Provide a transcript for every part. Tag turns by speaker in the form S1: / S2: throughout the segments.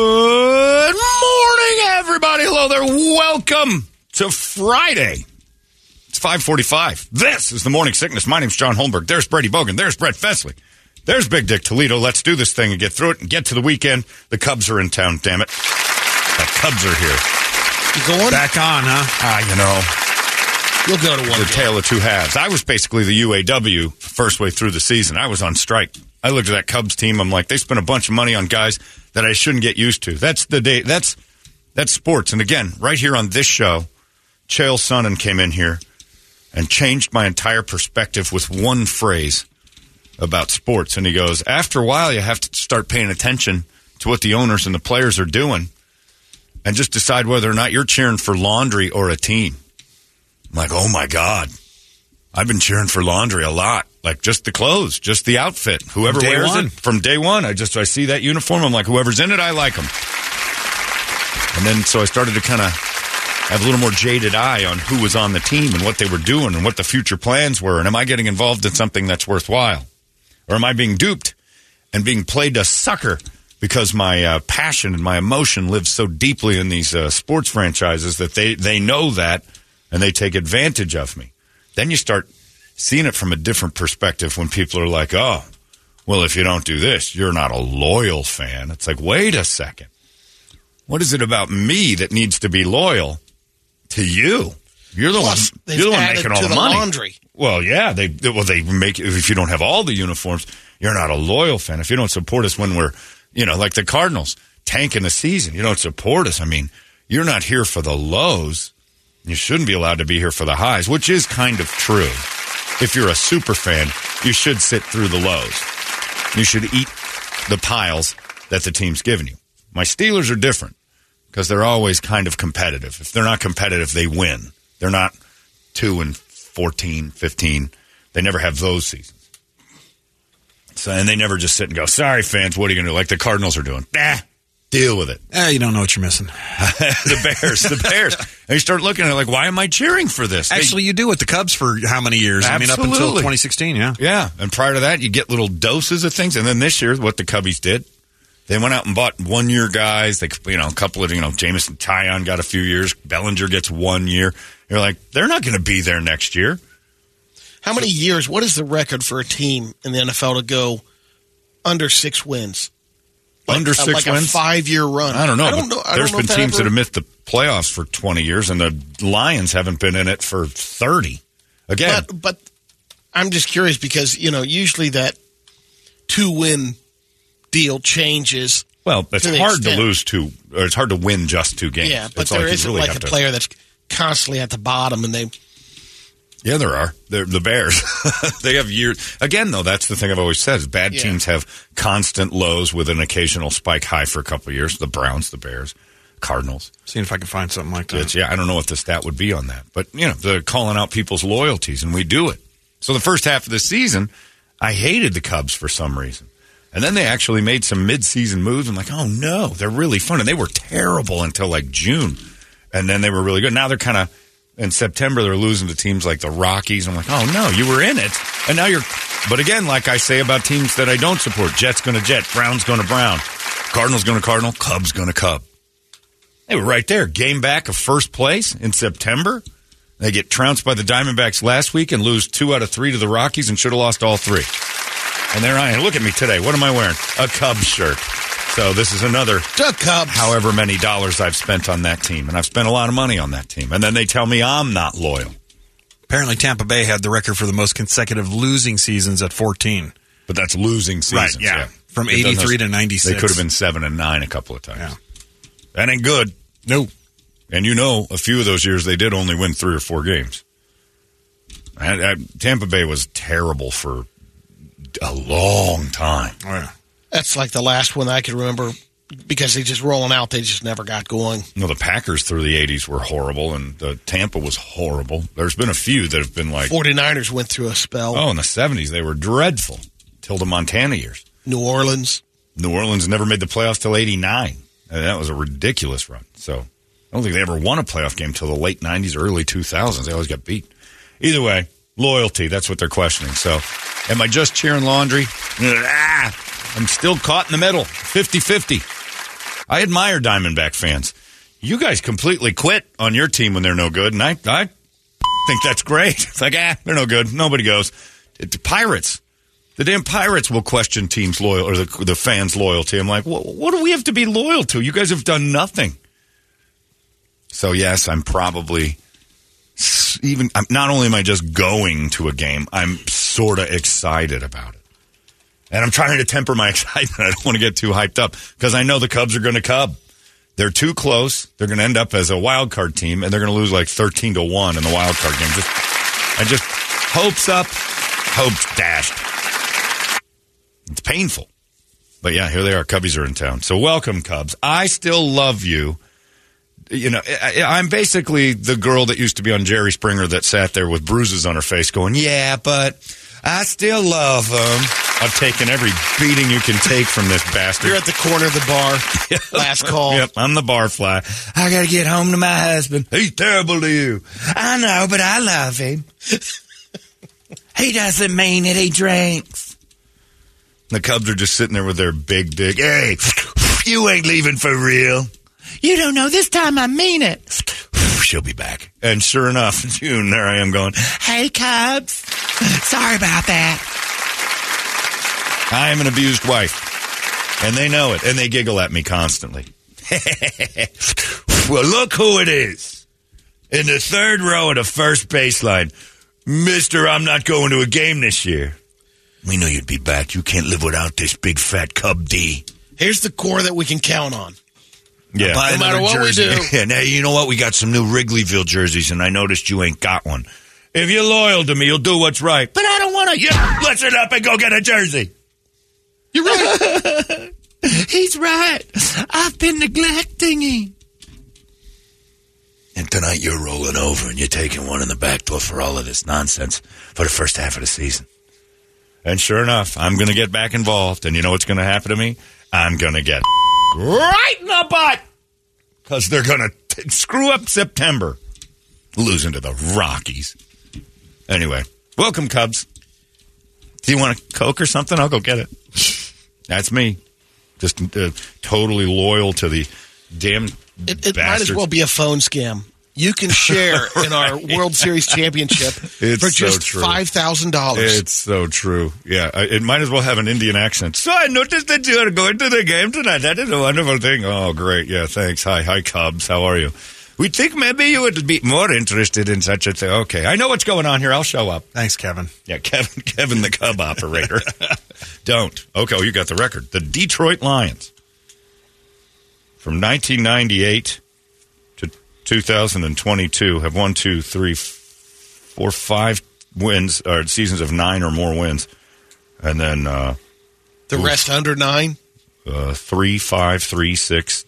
S1: Good morning, everybody. Hello there. Welcome to Friday. It's 545. This is the Morning Sickness. My name's John Holmberg. There's Brady Bogan. There's Brett Fesley. There's Big Dick Toledo. Let's do this thing and get through it and get to the weekend. The Cubs are in town, damn it. The Cubs are here.
S2: going? Back on, huh?
S1: Ah, you know,
S2: You'll go to one.
S1: the tale of two halves. I was basically the UAW first way through the season. I was on strike. I looked at that Cubs team. I'm like, they spent a bunch of money on guys that I shouldn't get used to. That's the day. That's that's sports. And again, right here on this show, Chael Sonnen came in here and changed my entire perspective with one phrase about sports. And he goes, after a while, you have to start paying attention to what the owners and the players are doing, and just decide whether or not you're cheering for laundry or a team. I'm like, oh my God. I've been cheering for laundry a lot. Like just the clothes, just the outfit. Whoever
S2: Day
S1: wears
S2: one.
S1: it from day one, I just, I see that uniform. I'm like, whoever's in it, I like them. And then so I started to kind of have a little more jaded eye on who was on the team and what they were doing and what the future plans were. And am I getting involved in something that's worthwhile? Or am I being duped and being played a sucker because my uh, passion and my emotion lives so deeply in these uh, sports franchises that they, they know that and they take advantage of me? Then you start seeing it from a different perspective when people are like, oh, well, if you don't do this, you're not a loyal fan. It's like, wait a second. What is it about me that needs to be loyal to you? You're the
S2: Plus,
S1: one.
S2: they've
S1: You're the one
S2: added
S1: making all
S2: to
S1: the,
S2: the
S1: money.
S2: laundry.
S1: Well, yeah. They they- well they make if you don't have all the uniforms, you're not a loyal fan. If you don't support us when we're you know like the Cardinals tanking the season, you don't support us. I mean, you're not here for the lows. You shouldn't be allowed to be here for the highs, which is kind of true. If you're a super fan, you should sit through the lows. You should eat the piles that the team's given you. My Steelers are different because they're always kind of competitive. If they're not competitive, they win. They're not 2 and 14, 15. They never have those seasons. So, and they never just sit and go, sorry, fans, what are you going to do? Like the Cardinals are doing. Nah, deal with it.
S2: Eh, you don't know what you're missing.
S1: the Bears, the Bears. And you start looking at it like, why am I cheering for this? They-
S2: Actually, you do with the Cubs for how many years? I mean, up until
S1: Absolutely.
S2: 2016, yeah.
S1: Yeah, and prior to that, you get little doses of things, and then this year, what the Cubbies did, they went out and bought one year guys. They, you know, a couple of you know, Jamison Tyon got a few years. Bellinger gets one year. You're like, they're not going to be there next year.
S3: How many years? What is the record for a team in the NFL to go under six wins?
S1: Under
S3: Uh,
S1: six
S3: like
S1: wins.
S3: a five-year run.
S1: I don't know.
S3: I
S1: but
S3: don't know. I
S1: There's
S3: don't know
S1: been
S3: if
S1: teams that
S3: ever-
S1: have missed the playoffs for 20 years, and the Lions haven't been in it for 30. Again,
S3: But, but I'm just curious because you know usually that two-win deal changes.
S1: well, it's
S3: to the
S1: hard
S3: extent-
S1: to lose two, or it's hard to win just two games.
S3: Yeah, but
S1: It's
S3: there
S1: you
S3: not
S1: really
S3: like
S1: have
S3: a
S1: to-
S3: player that's constantly at the bottom, and they
S1: Yeah, there are. They're the Bears. they have years. Again, though, that's the thing I've always said is bad
S3: Yeah.
S1: teams have constant lows with an occasional spike high for a couple of years. The Browns, the Bears, Cardinals.
S2: Seeing if I can find something like that.
S1: It's- yeah, I don't know what the stat would be on that. But, you know, they're calling out people's loyalties, and we do it. So the first half of the season, I hated the Cubs for some reason. And then they actually made some midseason moves. I'm like, oh, no, they're really fun. And they were terrible until like June. And then they were really good. Now they're kind of, in September, they're losing to teams like the Rockies. I'm like, oh, no, you were in it. And now you're, but again, like I say about teams that I don't support Jets going to Jet, Browns going to Brown, Cardinals going to Cardinal, Cubs going to Cub. They were right there. Game back of first place in September. They get trounced by the Diamondbacks last week and lose two out of three to the Rockies and should have lost all three. And there I am. Look at me today. What am I wearing? A Cubs shirt. So this is another however many dollars I've spent on that team. And I've spent a lot of money on that team. And then they tell me I'm not loyal.
S2: Apparently, Tampa Bay had the record for the most consecutive losing seasons at 14.
S1: But that's losing seasons.
S2: Right, yeah. From
S1: It doesn't-
S2: 83 to 96.
S1: They could have been 7 and 9 a couple of times. That ain't good. No. And you know, a few of those years they did only win three or four games. And, uh, Tampa Bay was terrible for a long time.
S2: Oh,
S3: That's like the last one I can remember because they just rolling out. They just never got going.
S1: You know, the Packers through the 80s were horrible, and the Tampa was horrible. There's been a few that have been like,
S3: 49ers went through a spell.
S1: oh, in the 70s, they were dreadful till the Montana years.
S3: New Orleans.
S1: New Orleans never made the playoffs till 89. And that was a ridiculous run. So I don't think they ever won a playoff game till the late 90s, early 2000s. They always got beat. Either way, loyalty, that's what they're questioning. So am I just cheering laundry? Ah, I'm still caught in the middle, 50 50. I admire Diamondback fans. You guys completely quit on your team when they're no good, and I, I think that's great. It's like, ah, they're no good. Nobody goes. It- the Pirates. The damn Pirates will question teams' loyal or the, the fans' loyalty. I'm like, what, what do we have to be loyal to? You guys have done nothing. So yes, I'm probably s- even. I'm, not only am I just going to a game, I'm sort of excited about it, and I'm trying to temper my excitement. I don't want to get too hyped up because I know the Cubs are going to cub. They're too close. They're going to end up as a wild card team, and they're going to lose like thirteen to one in the wild card game. Just, I just hopes up, hopes dashed. It's painful. But yeah, here they are. Cubbies are in town. So welcome, Cubs. I still love you. You know, I, I- I'm basically the girl that used to be on Jerry Springer that sat there with bruises on her face going, yeah, but I still love them. I've taken every beating you can take from this bastard.
S3: You're at the corner of the bar. Last call.
S1: Yep, I'm the barfly. I gotta get home to my husband. He's terrible to you.
S4: I know, but I love him. he doesn't mean it. He drinks.
S1: The Cubs are just sitting there with their big dick. Hey, you ain't leaving for real.
S4: You don't know. This time I mean it.
S1: She'll be back. And sure enough, June, there I am going,
S4: Hey, Cubs. Sorry about that.
S1: I am an abused wife. And they know it. And they giggle at me constantly. well, look who it is. In the third row of the first baseline. Mister, I'm not going to a game this year. We know you'd be back. You can't live without this big fat Cub D.
S3: Here's the core that we can count on.
S1: Yeah.
S3: No matter
S1: another
S3: what we
S1: jersey.
S3: do.
S1: Yeah, now, you know what? We got some new Wrigleyville jerseys, and I noticed you ain't got one. If you're loyal to me, you'll do what's right. But I don't want to. Yeah, listen up and go get a jersey.
S4: You're right. He's right. I've been neglecting him.
S1: And tonight you're rolling over and you're taking one in the back door for all of this nonsense for the first half of the season. And sure enough, I'm going to get back involved. And you know what's going to happen to me? I'm going to get right in the butt because they're going to screw up September, losing to the Rockies. Anyway, welcome, Cubs. Do you want a Coke or something? I'll go get it. That's me. Just uh, totally loyal to the damn.
S3: It, it might as
S1: bastards.
S3: well be a phone scam. You can share in our World Series championship
S1: It's
S3: for
S1: so
S3: just
S1: true.
S3: five thousand dollars.
S1: It's so true. Yeah, I- it might as well have an Indian accent. So I noticed that you are going to the game tonight. That is a wonderful thing. Oh, great. Yeah, thanks. Hi, hi, Cubs. How are you? We think maybe you would be more interested in such a thing. Okay, I know what's going on here. I'll show up.
S2: Thanks, Kevin.
S1: Yeah, Kevin, Kevin, the Cub operator. Don't. Okay, well, you got the record. The Detroit Lions from 1998 to 2022 have one, two, three, four, five wins or seasons of nine or more wins, and then uh,
S3: the rest under nine.
S1: uh, three, five, three, six.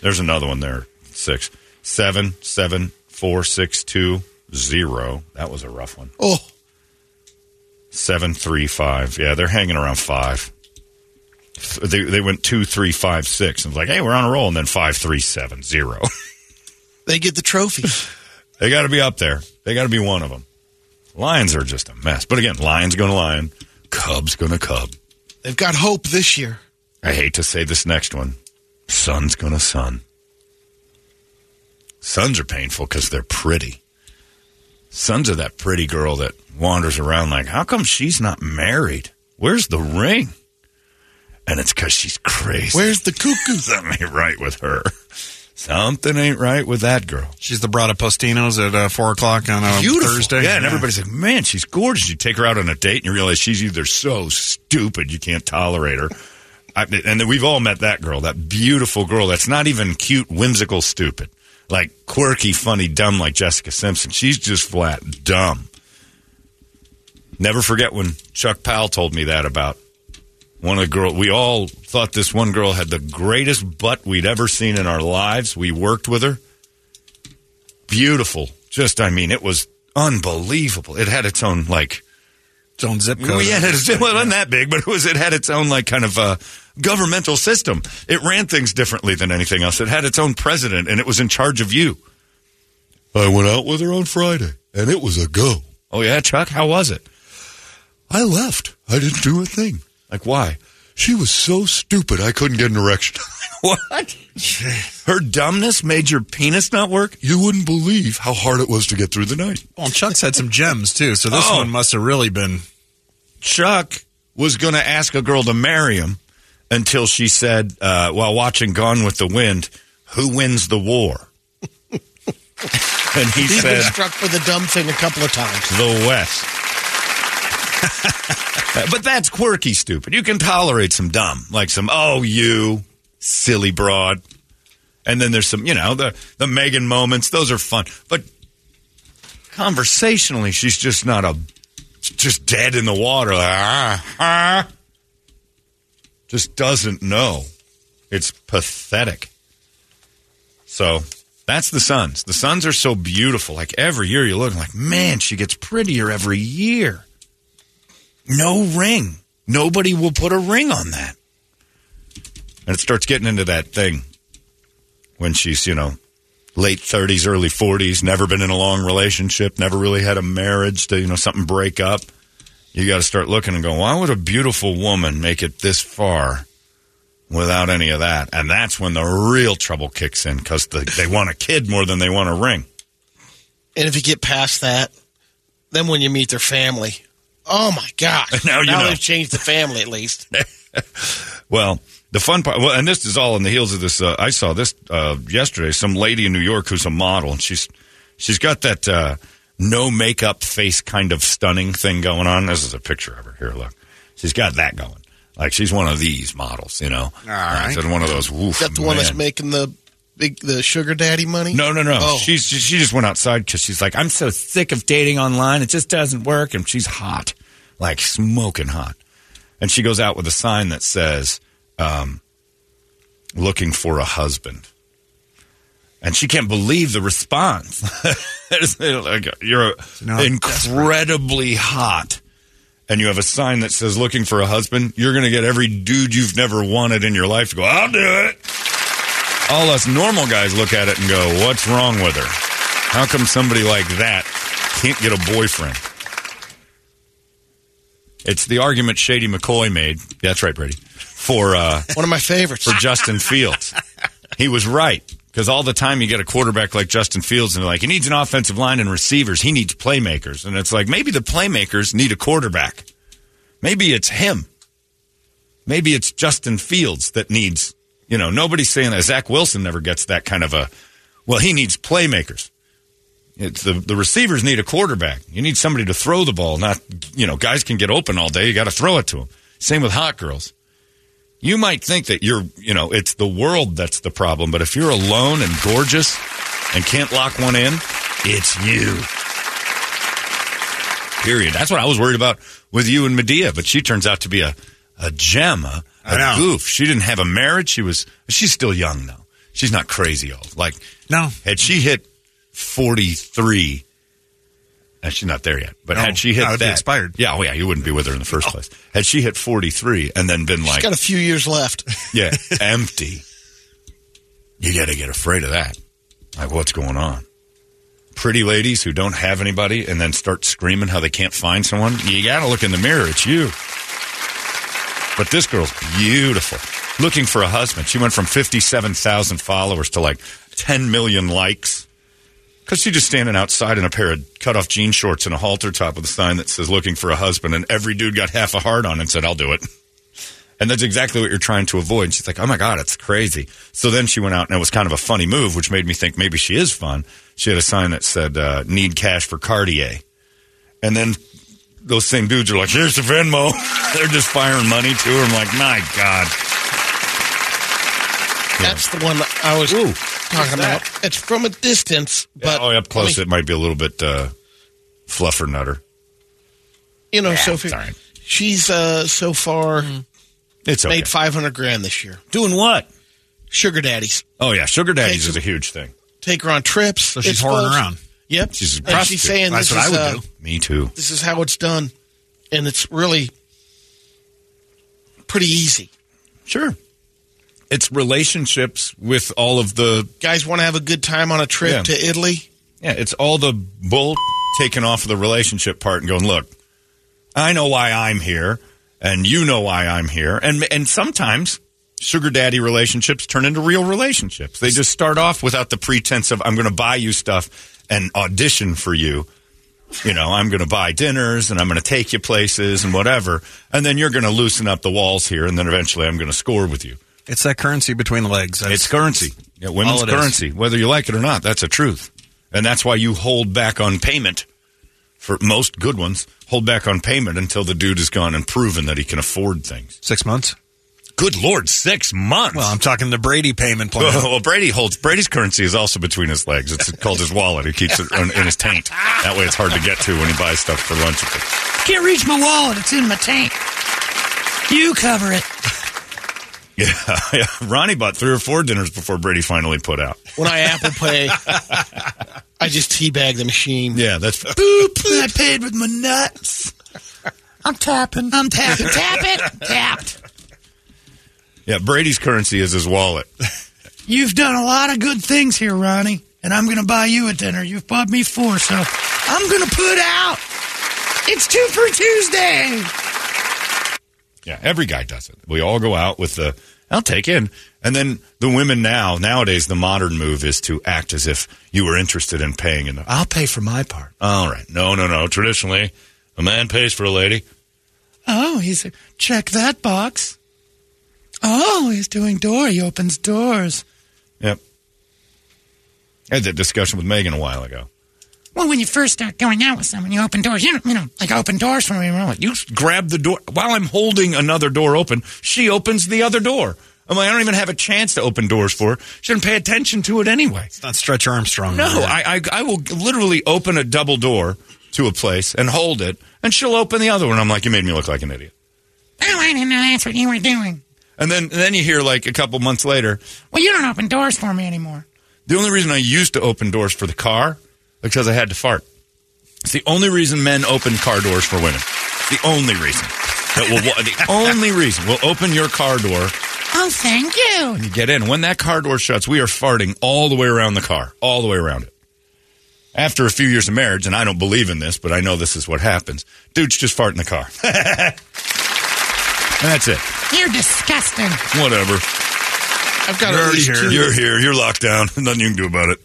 S1: There's another one there. Six, seven, seven, four, six, two, zero. That was a rough one.
S3: Oh,
S1: Seven three five. Yeah, they're hanging around five. They they went two three five six. I was like, hey, we're on a roll, and then five three seven zero.
S3: they get the trophy.
S1: they got to be up there. They got to be one of them. Lions are just a mess. But again, Lions going to lion, Cubs going to cub.
S3: They've got hope this year.
S1: I hate to say this next one. Sun's going to sun. Suns are painful because they're pretty. Sons of that pretty girl that wanders around like, how come she's not married? Where's the ring? And it's because she's crazy.
S3: Where's the cuckoo?
S1: Something ain't right with her. Something ain't right with that girl.
S2: She's the broad of Postino's at uh, four o'clock on a Thursday.
S1: Yeah, and everybody's like, man, she's gorgeous. You take her out on a date and you realize she's either so stupid you can't tolerate her. I, and then we've all met that girl, that beautiful girl that's not even cute, whimsical, stupid. Like quirky, funny, dumb like Jessica Simpson. She's just flat dumb. Never forget when Chuck Powell told me that about one of the girl we all thought this one girl had the greatest butt we'd ever seen in our lives we worked with her beautiful just i mean it was unbelievable it had its own like
S2: its own zip
S1: well,
S2: code.
S1: yeah, it was- it wasn't that big, but it was. It had its own like kind of uh, governmental system. It ran things differently than anything else. It had its own president, and it was in charge of you. I went out with her on Friday, and it was a go. Oh yeah, Chuck, how was it? I left. I didn't do a thing. Like why? She was so stupid, I couldn't get an erection. what? Her dumbness made your penis not work. You wouldn't believe how hard it was to get through the night.
S2: Well, Chuck's had some gems too, so this
S1: Oh.
S2: one must have really been.
S1: Chuck was going to ask a girl to marry him until she said, uh, while watching Gone with the Wind, who wins the war? and he
S3: He's been
S1: said,
S3: struck for the dumb thing a couple of times.
S1: the West. but that's quirky, stupid. You can tolerate some dumb, like some, oh, you silly broad. And then there's some, you know, the, the Megan moments. Those are fun. But conversationally, she's just not a, just dead in the water. Like, ah, ah. Just doesn't know. It's pathetic. So that's the Suns. The Suns are so beautiful. Like every year you look like, man, she gets prettier every year. No ring. Nobody will put a ring on that. And it starts getting into that thing when she's, you know, late 30s, early 40s, never been in a long relationship, never really had a marriage to, you know, something break up. You got to start looking and going, why would a beautiful woman make it this far? without any of that. And that's when the real trouble kicks in because the, they want a kid more than they want a ring.
S3: And if you get past that, then when you meet their family, oh my God.
S1: Now you know.
S3: they've changed the family at least.
S1: Well, the fun part, well, and this is all on the heels of this. Uh, I saw this uh, yesterday. Some lady in New York who's a model, and she's she's got that uh, no makeup face kind of stunning thing going on. This is a picture of her here. Look, she's got that going. Like she's one of these models, you know. All
S2: right.
S1: one of those. Woof,
S3: Is that the one that's
S1: man.
S3: making the big the sugar daddy money?
S1: No, no, no.
S3: Oh.
S1: She's she, she just went outside because she's like, I'm so sick of dating online. It just doesn't work. And she's hot, like smoking hot. And she goes out with a sign that says, um, "Looking for a husband." And she can't believe the response. It's like, You're
S2: No, I'm
S1: incredibly hot, and you have a sign that says "Looking for a husband." You're going to get every dude you've never wanted in your life to go, "I'll do it." all us normal guys look at it and go, what's wrong with her? How come somebody like that can't get a boyfriend? It's the argument Shady McCoy made. That's right, Brady. For uh,
S3: One of my favorites.
S1: for Justin Fields. He was right because all the time you get a quarterback like Justin Fields and they're like he needs an offensive line and receivers. He needs playmakers, and it's like maybe the playmakers need a quarterback. Maybe it's him. Maybe it's Justin Fields that needs. You know, nobody's saying that Zach Wilson never gets that kind of a. Well, he needs playmakers. It's the the receivers need a quarterback. You need somebody to throw the ball. Not you know, guys can get open all day. You got to throw it to them. Same with hot girls you might think that you're, you know, it's the world that's the problem, but if you're alone and gorgeous and can't lock one in, it's you. Period. That's what I was worried about with you and Medea, but she turns out to be a, a gem, a,
S2: I
S1: a
S2: know.
S1: goof. She didn't have a marriage. She was, she's still young though. She's not crazy old. Like,
S2: No.
S1: had she hit 43, and she's not there yet, but
S2: No.
S1: had she hit
S2: No, it'd be
S1: that-
S2: expired.
S1: Yeah, oh yeah, you wouldn't be with her in the first place. Had she hit 43 and then been like,
S3: She's got a few years left.
S1: yeah, empty. You got to get afraid of that. Like, what's going on? Pretty ladies who don't have anybody and then start screaming how they can't find someone. You got to look in the mirror. It's you. But this girl's beautiful. Looking for a husband. She went from 57,000 followers to like 10 million likes. Because she's just standing outside in a pair of cut-off jean shorts and a halter top with a sign that says "Looking for a husband," and every dude got half a heart on and said, "I'll do it." And that's exactly what you're trying to avoid. And she's like, "Oh my god, it's crazy." So then she went out, and it was kind of a funny move, which made me think maybe she is fun. She had a sign that said uh, "Need cash for Cartier," and then those same dudes are like, "Here's the Venmo." They're just firing money to her. I'm like, "My god."
S3: That's the one I was talking about. It's from a distance, but
S1: oh, up close,
S3: I
S1: it might be a little bit uh, fluffer nutter.
S3: mean, you know,
S1: Yeah,
S3: Sophie,
S1: it's all right. Mm-hmm.
S3: she's uh, so far
S1: It's okay.
S3: made five hundred grand this year.
S1: Doing what?
S3: Sugar daddies
S1: Oh yeah, sugar daddies
S3: Takes
S1: is a huge thing.
S3: take her on trips. So
S2: she's whoring around.
S3: Yep,
S1: She's a
S3: and
S1: prostitute.
S3: she's saying
S2: That's
S3: this
S2: what I
S3: is,
S2: would
S3: uh,
S2: do.
S1: Me too.
S3: This is how it's done, and it's really pretty easy.
S1: Sure. It's relationships with all of the
S3: Guys want to have a good time on a trip
S1: Yeah.
S3: to Italy.
S1: yeah. It's all the bull taken off of the relationship part and going, look, I know why I'm here, and you know why I'm here, and and sometimes sugar daddy relationships turn into real relationships. They just start off without the pretense of I'm going to buy you stuff and audition for you. you know, I'm going to buy dinners and I'm going to take you places and whatever. And then you're going to loosen up the walls here. And then eventually I'm going to score with you.
S2: It's that currency between the legs. That's-
S1: It's currency. Yeah, women's
S2: All it is.
S1: currency, whether you like it or not. That's a truth. And that's why you hold back on payment for most good ones, hold back on payment until the dude is gone and proven that he can afford things.
S2: six months.
S1: Good Lord, six months.
S2: Well, I'm talking the Brady payment plan.
S1: Well, well, Brady holds Brady's currency is also between his legs. It's called his wallet. He keeps it in, in his tank. That way, it's hard to get to when he buys stuff for lunch. with it.
S4: Can't reach my wallet. It's in my tank. You cover it.
S1: Yeah, yeah. Ronnie bought three or four dinners before Brady finally put out.
S3: When I Apple Pay, I just teabag the machine.
S1: Yeah, that's
S4: I paid with my nuts. I'm tapping. I'm tapping. Tap it. Tapped.
S1: yeah. Brady's currency is his wallet.
S4: You've done a lot of good things here, Ronnie, and I'm going to buy you a dinner. You've bought me four, so I'm going to put out. It's two for Tuesday.
S1: Yeah, every guy does it. We all go out with the I'll take in, and then the women now nowadays the modern move is to act as if you were interested in paying enough.
S4: I'll pay for my part.
S1: All right, no, no, no. Traditionally, a man pays for a lady.
S4: Oh, he's check that box. Oh, he's doing door. He opens doors.
S1: Yep. I had that discussion with Megan a while ago.
S4: Well, when you first start going out with someone, you open doors. You know, you know like open doors for me. We're like,
S1: You grab the door while I'm holding another door open. She opens the other door. I'm like, I don't even have a chance to open doors for her. She didn't pay attention to it anyway.
S2: It's not Stretch Armstrong.
S1: No,
S2: Yeah.
S1: I, I I will literally open a double door to a place and hold it, and she'll open the other one. I'm like, you made me look like an idiot.
S4: oh, I didn't know that's what you were doing.
S1: And then and then you hear like a couple months later,
S4: Well, you don't open doors for me anymore.
S1: the only reason I used to open doors for the car because I had to fart. It's the only reason men open car doors for women. The only reason. That will, the only reason will open your car door
S4: Oh, thank you.
S1: You get in. When that car door shuts, we are farting all the way around the car, all the way around it. After a few years of marriage, and I don't believe in this, but I know this is what happens. Dudes just fart in the car. and that's it.
S4: You're disgusting.
S1: Whatever.
S3: I've got
S2: You're
S3: at
S2: already
S3: least
S2: here.
S3: two.
S1: You're here. You're locked down. Nothing you can do about it.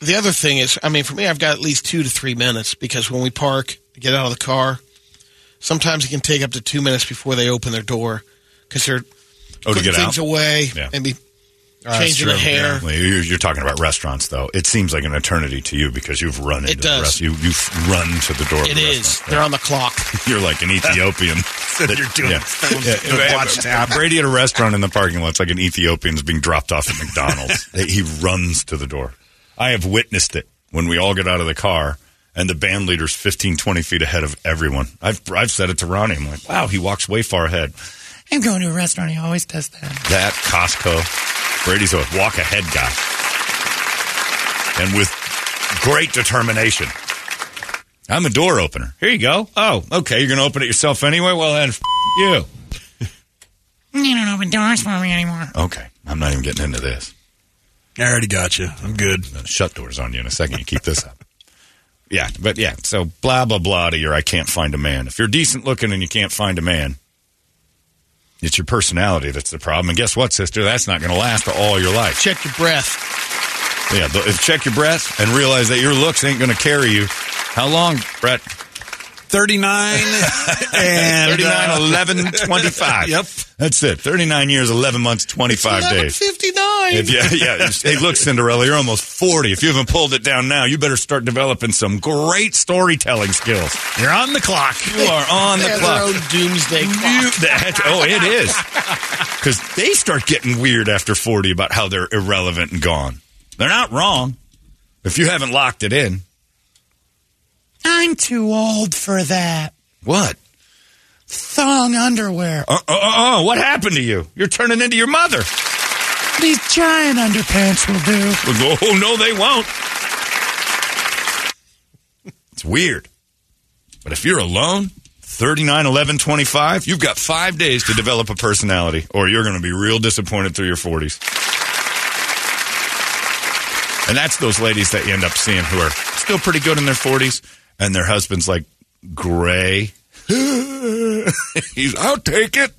S3: The other thing is, I mean, for me, I've got at least two to three minutes because when we park, get out of the car, sometimes it can take up to two minutes before they open their door because they're
S1: Oh, to
S3: putting
S1: get out.
S3: things away,
S1: Yeah. Oh,
S3: maybe changing the hair.
S1: Well, you- You're talking about restaurants, though. It seems like an eternity to you because you've run into
S3: It
S1: the
S3: does.
S1: rest. You, you've run to the door. of
S3: It
S1: the
S3: is.
S1: restaurant.
S3: They're on the clock.
S1: You're like an Ethiopian.
S2: That you're doing films with the watch tab.
S1: Brady at a restaurant in the parking lot. It's like an Ethiopian's being dropped off at McDonald's. They- he runs to the door. I have witnessed it when we all get out of the car and the band leader's 15, 20 feet ahead of everyone. I've, I've said it to Ronnie. I'm like, wow, he walks way far ahead.
S4: I'm going to a restaurant. He always does that.
S1: That, Costco. Brady's a walk ahead guy. And with great determination. I'm a door opener. Here you go. Oh, okay. You're going to open it yourself anyway? Well, then, f- you.
S4: You don't open doors for me anymore.
S1: Okay. I'm not even getting into this.
S2: I already got you. I'm good.
S1: I'm gonna shut doors on you in a second. You keep this up. Yeah, but yeah, so blah blah blah to your I can't find a man. If you're decent looking and you can't find a man, it's your personality that's the problem. And guess what, sister? That's not going to last all your life.
S3: Check your breath.
S1: Yeah, th- if check your breath and realize that your looks ain't going to carry you. How long, Brett?
S2: 39 and
S1: 39,
S2: uh,
S1: 11, 25.
S2: Yep.
S1: That's it. 39 years, 11 months, 25 days.
S3: 59.
S1: If, yeah, yeah. Hey, look, Cinderella, you're almost 40. If you haven't pulled it down now, you better start developing some great storytelling skills.
S2: You're on the clock.
S1: You are on the
S3: They have their
S1: clock.
S3: own doomsday
S1: You-
S3: clock.
S1: that- oh, it is. Because they start getting weird after 40 about how they're irrelevant and gone. They're not wrong if you haven't locked it in.
S4: I'm too old for that.
S1: What?
S4: Thong underwear.
S1: Uh, uh, uh, uh, what happened to you? You're turning into your mother.
S4: These giant underpants will do.
S1: Oh, no, they won't. It's weird. But if you're alone, 39, 11, 25, you've got five days to develop a personality, or you're going to be real disappointed through your 40s. And that's those ladies that you end up seeing who are still pretty good in their 40s, and their husband's like gray. He's, I'll take it.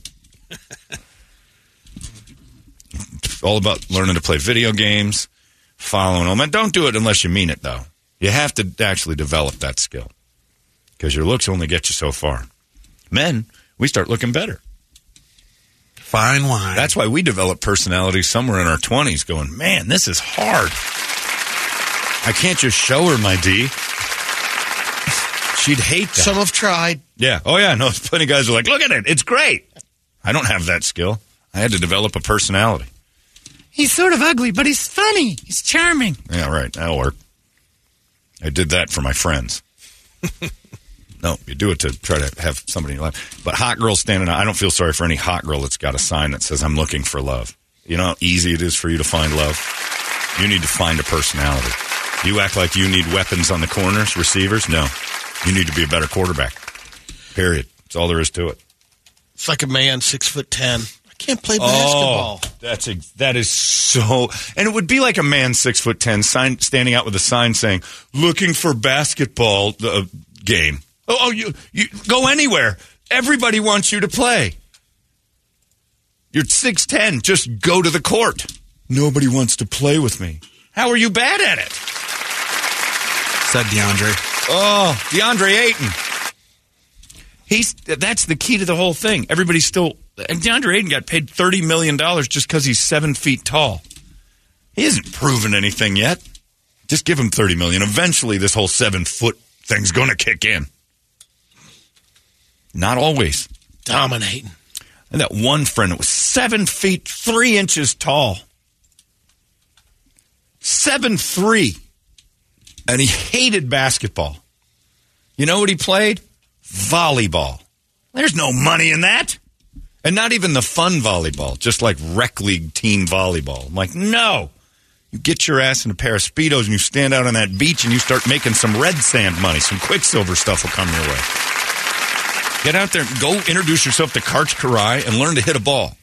S1: all about learning to play video games, following them. And don't do it unless you mean it, though. You have to actually develop that skill because your looks only get you so far. Men, we start looking better.
S2: Fine wine.
S1: That's why we develop personality somewhere in our 20s going, man, this is hard. I can't just show her my D. She'd hate that.
S3: Some have tried.
S1: Yeah. Oh, yeah. No, plenty of guys are like, look at it. It's great. I don't have that skill. I had to develop a personality.
S4: He's sort of ugly, but he's funny. He's charming.
S1: Yeah, right. That'll work. I did that for my friends. no, you do it to try to have somebody in your life. But hot girls standing out, I don't feel sorry for any hot girl that's got a sign that says, I'm looking for love. You know how easy it is for you to find love? You need to find a personality. You act like you need weapons on the corners, receivers? No. You need to be a better quarterback. Period. That's all there is to it.
S3: It's like a man six foot ten. I can't play basketball.
S1: Oh, that's ex- that is so. And it would be like a man six foot ten sign, standing out with a sign saying "Looking for basketball uh, game." Oh, oh, you you go anywhere. Everybody wants you to play. You're six ten. Just go to the court. Nobody wants to play with me. How are you bad at it?
S2: said DeAndre.
S1: Oh, DeAndre Ayton. He's that's the key to the whole thing. Everybody's still and DeAndre Ayton got paid thirty million dollars just because he's seven feet tall. He hasn't proven anything yet. Just give him thirty million. Eventually, this whole seven foot thing's going to kick in. Not always.
S3: Dominating.
S1: And that one friend that was seven feet three inches tall. Seven three. And he hated basketball. You know what he played? Volleyball. There's no money in that. And not even the fun volleyball, just like rec league team volleyball. I'm like, no. You get your ass in a pair of Speedos and you stand out on that beach and you start making some red sand money. Some quicksilver stuff will come your way. Get out there, go introduce yourself to Karch Karai and learn to hit a ball.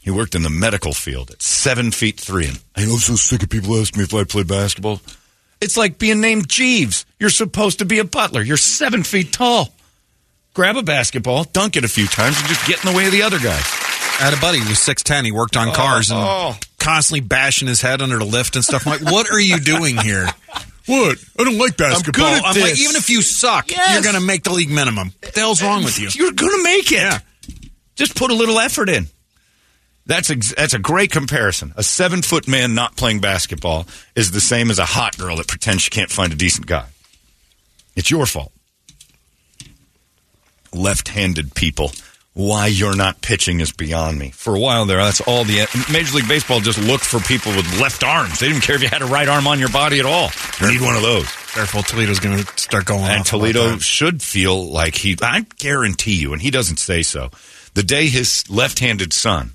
S1: He worked in the medical field at seven feet three. And I know I'm so sick of people asking me if I play basketball. It's like being named Jeeves. You're supposed to be a butler. You're seven feet tall. Grab a basketball, dunk it a few times, and just get in the way of the other guys.
S2: I had a buddy who was 6'10. He worked on cars and
S1: oh.
S2: constantly bashing his head under the lift and stuff. I'm like, what are you doing here? What? I don't like basketball.
S1: good at
S2: I'm like,
S1: this.
S2: even if you suck,
S1: Yes.
S2: you're going to make the league minimum. What the hell's wrong with you?
S1: You're going to make it. Just put a little effort in. That's ex- that's a great comparison. A seven foot man not playing basketball is the same as a hot girl that pretends she can't find a decent guy. It's your fault. Left handed people, why you're not pitching is beyond me. For a while there, that's all the Major League Baseball just looked for people with left arms. They didn't care if you had a right arm on your body at all. You need one of those.
S2: Careful, Toledo's going to start going off
S1: And
S2: about
S1: Toledo
S2: that.
S1: should feel like he, I guarantee you, and he doesn't say so. The day his left handed son,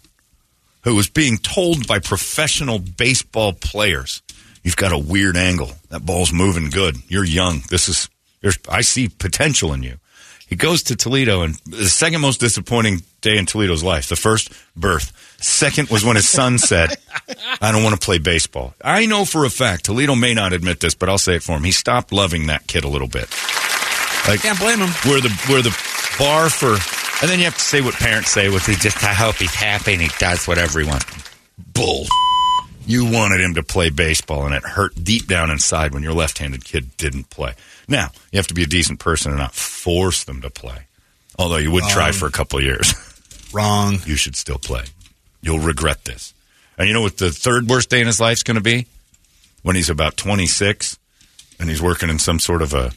S1: who was being told by professional baseball players, you've got a weird angle. That ball's moving good. You're young. This is, there's, I see potential in you. He goes to Toledo, and the second most disappointing day in Toledo's life the first, birth. Second was when his son said, I don't want to play baseball. I know for a fact, Toledo may not admit this, but I'll say it for him. He stopped loving that kid a little bit. Like,
S2: Can't blame him.
S1: where the where the bar for and then you have to say what parents say with he just I hope he's happy and he does whatever he wants. Bull. You wanted him to play baseball, and it hurt deep down inside when your left handed kid didn't play. Now, you have to be a decent person and not force them to play. Although you would try
S2: Wrong.
S1: for a couple of years.
S2: Wrong.
S1: You should still play. You'll regret this. And you know what the third worst day in his life's going to be? When he's about 26 and he's working in some sort of a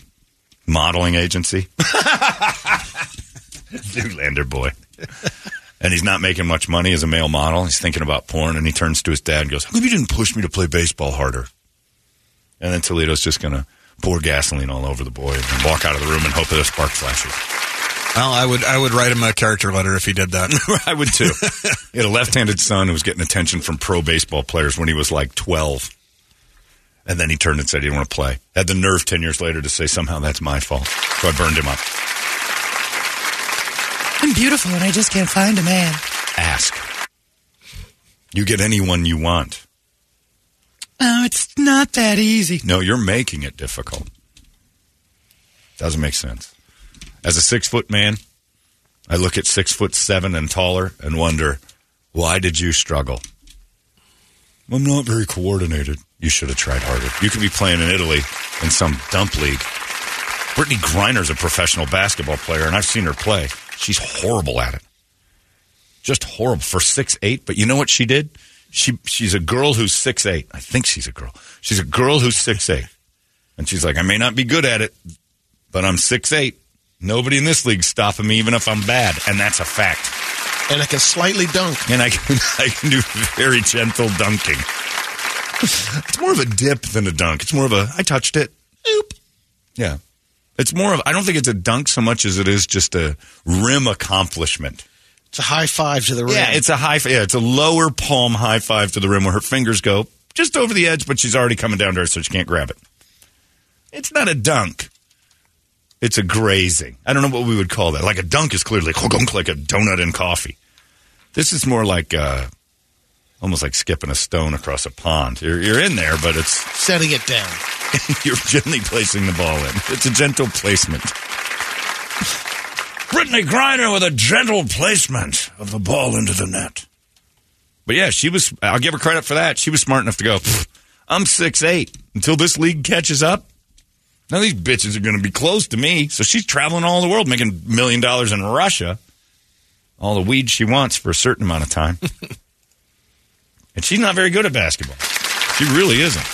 S1: modeling agency. Zoolander boy. And he's not making much money as a male model. He's thinking about porn and he turns to his dad and goes, How come you didn't push me to play baseball harder? And then Toledo's just going to pour gasoline all over the boy and walk out of the room and hope that a spark flashes.
S2: Well, I would I would write him a character letter if he did that.
S1: I would too. he had a left-handed son who was getting attention from pro baseball players when he was like 12. And then he turned and said he didn't want to play. Had the nerve 10 years later to say somehow that's my fault. So I burned him up.
S4: I'm beautiful and I just can't find a man.
S1: Ask. You get anyone you want.
S4: Oh, it's not that easy.
S1: No, you're making it difficult. Doesn't make sense. As a six foot man, I look at six foot seven and taller and wonder, why did you struggle? I'm not very coordinated. You should have tried harder. You could be playing in Italy in some dump league. Brittany Griner's a professional basketball player, and I've seen her play. She's horrible at it. Just horrible for six eight. But you know what she did? She she's a girl who's six eight. I think she's a girl. She's a girl who's six eight, and she's like, I may not be good at it, but I'm six eight. Nobody in this league's stopping me, even if I'm bad, and that's a fact.
S3: And I can slightly dunk.
S1: And I can I can do very gentle dunking. It's more of a dip than a dunk. It's more of a I touched it. Oop. Yeah. It's more of I don't think it's a dunk so much as it is just a rim accomplishment.
S3: It's a high five to the rim.
S1: Yeah, it's a high. Yeah, it's a lower palm high five to the rim where her fingers go just over the edge, but she's already coming down to her, so she can't grab it. It's not a dunk. It's a grazing. I don't know what we would call that. Like a dunk is clearly like, like a donut and coffee. This is more like uh, almost like skipping a stone across a pond. You're, you're in there, but it's
S3: setting it down.
S1: you're gently placing the ball in. It's a gentle placement. Brittany Griner with a gentle placement of the ball into the net. But yeah, she was. I'll give her credit for that. She was smart enough to go. "Pfft, I'm six eight. Until this league catches up, now these bitches are going to be close to me. So she's traveling all the world, making a million dollars in Russia, all the weed she wants for a certain amount of time. and she's not very good at basketball. She really isn't.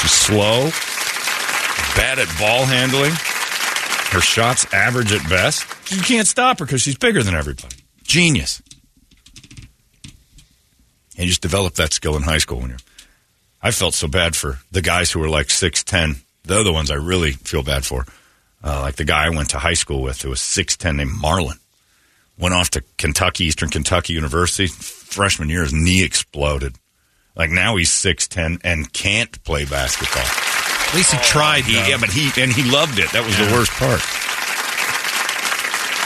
S1: She's slow, bad at ball handling. Her shots average at best. You can't stop her because she's bigger than everybody. Genius. And you just develop that skill in high school when you're. I felt so bad for the guys who were like 6'10. They're the ones I really feel bad for. Uh, like the guy I went to high school with who was 6'10 named Marlon. Went off to Kentucky, Eastern Kentucky University. Freshman year, his knee exploded. Like now he's 6'10 and can't play basketball.
S2: At least he tried.
S1: He,
S2: though.
S1: yeah, but he and he loved it. That was the worst part.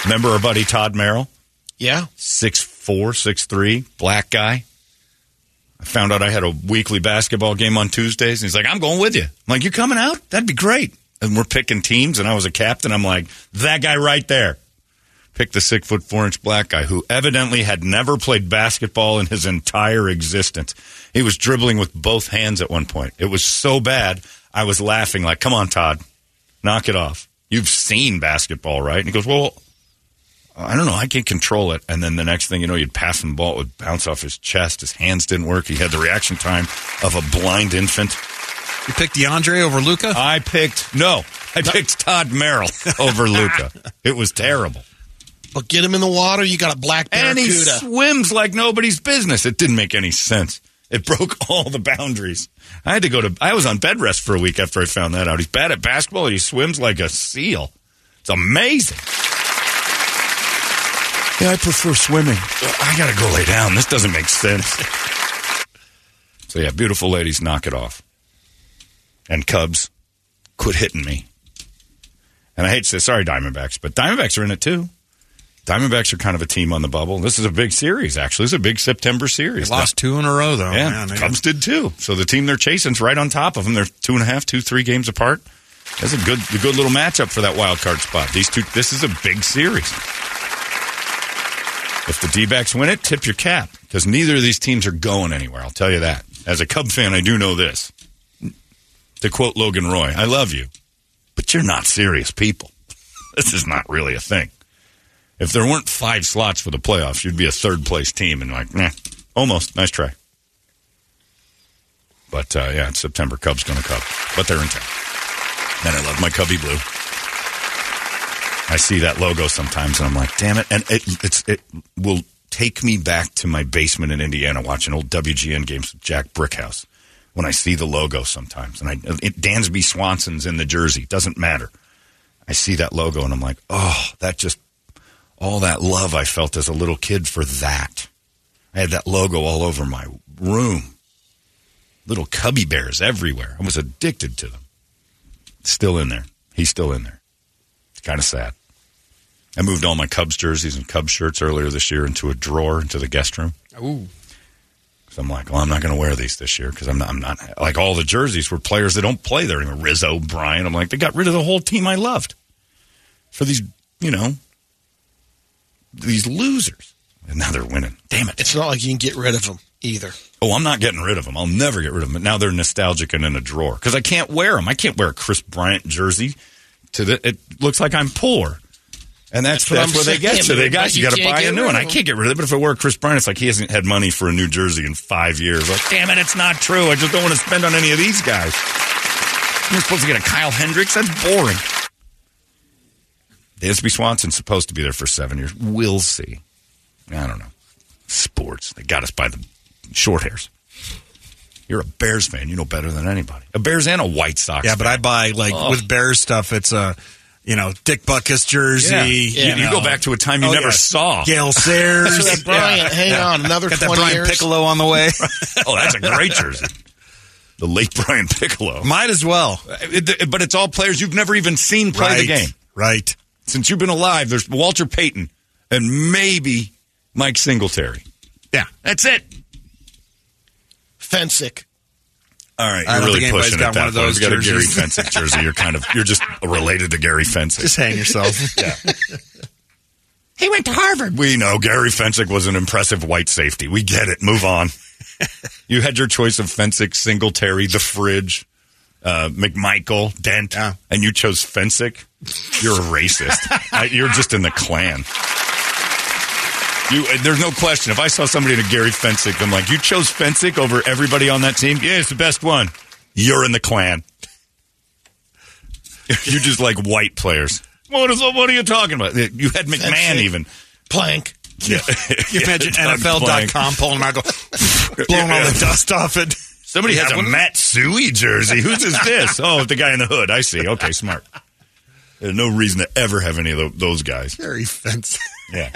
S1: Remember our buddy Todd Merrill,
S3: Yeah.
S1: six four, six three, black guy. I found out I had a weekly basketball game on Tuesdays, and he's like, "I'm going with you." I'm like, "You coming out? That'd be great." And we're picking teams, and I was a captain. I'm like, "That guy right there." Picked the six foot four inch black guy who evidently had never played basketball in his entire existence. He was dribbling with both hands at one point. It was so bad, I was laughing like, "Come on, Todd, knock it off. You've seen basketball, right?" And he goes, "Well, I don't know. I can't control it. And then the next thing you know, you'd pass him the ball, it would bounce off his chest. His hands didn't work. He had the reaction time of a blind infant.
S2: you picked DeAndre over Luca.
S1: I picked, no, I picked Todd Merrill over Luca. It was terrible.
S3: But get him in the water. You got a black
S1: And he
S3: barracuda.
S1: swims like nobody's business. It didn't make any sense. It broke all the boundaries. I had to go to, I was on bed rest for a week after I found that out. He's bad at basketball. He swims like a seal. It's amazing. Yeah, I prefer swimming. I gotta go lay down. This doesn't make sense. so yeah, beautiful ladies, knock it off. And Cubs, quit hitting me. And I hate to say, sorry, Diamondbacks, but Diamondbacks are in it too. Diamondbacks are kind of a team on the bubble. This is a big series, actually. This is a big September series.
S2: Lost two in a row though.
S1: yeah,
S2: Man, they-
S1: Cubs did too. So the team they're chasing is right on top of them. They're two and a half, two, three games apart. That's a good, a good little matchup for that wild card spot. These two, this is a big series. If the D-backs win it, tip your cap because neither of these teams are going anywhere. I'll tell you that. As a Cub fan, I do know this. To quote Logan Roy, I love you, but you're not serious people. This is not really a thing. If there weren't five slots for the playoffs, you'd be a third place team and like, nah, almost. Nice try. But uh, yeah, it's September. Cubs going to Cub. But they're in town. And I love my Cubby Blue. I see that logo sometimes and I'm like, damn it. And it, it's, it will take me back to my basement in Indiana watching old WGN games with Jack Brickhouse when I see the logo sometimes. And I, it, Dansby Swanson's in the jersey. Doesn't matter. I see that logo and I'm like, oh, that just, all that love I felt as a little kid for that. I had that logo all over my room. Little cubby bears everywhere. I was addicted to them. Still in there. He's still in there. It's kind of sad. I moved all my Cubs jerseys and Cubs shirts earlier this year into a drawer into the guest room.
S5: Ooh.
S1: So I'm like, well, I'm not going to wear these this year because I'm not, I'm not, like all the jerseys were players that don't play there anymore. Rizzo, Bryan. I'm like, they got rid of the whole team I loved for these, you know, these losers. And now they're winning. Damn it.
S3: It's not like you can get rid of them either.
S1: Oh, I'm not getting rid of them. I'll never get rid of them. But now they're nostalgic and in a drawer because I can't wear them. I can't wear a Chris Bryant jersey. To the, it looks like I'm poor, and that's
S3: what
S1: that's,
S3: I'm
S1: where they
S3: saying.
S1: get to.
S3: Yeah,
S1: They
S3: but
S1: got you.
S3: you
S1: Got to
S3: can't
S1: buy a
S3: get
S1: new
S3: rid
S1: one.
S3: of
S1: I
S3: them.
S1: can't get rid of it. But if I wear Chris Bryant, it's like he hasn't had money for a new jersey in five years. Like, damn it, it's not true. I just don't want to spend on any of these guys. You're supposed to get a Kyle Hendricks. That's boring. Dansby Swanson's supposed to be there for seven years. We'll see. I don't know. Sports. They got us by the short hairs. You're a Bears fan. You know better than anybody. A Bears and a White Sox.
S2: Yeah, but I buy like
S1: Oh.
S2: with Bears stuff. It's a you know Dick Buckus jersey.
S1: Yeah. You- you
S2: know. Oh,
S1: go back to a time you never saw.
S2: Gail Sayers.
S3: So that Brian, hang on, another
S2: Got that
S3: 20
S2: Brian
S3: years.
S2: Piccolo on the way.
S1: oh, that's a great jersey. The late Brian Piccolo.
S2: Might as well
S1: Uh, It- but it's all players you've never even seen play
S2: right.
S1: the game.
S2: Right.
S1: Since you've been alive, there's Walter Payton and maybe Mike Singletary.
S2: Yeah.
S1: That's it.
S3: Fensick.
S1: All right,
S2: I
S1: you're
S2: don't
S1: really
S2: think anybody's
S1: pushing it
S2: got
S1: that
S2: one of
S1: far.
S2: those
S1: If you got a Gary
S2: jerseys.
S1: Fensick jersey. You're kind of you're just related to Gary Fensick.
S2: Just hang yourself.
S1: He went to Harvard. We know Gary Fensick was an impressive white safety. We get it. Move on. you had your choice of Fensick, Singletary, the fridge, uh, McMichael, Dent,
S2: Yeah.
S1: and you chose Fensick. You're a racist. I, you're just in the Klan. You, uh, there's no question. If I saw somebody in a Gary Fensick, I'm like, you chose Fensick over everybody on that team. Yeah, it's the best one. You're in the Klan. you just like white players. What is? What are you talking about? Uh, You had McMahon
S3: Fensick.
S1: even.
S3: Plank.
S2: you imagine
S1: Yeah, Doug Blank.
S2: NFL.com pulling out, go, blowing all the dust off it.
S1: Somebody has a Matsui jersey. Whose is this? oh, the guy in the hood. I see. Okay, smart. There's no reason to ever have any of tho- those guys.
S2: Gary Fensick.
S1: Yeah.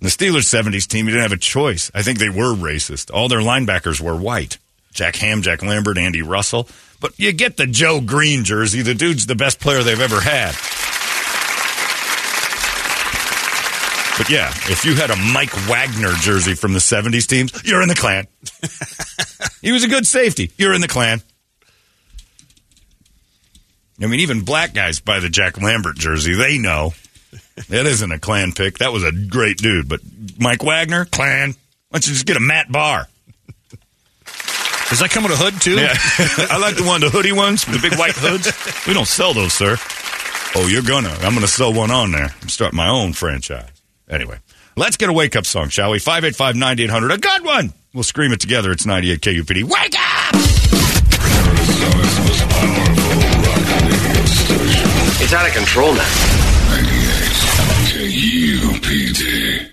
S1: the Steelers 70s team, you didn't have a choice. I think they were racist. All their linebackers were white Jack Ham, Jack Lambert, Andy Russell. But you get the Joe Green jersey. The dude's the best player they've ever had. But yeah, if you had a Mike Wagner jersey from the 70s teams, you're in the Klan. he was a good safety. You're in the Klan. I mean, even black guys buy the Jack Lambert jersey. They know. That isn't a clan pick. That was a great dude. But Mike Wagner, clan. Why don't you just get a Matt Barr?
S2: Does that come with a hood too?
S1: Yeah. I like the one, the hoodie ones, the big white hoods. We don't sell those, sir. Oh, you're gonna. I'm gonna sell one on there. and Start my own franchise. Anyway, let's get a wake up song, shall we? 585 9800. A good one. We'll scream it together. It's 98 KUPD. Wake up!
S6: It's out of control now.
S7: 98 KUPD.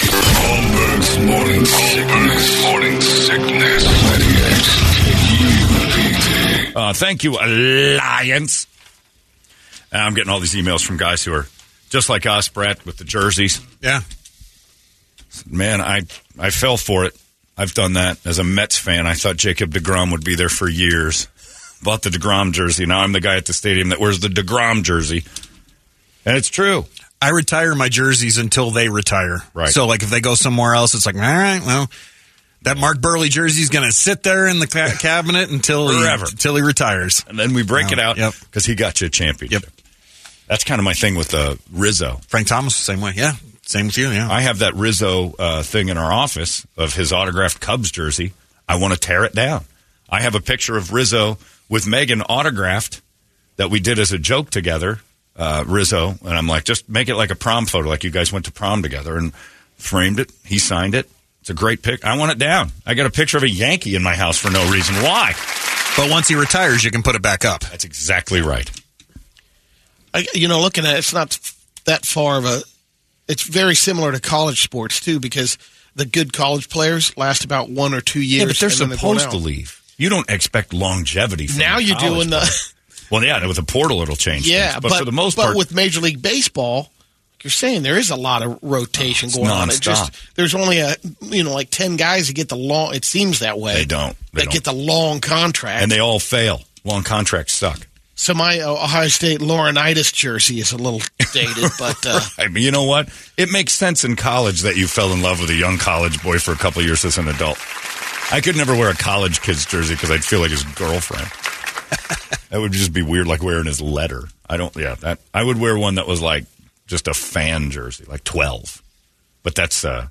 S7: Holmberg's morning sickness. Morning sickness. 98 KUPD.
S1: Uh, thank you, Alliance. Uh, I'm getting all these emails from guys who are just like us, Brett, with the jerseys.
S2: Yeah.
S1: man, I I fell for it. I've done that as a Mets fan. I thought Jacob DeGrom would be there for years. Bought the DeGrom jersey. Now I'm the guy at the stadium that wears the DeGrom jersey. And it's true.
S2: I retire my jerseys until they retire.
S1: Right.
S2: So, like, if they go somewhere else, it's like, all right, well, that Mark Burley jersey's going to sit there in the ca- cabinet until he,
S1: Forever.
S2: until he retires.
S1: And then we break
S2: Wow.
S1: it out
S2: Yep.
S1: because he got you a championship. That's kind of my thing with uh, Rizzo.
S2: Frank Thomas, the same way. Yeah. Same with you. Yeah.
S1: I have that Rizzo uh, thing in our office of his autographed Cubs jersey. I want to tear it down. I have a picture of Rizzo with Megan autographed that we did as a joke together, uh, Rizzo. And I'm like, just make it like a prom photo, like you guys went to prom together and framed it. He signed it. It's a great pic. I want it down. I got a picture of a Yankee in my house for no reason. Why?
S2: but once he retires, you can put it back up.
S1: That's exactly right.
S3: I, you know, looking at it, it's not that far of a. It's very similar to college sports too, because the good college players last about one or two years.
S1: Yeah, but they're
S3: and then going
S1: supposed to
S3: out.
S1: leave. You don't expect longevity. From
S3: Now
S1: a
S3: you're
S1: college
S3: doing the-
S1: player. Well, yeah, with a portal it'll change.
S3: Yeah,
S1: things.
S3: but,
S1: but, for the most
S3: but
S1: part,
S3: with Major League Baseball, like you're saying there is a lot of rotation
S1: It's
S3: going on. It
S1: nonstop.
S3: just there's only a you know like ten guys that get the long. It seems that way.
S1: They don't. They
S3: that
S1: don't.
S3: get the long contract.
S1: and they all fail. Long contracts suck.
S3: so my uh, Ohio State Laurenitis jersey is a little dated, but uh,
S1: I mean, you know what? It makes sense in college that you fell in love with a young college boy for a couple years as an adult. I could never wear a college kid's jersey because I'd feel like his girlfriend. that would just be weird, like wearing his letter. I don't. Yeah, that I would wear one that was like just a fan jersey, like twelve. But that's uh,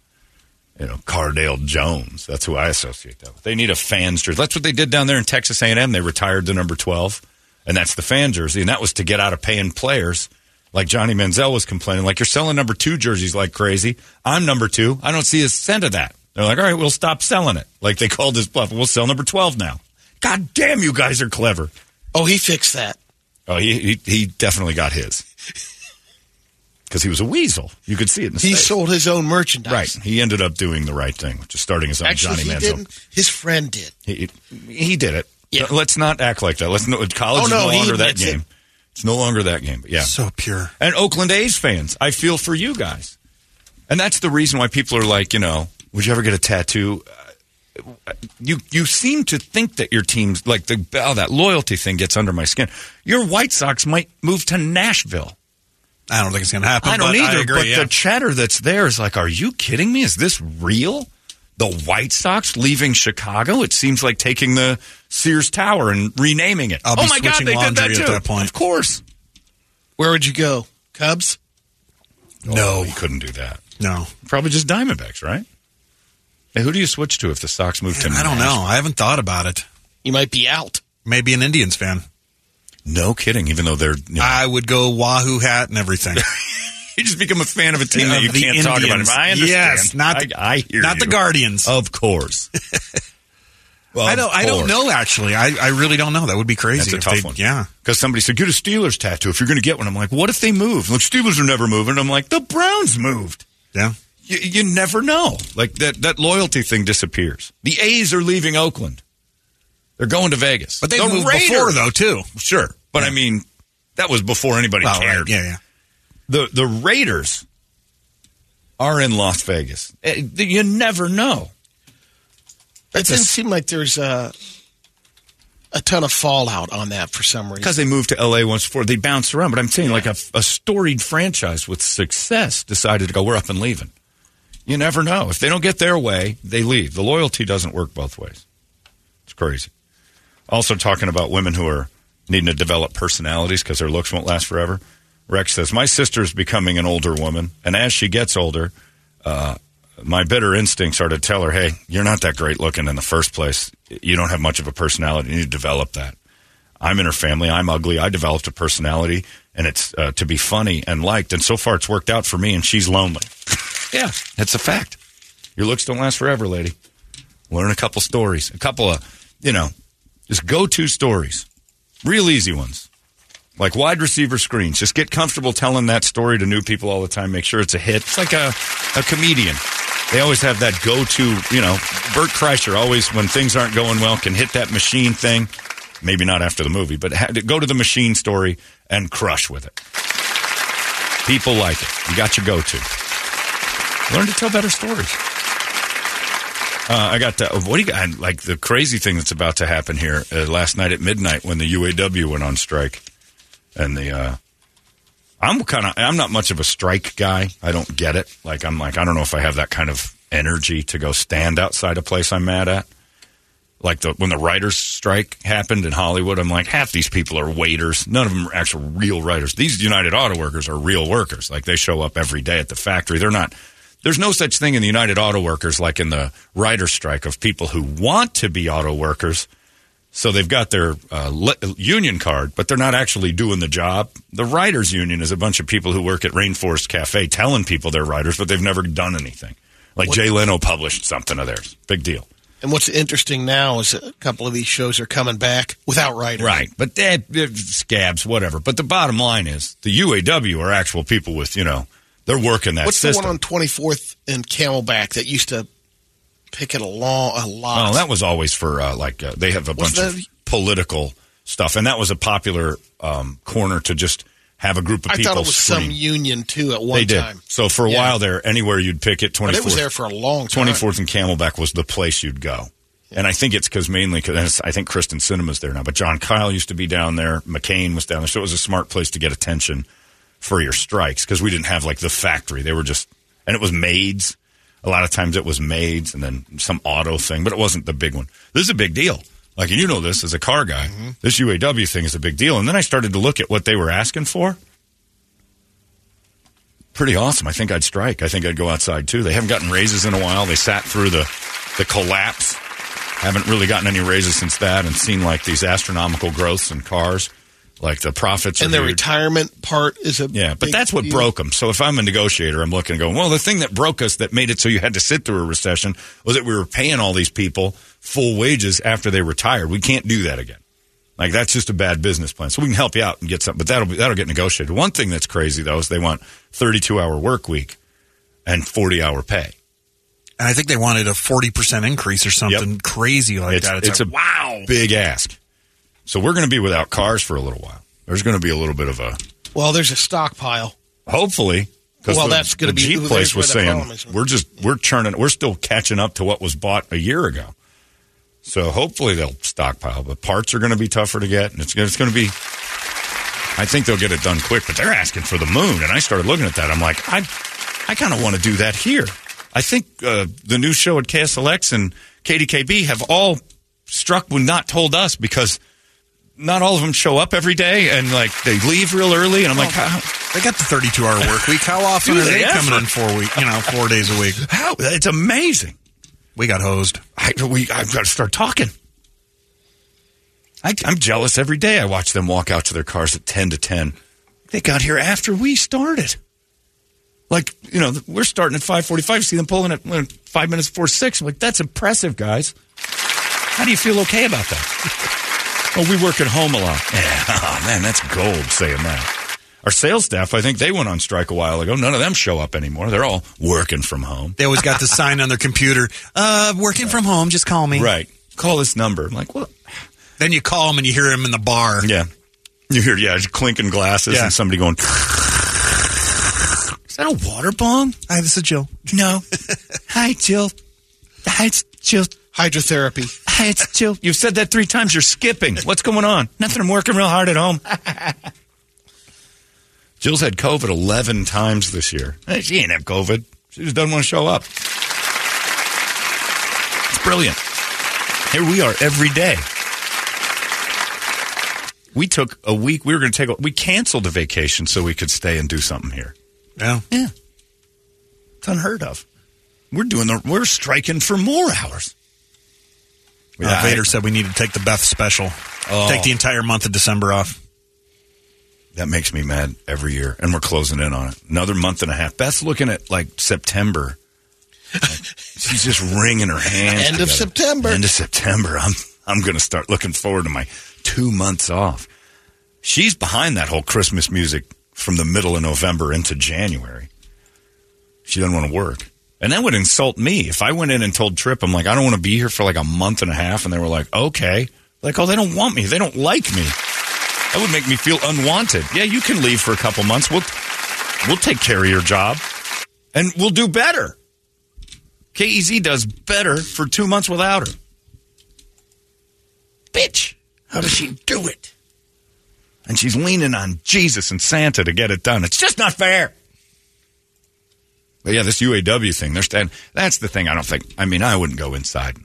S1: you know, Cardale Jones. That's who I associate that with. They need a fans jersey. That's what they did down there in Texas A&M. They retired the number 12, and that's the fan jersey. And that was to get out of paying players. Like Johnny Manziel was complaining, like, you're selling number two jerseys like crazy. I'm number two. I don't see a cent of that. They're like, all right, we'll stop selling it. Like they called this bluff. We'll sell number 12 now. God damn, you guys are clever.
S3: oh, he fixed that.
S1: Oh, he, he, he definitely got his. Because he was a weasel. You could see it in his
S3: He
S1: face.
S3: sold his own merchandise.
S1: Right. He ended up doing the right thing, which is starting his own
S3: Actually,
S1: Johnny
S3: he
S1: Manziel.
S3: didn't. His friend did.
S1: He, he did it.
S3: Yeah.
S1: Let's not act like that. Let's no, college
S3: Oh,
S1: is
S3: no,
S1: no
S3: he
S1: longer that
S3: admits it.
S1: game. It's no longer that game. But yeah.
S2: So pure.
S1: and Oakland A's fans, I feel for you guys. And that's the reason why people are like, you know, would you ever get a tattoo? Uh, You you seem to think that your team's like the oh, that loyalty thing gets under my skin. Your White Sox might move to Nashville.
S2: I don't think it's going to happen.
S1: I don't
S2: but
S1: either.
S2: I agree,
S1: but
S2: yeah.
S1: the chatter that's there is like, are you kidding me? Is this real? The White Sox leaving Chicago? It seems like taking the Sears Tower and renaming it.
S2: I'll be
S1: oh my God,
S2: switching
S1: they did that
S2: laundry
S1: too.
S2: at that point.
S1: Of course.
S3: Where would you go? Cubs.
S2: No.
S1: he Oh, couldn't do that.
S2: no.
S1: Probably just Diamondbacks, right? Hey, who do you switch to if the Sox move to?
S2: I don't know. I haven't thought about it.
S3: You might be out.
S2: Maybe an Indians fan.
S1: No kidding. Even though they're, you, know,
S2: I would go Wahoo hat and everything.
S1: you just become a fan of a team that
S2: Of
S1: you
S2: the
S1: can't talk about.
S2: Indians.
S1: I understand.
S2: Yes, not the,
S1: I, I hear
S2: not the
S1: you.
S2: Guardians.
S1: Of course. well,
S2: I don't. I
S1: of
S2: don't
S1: course.
S2: know. Actually, I, I really don't know. That would be crazy.
S1: That's a
S2: if
S1: tough
S2: they-
S1: one.
S2: Yeah.
S1: Because somebody said, get a Steelers tattoo if you're going to get one. I'm like, what if they move? Like, Steelers are never moving. I'm like, the Browns moved.
S2: Yeah.
S1: You, you never know. Like, that, that loyalty thing disappears. The A's are leaving Oakland. They're going to Vegas.
S2: But they
S1: the
S2: moved
S1: Raiders-
S2: before though too.
S1: Sure. But I mean, that was before anybody
S2: Oh, right.
S1: cared.
S2: Yeah. Yeah.
S1: The, the Raiders are in Las Vegas. Eh, You never know.
S3: It
S1: a
S3: doesn't seem like there's a a ton of fallout on that for some reason.
S1: because they moved to LA once before, they bounced around. But I'm saying, like a, a storied franchise with success decided to go, we're up and leaving. You never know. If they don't get their way, they leave. The loyalty doesn't work both ways. It's crazy. Also, talking about women who are needing to develop personalities because their looks won't last forever. Rex says, My sister's becoming an older woman. And as she gets older, uh, my bitter instincts are to tell her, Hey, you're not that great looking in the first place. You don't have much of a personality. You need to develop that. I'm in her family. I'm ugly. I developed a personality, and it's uh, to be funny and liked. And so far, it's worked out for me, and she's lonely. yeah, that's a fact. Your looks don't last forever, lady. Learn a couple stories, a couple of, you know, just go to stories, real easy ones, like wide receiver screens. Just get comfortable telling that story to new people all the time. Make sure it's a hit. It's like a, a comedian. They always have that go to, you know, Bert Kreischer always, when things aren't going well, can hit that machine thing. Maybe not after the movie, but had to go to the machine story and crush with it. People like it. You got your go to. Learn to tell better stories. Uh, I got the, what do you got? Like the crazy thing that's about to happen here uh, last night at midnight when the UAW went on strike. And the, uh, I'm kind of, I'm not much of a strike guy. I don't get it. Like, I'm like, I don't know if I have that kind of energy to go stand outside a place I'm mad at. Like the, when the writers' strike happened in Hollywood, I'm like, half these people are waiters. None of them are actual real writers. These United Auto Workers are real workers. Like, they show up every day at the factory. They're not, there's no such thing in the United Auto Workers like in the rider strike of people who want to be auto workers. So they've got their uh, le- union card, but they're not actually doing the job. The riders union is a bunch of people who work at Rainforest Cafe telling people they're riders, but they've never done anything. Like
S3: What-
S1: Jay Leno published something of theirs. Big deal.
S3: And what's interesting now is a couple of these shows are coming back without writers.
S1: Right. But that that scabs, whatever. But the bottom line is the UAW are actual people with, you know, they're working that
S3: What's
S1: system.
S3: the one on 24th and Camelback that used to pick it a, long, a lot?
S1: Oh, that was always for uh, like uh, they have a bunch
S3: What's
S1: of
S3: that?
S1: political stuff, and that was a popular um, corner to just have a group of
S3: I
S1: people
S3: thought it was some
S1: scream.
S3: union too at one
S1: they did.
S3: time.
S1: So for a
S3: Yeah.
S1: while there, anywhere you'd pick it,
S3: But
S1: twenty
S3: it was
S1: fourth,
S3: there for a long time.
S1: twenty fourth, and Camelback was the place you'd go. And I think it's because mainly because I think Kristen Cinema's there now, but John Kyle used to be down there, McCain was down there, so it was a smart place to get attention for your strikes because we didn't have like the factory; they were just and it was maids. A lot of times it was maids and then some auto thing, but it wasn't the big one. This is a big deal. Like, and you know this as a car guy,
S3: Mm-hmm.
S1: this UAW thing is a big deal. And then I started to look at what they were asking for. Pretty awesome. I think I'd strike. I think I'd go outside too. They haven't gotten raises in a while. They sat through the, the collapse. Haven't really gotten any raises since that and seen like these astronomical growths in cars. Like the profits
S3: And
S1: are
S3: the
S1: huge.
S3: retirement part is a
S1: Yeah, but
S3: big
S1: that's what
S3: deal.
S1: broke them. So if I'm a negotiator, I'm looking and going, well, the thing that broke us that made it so you had to sit through a recession was that we were paying all these people full wages after they retired. We can't do that again. Like that's just a bad business plan. So we can help you out and get something, but that'll be, that'll get negotiated. One thing that's crazy though is they want 32 hour work week and 40 hour pay.
S2: And I think they wanted a 40% increase or something crazy like
S1: it's,
S2: that. It's,
S1: it's
S2: like,
S1: a wow big ask. So we're going to be without cars for a little while. There's going to be a little bit of a
S3: Well, there's a stockpile.
S1: Hopefully,
S3: Well,
S1: the-
S3: that's gonna
S1: the
S3: be-
S1: Jeep
S3: there's
S1: place was
S3: where the
S1: saying
S3: problem is.
S1: we're just we're churning, we're still catching up to what was bought a year ago. So hopefully they'll stockpile, but parts are going to be tougher to get, and it's it's going to be. I think they'll get it done quick, but they're asking for the moon, and I started looking at that. I'm like, I, I kind of want to do that here. I think uh, the new show at KSLX and KDKB have all struck when not told us because not all of them show up every day, and like they leave real early, and I'm like, how,
S2: they got the 32 hour work week. How often
S1: Do
S2: are they,
S1: they
S2: coming
S1: ever?
S2: in four week? You know, four days a week.
S1: How? It's amazing.
S2: We got hosed.
S1: I, we, I've got to start talking. I, I'm jealous every day. I watch them walk out to their cars at 10 to 10. They got here after we started. Like, you know, we're starting at 545. You see them pulling at uh, five minutes before 6. I'm like, that's impressive, guys. How do you feel okay about that? oh, we work at home a lot. Yeah, oh, man, that's gold saying that. Our sales staff, I think they went on strike a while ago. None of them show up anymore. They're all working from home.
S2: They always got the sign on their computer uh, working from home, just call me.
S1: Right. Call this number. I'm like, what?
S2: Then you call them and you hear Uh, them in the bar.
S1: Yeah. You hear, yeah, just clinking glasses
S2: Yeah.
S1: and somebody going, Is that a water bong?
S2: Hi, this is Jill.
S1: No. Hi, Jill. Hi, it's Jill.
S3: Hydrotherapy.
S1: Hi, it's Jill. You've said that three times. You're skipping. What's going on? Nothing. I'm working real hard at home. Jill's had COVID 11 times this year. Eh, She ain't have COVID. She just doesn't want to show up. It's brilliant. Here we are every day. We took a week. We were going to take. A, we canceled a vacation so we could stay and do something here.
S2: Yeah.
S1: Yeah, it's unheard of. We're doing the. We're striking for more hours.
S2: Uh, Vader said we need to take the Beth special.
S1: Oh.
S2: Take the entire month of December off.
S1: That makes me mad every year, and we're closing in on it. Another month and a half. Beth's looking at like September. Like, she's just wringing her hands.
S3: End of
S1: together.
S3: September.
S1: End of September. I'm I'm going to start looking forward to my two months off. She's behind that whole Christmas music from the middle of November into January. She doesn't want to work. And that would insult me. If I went in and told Trip, I'm like, I don't want to be here for like a month and a half. And they were like, okay. Like, oh, they don't want me. They don't like me. That would make me feel unwanted. Yeah, you can leave for a couple months. We'll we'll take care of your job, and we'll do better. KEZ E does better for two months without her. Bitch. How does she do it? And she's leaning on Jesus and Santa to get it done. It's just not fair. But yeah, this UAW thing, they're stand, that's the thing I don't think. I mean, I wouldn't go inside.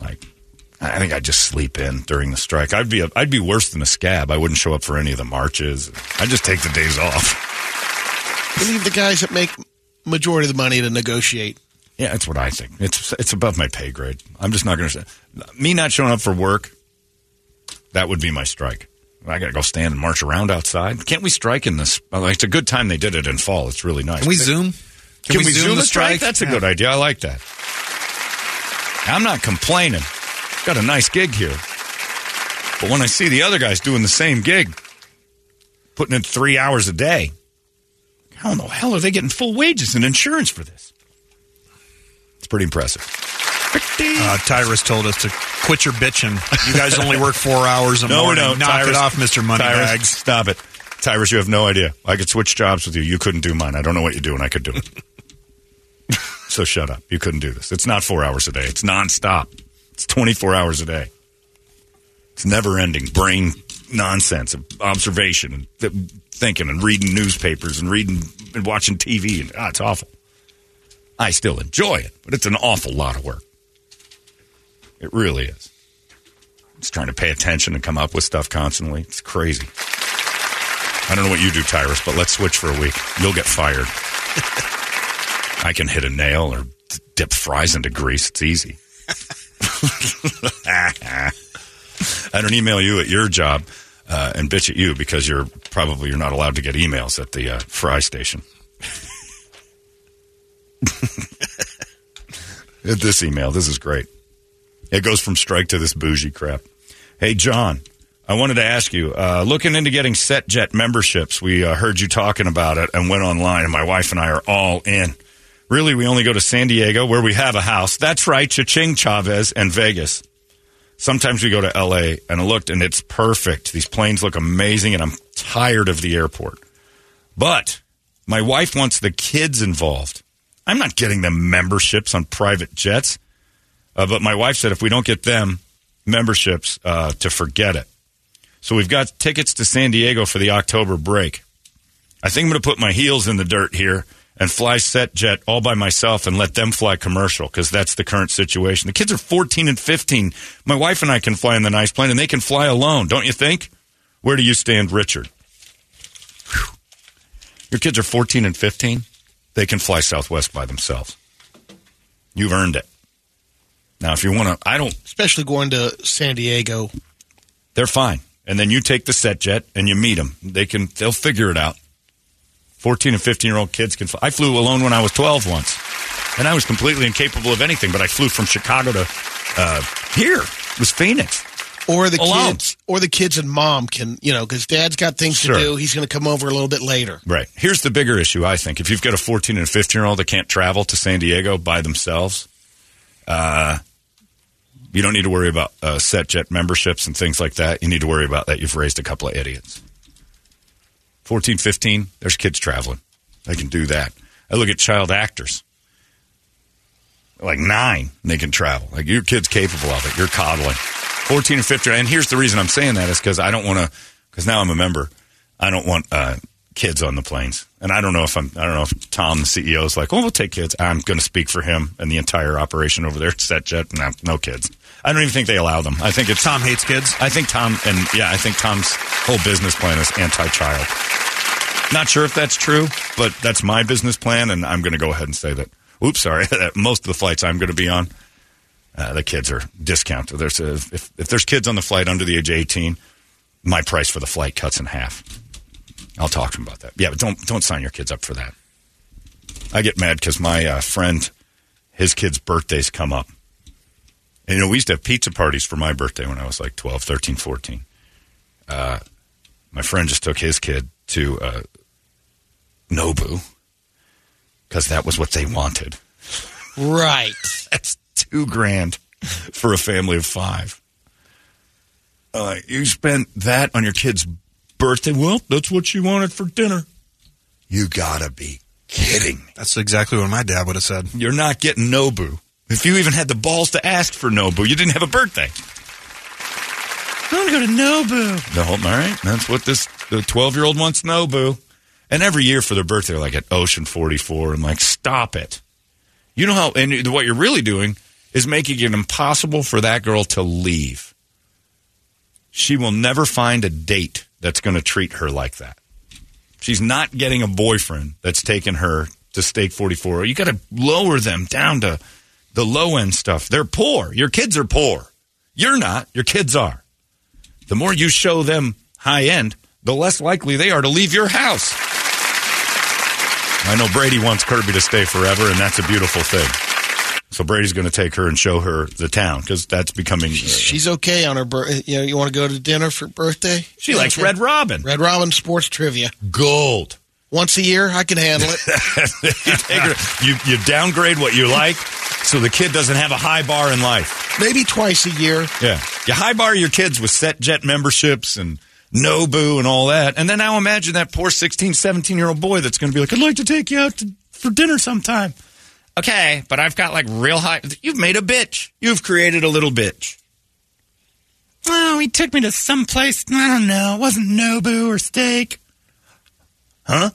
S1: Like, I think I'd just sleep in during the strike. I'd be a, I'd be worse than a scab. I wouldn't show up for any of the marches. I'd just take the days off.
S3: We leave the guys that make majority of the money to negotiate.
S1: Yeah, that's what I think. It's it's above my pay grade. I'm just not going to me not showing up for work. That would be my strike. I got to go stand and march around outside. Can't we strike in this? well, It's a good time they did it in fall. It's really nice.
S2: Can we zoom?
S1: Can, we, zoom, the strike? That's a good idea. I like that. I'm not complaining. Got a nice gig here. But when I see the other guys doing the same gig, putting in three hours a day, how in the hell are they getting full wages and insurance for this? It's pretty impressive.
S2: Uh, Tyrus told us to quit your bitching. You guys only work four hours a
S1: No,
S2: morning.
S1: no,
S2: Knock it
S1: Tyrus.
S2: off, Mister Moneybags.
S1: Tyrus, stop it. Tyrus, you have no idea. I could switch jobs with you. You couldn't do mine. I don't know what you do, and I could do it. so shut up. You couldn't do this. It's not four hours a day. It's nonstop. It's 24 hours a day. It's never ending brain nonsense of observation and th- thinking and reading newspapers and reading and watching TV. And, ah, it's awful. I still enjoy it, but it's an awful lot of work. It really is. It's trying to pay attention and come up with stuff constantly. It's crazy. I don't know what you do, Tyrus, but let's switch for a week. You'll get fired. I can hit a nail or d- dip fries into grease. It's easy. I don't email you at your job uh, and bitch at you because you're probably you're not allowed to get emails at the uh, fry station. At this email, this is great. It goes from strike to this bougie crap. Hey, John, I wanted to ask you, uh, looking into getting SetJet memberships, we uh, heard you talking about it and went online, and my wife and I are all in. Really, we only go to San Diego, where we have a house. That's right, Cha-Ching Chavez, and Vegas. Sometimes we go to LA, and I looked, and it's perfect. These planes look amazing, and I'm tired of the airport. But my wife wants the kids involved. I'm not getting them memberships on private jets. Uh, but my wife said if we don't get them memberships, uh, to forget it. So we've got tickets to San Diego for the October break. I think I'm going to put my heels in the dirt here and fly set jet all by myself and let them fly commercial because that's the current situation. The kids are 14 and 15. My wife and I can fly in the nice plane and they can fly alone, don't you think? Where do you stand, Richard? Whew. Your kids are 14 and 15. They can fly Southwest by themselves. You've earned it. Now, if you want to, I don't
S3: Especially going to San Diego.
S1: they're fine. And then you take the set jet and you meet them. They can, they'll figure it out. 14 and 15 year old kids can fly. I flew alone when I was 12 once and I was completely incapable of anything, but I flew from Chicago to, uh, here It was Phoenix.
S3: Or the
S1: Alone.
S3: kids, or the kids and mom can, you know, because dad's got things
S1: Sure.
S3: to do. He's going to come over a little bit later.
S1: Right. Here's the bigger issue, I think. If you've got a 14 and 15 year old that can't travel to San Diego by themselves, uh, you don't need to worry about uh, set jet memberships and things like that. You need to worry about that. You've raised a couple of idiots. 14, 15, there's kids traveling. They can do that. I look at child actors. Like nine, and they can travel. Like your kid's capable of it. You're coddling. 14 and 15. And here's the reason I'm saying that is because I don't want to, because now I'm a member. I don't want uh, kids on the planes. And I don't know if I'm, I don't know if Tom, the CEO, is like, oh, we'll take kids. I'm going to speak for him and the entire operation over there at SetJet. No, no kids. I don't even think they allow them. I think it's
S2: Tom hates kids.
S1: I think Tom and yeah, I think Tom's whole business plan is anti-child. Not sure if that's true, but that's my business plan, and I'm going to go ahead and say that. Oops, sorry. that most of the flights I'm going to be on, uh, the kids are discounted. There's a, if, if there's kids on the flight under the age of 18, my price for the flight cuts in half. I'll talk to them about that. Yeah, but don't don't sign your kids up for that. I get mad because my uh, friend, his kid's birthdays come up. And, you know, we used to have pizza parties for my birthday when I was like 12, 13, 14. Uh, my friend just took his kid to uh, Nobu because that was what they wanted.
S3: Right.
S1: That's two grand for a family of five. Uh, you spent that on your kid's birthday. Well, that's what she wanted for dinner. You gotta be kidding kidding me.
S2: That's exactly what my dad would have said.
S1: You're not getting Nobu. If you even had the balls to ask for Nobu, you didn't have a birthday.
S4: I'm going to go to Nobu.
S1: No, all right. That's what this the 12 year old wants Nobu. And every year for their birthday, like at Ocean 44, and like, stop it. You know how, and what you're really doing is making it impossible for that girl to leave. She will never find a date that's going to treat her like that. She's not getting a boyfriend that's taken her to stake 44. You got to lower them down to the low end stuff. They're poor. Your kids are poor. You're not. Your kids are. The more you show them high end, the less likely they are to leave your house. I know Brady wants Kirby to stay forever, and that's a beautiful thing. So Brady's going to take her and show her the town because that's becoming. uh,
S3: She's okay on her birthday. You know, you want to go to dinner for birthday?
S1: she likes Red Robin.
S3: Red Robin sports trivia.
S1: Gold.
S3: Once a year, I can handle it.
S1: you, take her- you- you downgrade what you like so the kid doesn't have a high bar in life.
S3: Maybe twice a year.
S1: Yeah. You high bar your kids with set jet memberships and Nobu and all that. And then now imagine that poor 16, 17 year old boy that's going to be like, I'd like to take you out to, for dinner sometime. Okay, but I've got like real high. You've made a bitch. You've created a little bitch.
S4: Oh, he took me to some place. I don't know. It wasn't Nobu or steak.
S1: Huh?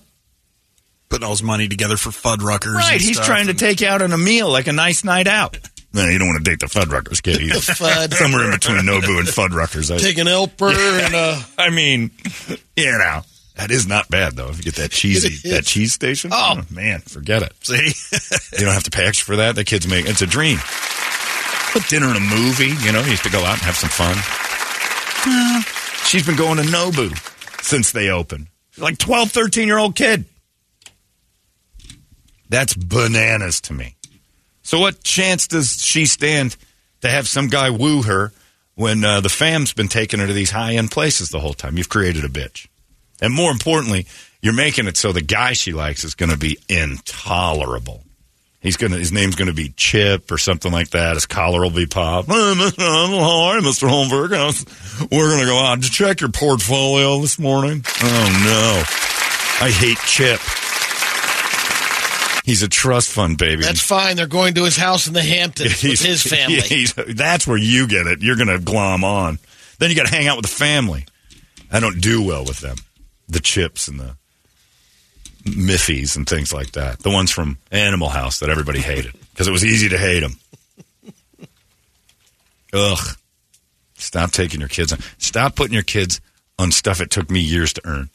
S2: Putting all his money together for Fuddruckers.
S1: Right. He's trying to take you out on a meal, like a nice night out. No, you don't want to date the Fuddruckers kid either.
S3: Fud.
S1: Somewhere in between Nobu and Fuddruckers. I,
S3: Take an Elper and uh
S1: I mean, you know, that is not bad though. If you get that cheesy, that cheese station. Oh man, forget it. See, you don't have to pay extra for that. The kids make it's a dream. But dinner and a movie, you know, you used to go out and have some fun. Well, she's been going to Nobu since they opened. Like 12, 13 year old kid. That's bananas to me. So, what chance does she stand to have some guy woo her when uh, the fam's been taking her to these high end places the whole time? You've created a bitch. And more importantly, you're making it so the guy she likes is going to be intolerable. He's gonna. His name's gonna be Chip or something like that. His collar will be popped. Hey, Mr. Holmes, How are you, Mr. Holmberg? How's- We're gonna go out to check your portfolio this morning. Oh no, I hate Chip. He's a trust fund baby.
S3: that's fine. They're going to his house in the Hamptons with his family.
S1: he's- that's where you get it. You're going to glom on. Then you got to hang out with the family. I don't do well with them. The chips and the Miffies and things like that. The ones from Animal House that everybody hated because it was easy to hate them. Ugh. Stop taking your kids on. Stop putting your kids on stuff it took me years to earn.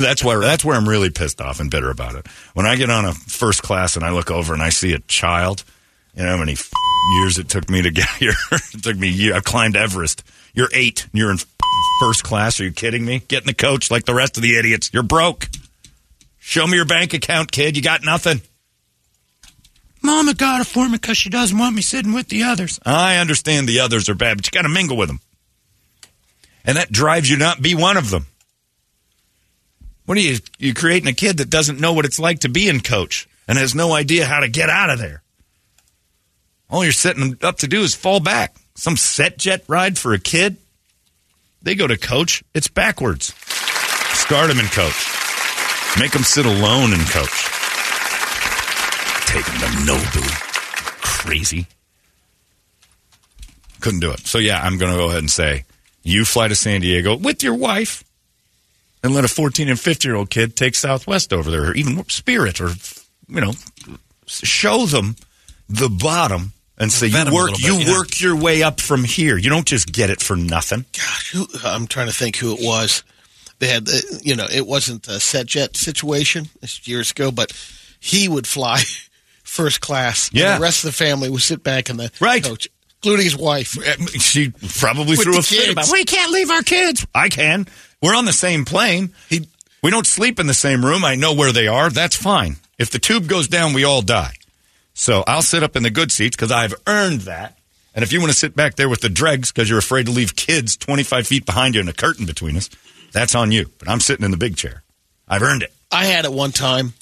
S1: that's why that's where I'm really pissed off and bitter about it. When I get on a first class and I look over and I see a child, you know how many f- years it took me to get here? it took me a year. I climbed Everest. You're eight and you're in f- first class. Are you kidding me? Get in the coach like the rest of the idiots. You're broke. Show me your bank account, kid. You got nothing.
S4: Mama got it for me because she doesn't want me sitting with the others.
S1: I understand the others are bad, but you got to mingle with them. And that drives you to not be one of them. What are you you creating a kid that doesn't know what it's like to be in coach and has no idea how to get out of there? All you're setting them up to do is fall back. Some set jet ride for a kid. They go to coach. It's backwards. Start them in coach. Make them sit alone in coach. Take them to Nobu. Crazy. Couldn't do it. So yeah, I'm going to go ahead and say, you fly to San Diego with your wife, and let a 14 and 15 year old kid take Southwest over there, or even Spirit, or you know, show them the bottom and say
S2: Vet 'em
S1: you
S2: a
S1: work,
S2: little
S1: you
S2: bit, yeah.
S1: work your way up from here. You don't just get it for nothing.
S3: Gosh, who, I'm trying to think who it was. They had, uh, you know, it wasn't the set jet situation it's years ago, but he would fly first class. and
S1: Yeah.
S3: the rest of the family would sit back in the
S1: Right. Uh,
S3: coach, including his wife.
S1: She probably
S3: With
S1: threw
S3: the
S1: a fit
S3: kids.
S1: about we can't leave our kids. I can. We're on the same plane. He, we don't sleep in the same room. I know where they are. That's fine. If the tube goes down, we all die. So I'll sit up in the good seats because I've earned that. And if you want to sit back there with the dregs because you're afraid to leave kids 25 feet behind you and a curtain between us, that's on you. But I'm sitting in the big chair. I've earned it.
S3: I had it one time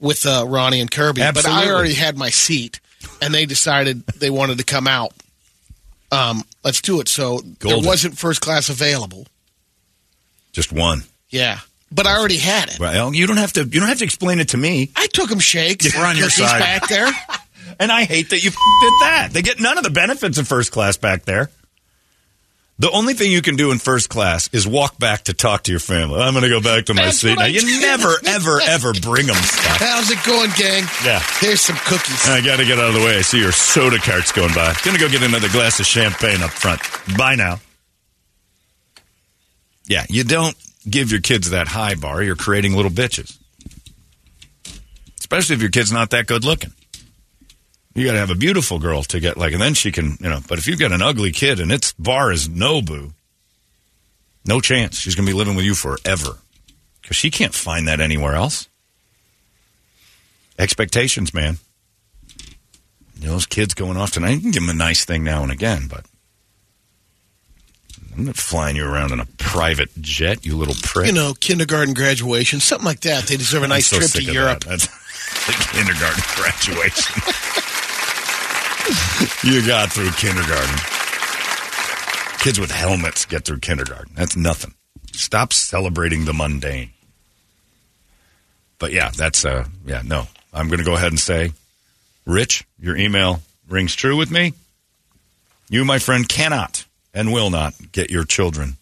S3: with uh, Ronnie and Kirby, but
S1: Absolutely.
S3: I already had my seat, and they decided they wanted to come out. Um, let's do it. So
S1: Golden.
S3: there wasn't first class available.
S1: Just one.
S3: Yeah. but I already had it.
S1: Well, you don't have to. You don't have to explain it to me.
S3: I took him shakes.
S2: We're on your
S3: Cookies
S2: side.
S3: back there.
S1: And I hate that you did that. They get none of the benefits of first class back there. The only thing you can do in first class is walk back to talk to your family. I'm going to go back to my
S3: That's
S1: seat
S3: what
S1: now.
S3: I
S1: You
S3: did.
S1: never, ever, ever bring them stuff.
S3: How's it going, gang?
S1: Yeah.
S3: Here's some cookies.
S1: I got to get out of the way. I see your soda cart's going by. Going to go get another glass of champagne up front. Bye now. Yeah, you don't give your kids that high bar. You're creating little bitches. Especially if your kid's not that good looking. You got to have a beautiful girl to get like, and then she can, you know. But if you've got an ugly kid and its bar is Nobu, no chance. She's going to be living with you forever because she can't find that anywhere else. Expectations, man. You know, those kids going off tonight, you can give them a nice thing now and again, but I'm not flying you around in a private jet, you little prick.
S3: You know, kindergarten graduation, something like that. They deserve a nice
S1: I'm so
S3: trip
S1: sick
S3: to
S1: of
S3: Europe.
S1: that. That's the kindergarten graduation. you got through kindergarten. Kids with helmets get through kindergarten. That's nothing. Stop celebrating the mundane. But yeah, that's uh yeah, no. I'm gonna go ahead and say, Rich, your email rings true with me. You, my friend, cannot and will not get your children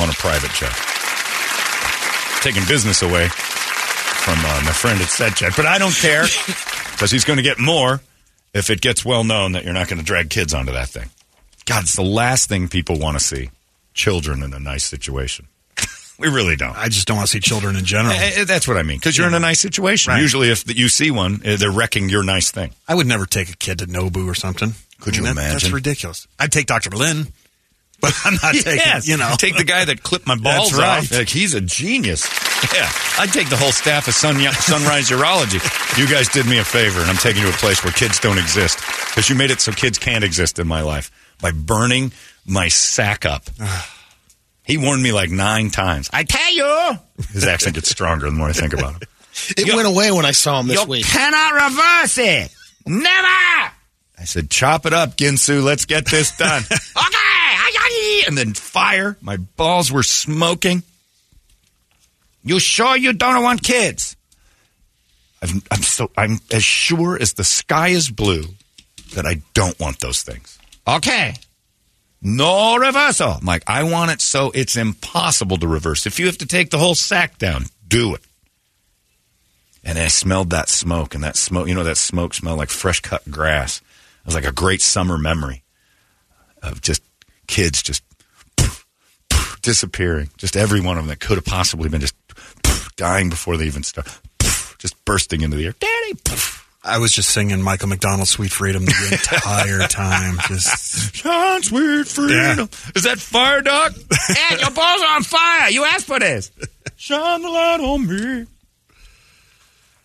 S1: on a private jet. Taking business away from uh, my friend at SetJet, but I don't care because he's going to get more if it gets well known that you're not going to drag kids onto that thing. God, it's the last thing people want to see children in a nice situation. we really don't.
S2: I just don't want to see children in general.
S1: Eh, eh, that's what I mean because you're in a nice situation.
S2: Right.
S1: Usually, if you see one, eh, they're wrecking your nice thing.
S2: I would never take a kid to Nobu or something.
S1: Could you
S2: That's
S1: imagine?
S2: ridiculous. I'd take Dr. Berlin, but I'm not taking, you know.
S1: take the guy that clipped my balls
S2: That's right.
S1: off. Like, he's a genius. Yeah, I'd take the whole staff of Sun- Sunrise Urology. You guys did me a favor, and I'm taking you to a place where kids don't exist because you made it so kids can't exist in my life by burning my sack up. he warned me like nine times. I tell you, his accent gets stronger the more I think about him.
S3: It went away when I saw him this week.
S1: cannot reverse it. Never. I said, chop it up, Ginsu. Let's get this done. okay. And then fire. My balls were smoking. You sure you don't want kids? I'm, I'm so I'm as sure as the sky is blue that I don't want those things. Okay. No reversal. I'm like, I want it so it's impossible to reverse. If you have to take the whole sack down, do it. And I smelled that smoke, and that smoke, you know, that smoke smelled like fresh cut grass. It was like a great summer memory of just kids just disappearing. Just every one of them that could have possibly been just dying before they even start, just bursting into the air. Daddy!
S2: I was just singing Michael McDonald's Sweet Freedom the entire time. Just
S1: Shine sweet freedom. Is that fire, Doc? hey, your balls are on fire. You asked for this. Shine the light on me.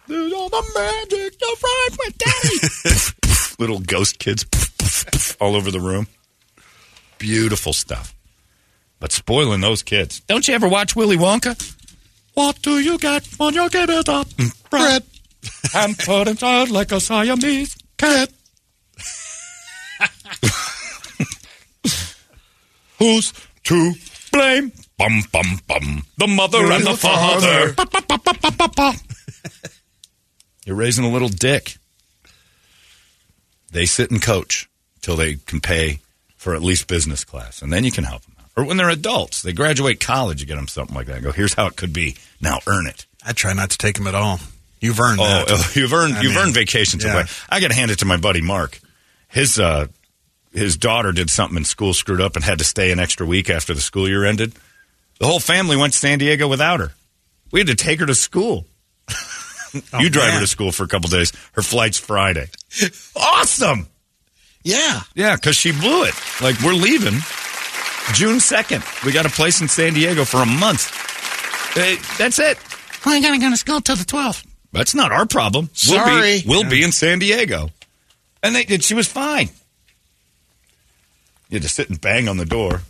S1: There's all the magic to ride with daddy. Little ghost kids all over the room. Beautiful stuff. But spoiling those kids. Don't you ever watch Willy Wonka? What do you get when you give it up? Bread. I'm put inside like a Siamese cat. Who's to blame? Bum, bum, bum. The mother and the father. Ba, ba, ba, ba, ba, ba, ba. You're raising a little dick. They sit and coach till they can pay for at least business class, and then you can help them out. Or when they're adults, they graduate college, you get them something like that. and go, here's how it could be. Now earn it.
S2: I try not to take them at all. You've earned
S1: Oh,
S2: that.
S1: oh, you've earned
S2: I
S1: you've
S2: mean,
S1: earned vacations
S2: yeah.
S1: away. I got to hand it to my buddy Mark. His uh, his daughter did something in school, screwed up, and had to stay an extra week after the school year ended. The whole family went to San Diego without her. We had to take her to school. you drive her
S2: Oh, man.
S1: to school for a couple days. Her flight's Friday. awesome.
S3: Yeah.
S1: Yeah, because she blew it. Like, we're leaving June 2nd. We got a place in San Diego for a month. Eh, that's it.
S4: I ain't gonna go to school till the 12th.
S1: That's not our problem. We'll
S3: Sorry.
S1: be, we'll be in San Diego. And they, and she was fine. You had to sit and bang on the door.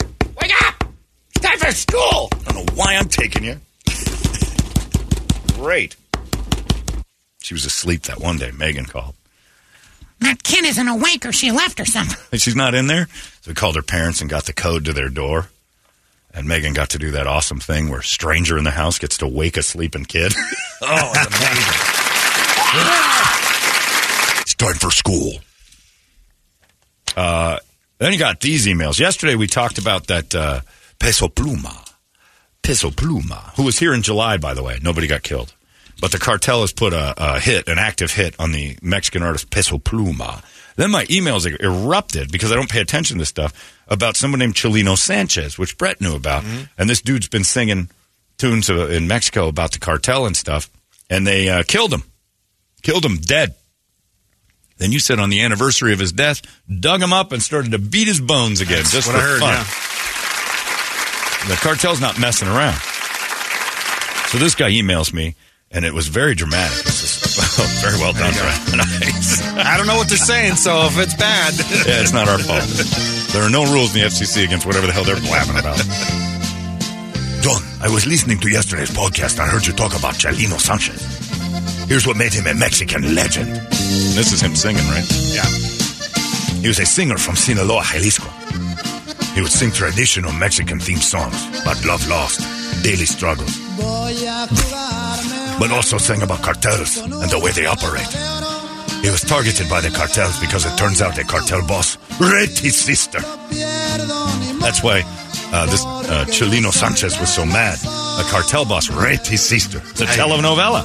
S1: Wake up! It's time for school! I don't know why I'm taking you. Great. She was asleep that one day. Megan called.
S4: That kid isn't awake or she left or something.
S1: And she's not in there. So we called her parents and got the code to their door. And Megan got to do that awesome thing where stranger in the house gets to wake a sleeping kid. oh, it's amazing. it's time for school. Uh, then you got these emails. Yesterday we talked about that uh, Peso Pluma. Peso Pluma, who was here in July, by the way. Nobody got killed. But the cartel has put a, a hit, an active hit on the Mexican artist Peso Pluma. Then my emails erupted because I don't pay attention to this stuff about someone named Chelino Sanchez, which Brett knew about.
S2: Mm-hmm.
S1: And this dude's been singing tunes uh, in Mexico about the cartel and stuff. And they uh, killed him. Killed him dead. Then you said on the anniversary of his death, dug him up and started to beat his bones again just
S2: what I
S1: for
S2: heard,
S1: fun.
S2: yeah.
S1: The cartel's not messing around. So this guy emails me, and it was very dramatic. This is very well done, Brett. Nice.
S2: I don't know what they're saying, so if it's bad,
S1: Yeah, it's not our fault. There are no rules in the FCC against whatever the hell they're blabbing about. John, I was listening to yesterday's podcast. I heard you talk about Chalino Sanchez. Here's what made him a Mexican legend. This is him singing, right? Yeah. He was a singer from Sinaloa, Jalisco. He would sing traditional Mexican themed songs about love lost, daily struggles, but also sang about cartels and the way they operate. He was targeted by the cartels because it turns out the cartel boss raped his sister. That's why uh, this uh, Chelino Sanchez was so mad. A cartel boss raped his sister. It's a telenovela.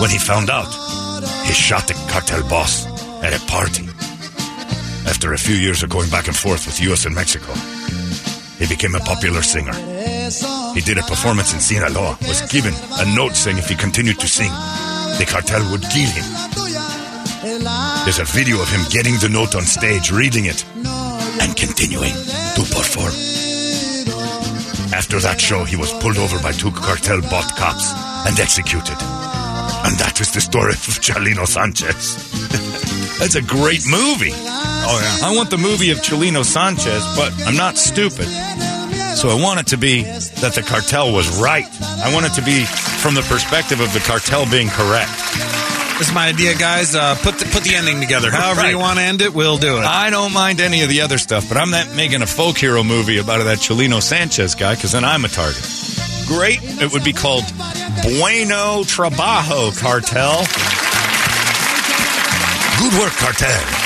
S1: When he found out, he shot the cartel boss at a party. After a few years of going back and forth with U.S. and Mexico, he became a popular singer. He did a performance in Sinaloa, was given a note saying if he continued to sing, the cartel would kill him. There's a video of him getting the note on stage, reading it, and continuing to perform. After that show, he was pulled over by two cartel bought cops and executed. And that is the story of Chalino Sanchez. That's a great movie. Oh, yeah. I want the movie of Chalino Sanchez, but I'm not stupid. So I want it to be that the cartel was right. I want it to be from the perspective of the cartel being correct.
S2: this is my idea, guys. Uh, put the, put the ending together. However
S1: Right.
S2: you want to end it, we'll do it.
S1: I don't mind any of the other stuff, but I'm not making a folk hero movie about that Chelino Sanchez guy because then I'm a target. Great. It would be called Bueno Trabajo Cartel. Good work, Cartel.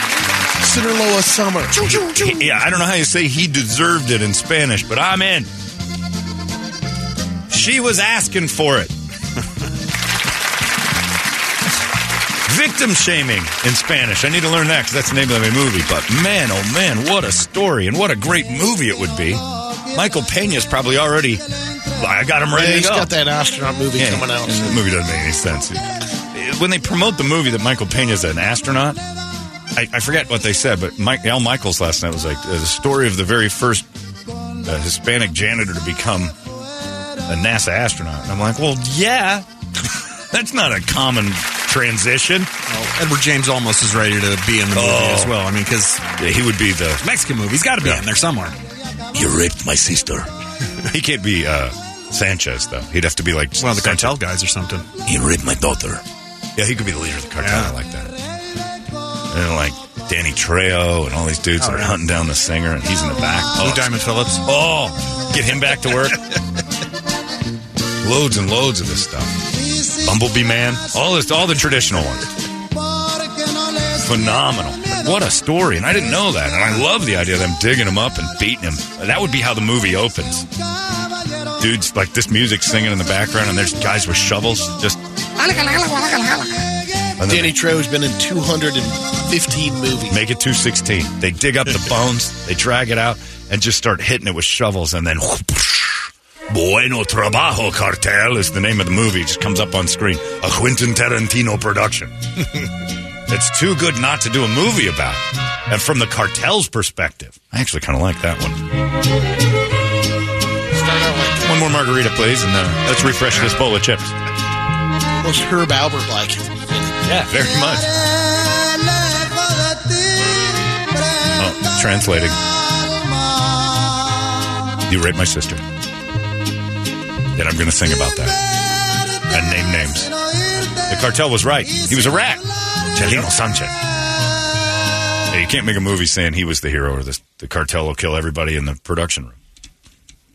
S3: Cinderella Summer.
S1: He- yeah, I don't know how you say he deserved it in Spanish, but I'm in. She was asking for it. Victim shaming in Spanish. I need to learn that because that's the name of the movie. But man, oh man, what a story and what a great movie it would be. Michael Pena's probably already. I got him ready
S3: Yeah,
S1: to
S3: he's
S1: go.
S3: got that astronaut movie
S1: Yeah,
S3: coming out.
S1: The movie doesn't make any sense. When they promote the movie that Michael Pena is an astronaut, I, I forget what they said, but Mike, Al Michaels last night was like uh, the story of the very first uh, Hispanic janitor to become a NASA astronaut, and I'm like, well, yeah, that's not a common transition.
S2: Oh, Edward James almost is ready to be in the movie
S1: Oh.
S2: as well. I mean, because
S1: He would be the
S2: Mexican movie's got to be
S1: Yeah.
S2: in there somewhere.
S1: you raped my sister. he can't be uh, Sanchez though. He'd have to be like
S2: One of the
S1: Sanchez.
S2: cartel guys or something.
S1: He raped my daughter. Yeah, he could be the leader of the cartel.
S2: Yeah.
S1: I like that. And like Danny Trejo and all these dudes that are
S2: yeah.
S1: hunting down the singer, and he's in the back.
S2: Blue
S1: Oh,
S2: Diamond Phillips.
S1: oh, get him back to work. loads and loads of this stuff. Bumblebee Man, all this, all the traditional ones. Phenomenal. What a story, and I didn't know that. And I love the idea of them digging him up and beating him. That would be how the movie opens. Dudes like this music singing in the background, and there's guys with shovels just And then
S3: Danny Trejo's been in 215 movies.
S1: Make it 216. They dig up the bones, they drag it out, and just start hitting it with shovels, and then. whoosh. Bueno Trabajo Cartel is the name of the movie. It just comes up on screen. A Quentin Tarantino production. it's too good not to do a movie about. And from the cartel's perspective, I actually kind of like that one.
S3: Start out like
S1: One more margarita, please, and uh, let's refresh this bowl of chips.
S3: most Herb Albert like.
S1: Yeah, very much. Oh, translating. You raped my sister. Then I'm going to sing about that and name names. The cartel was right. He was a rat. Chelino Sanchez. Yeah, you can't make a movie saying he was the hero or the, the cartel will kill everybody in the production room.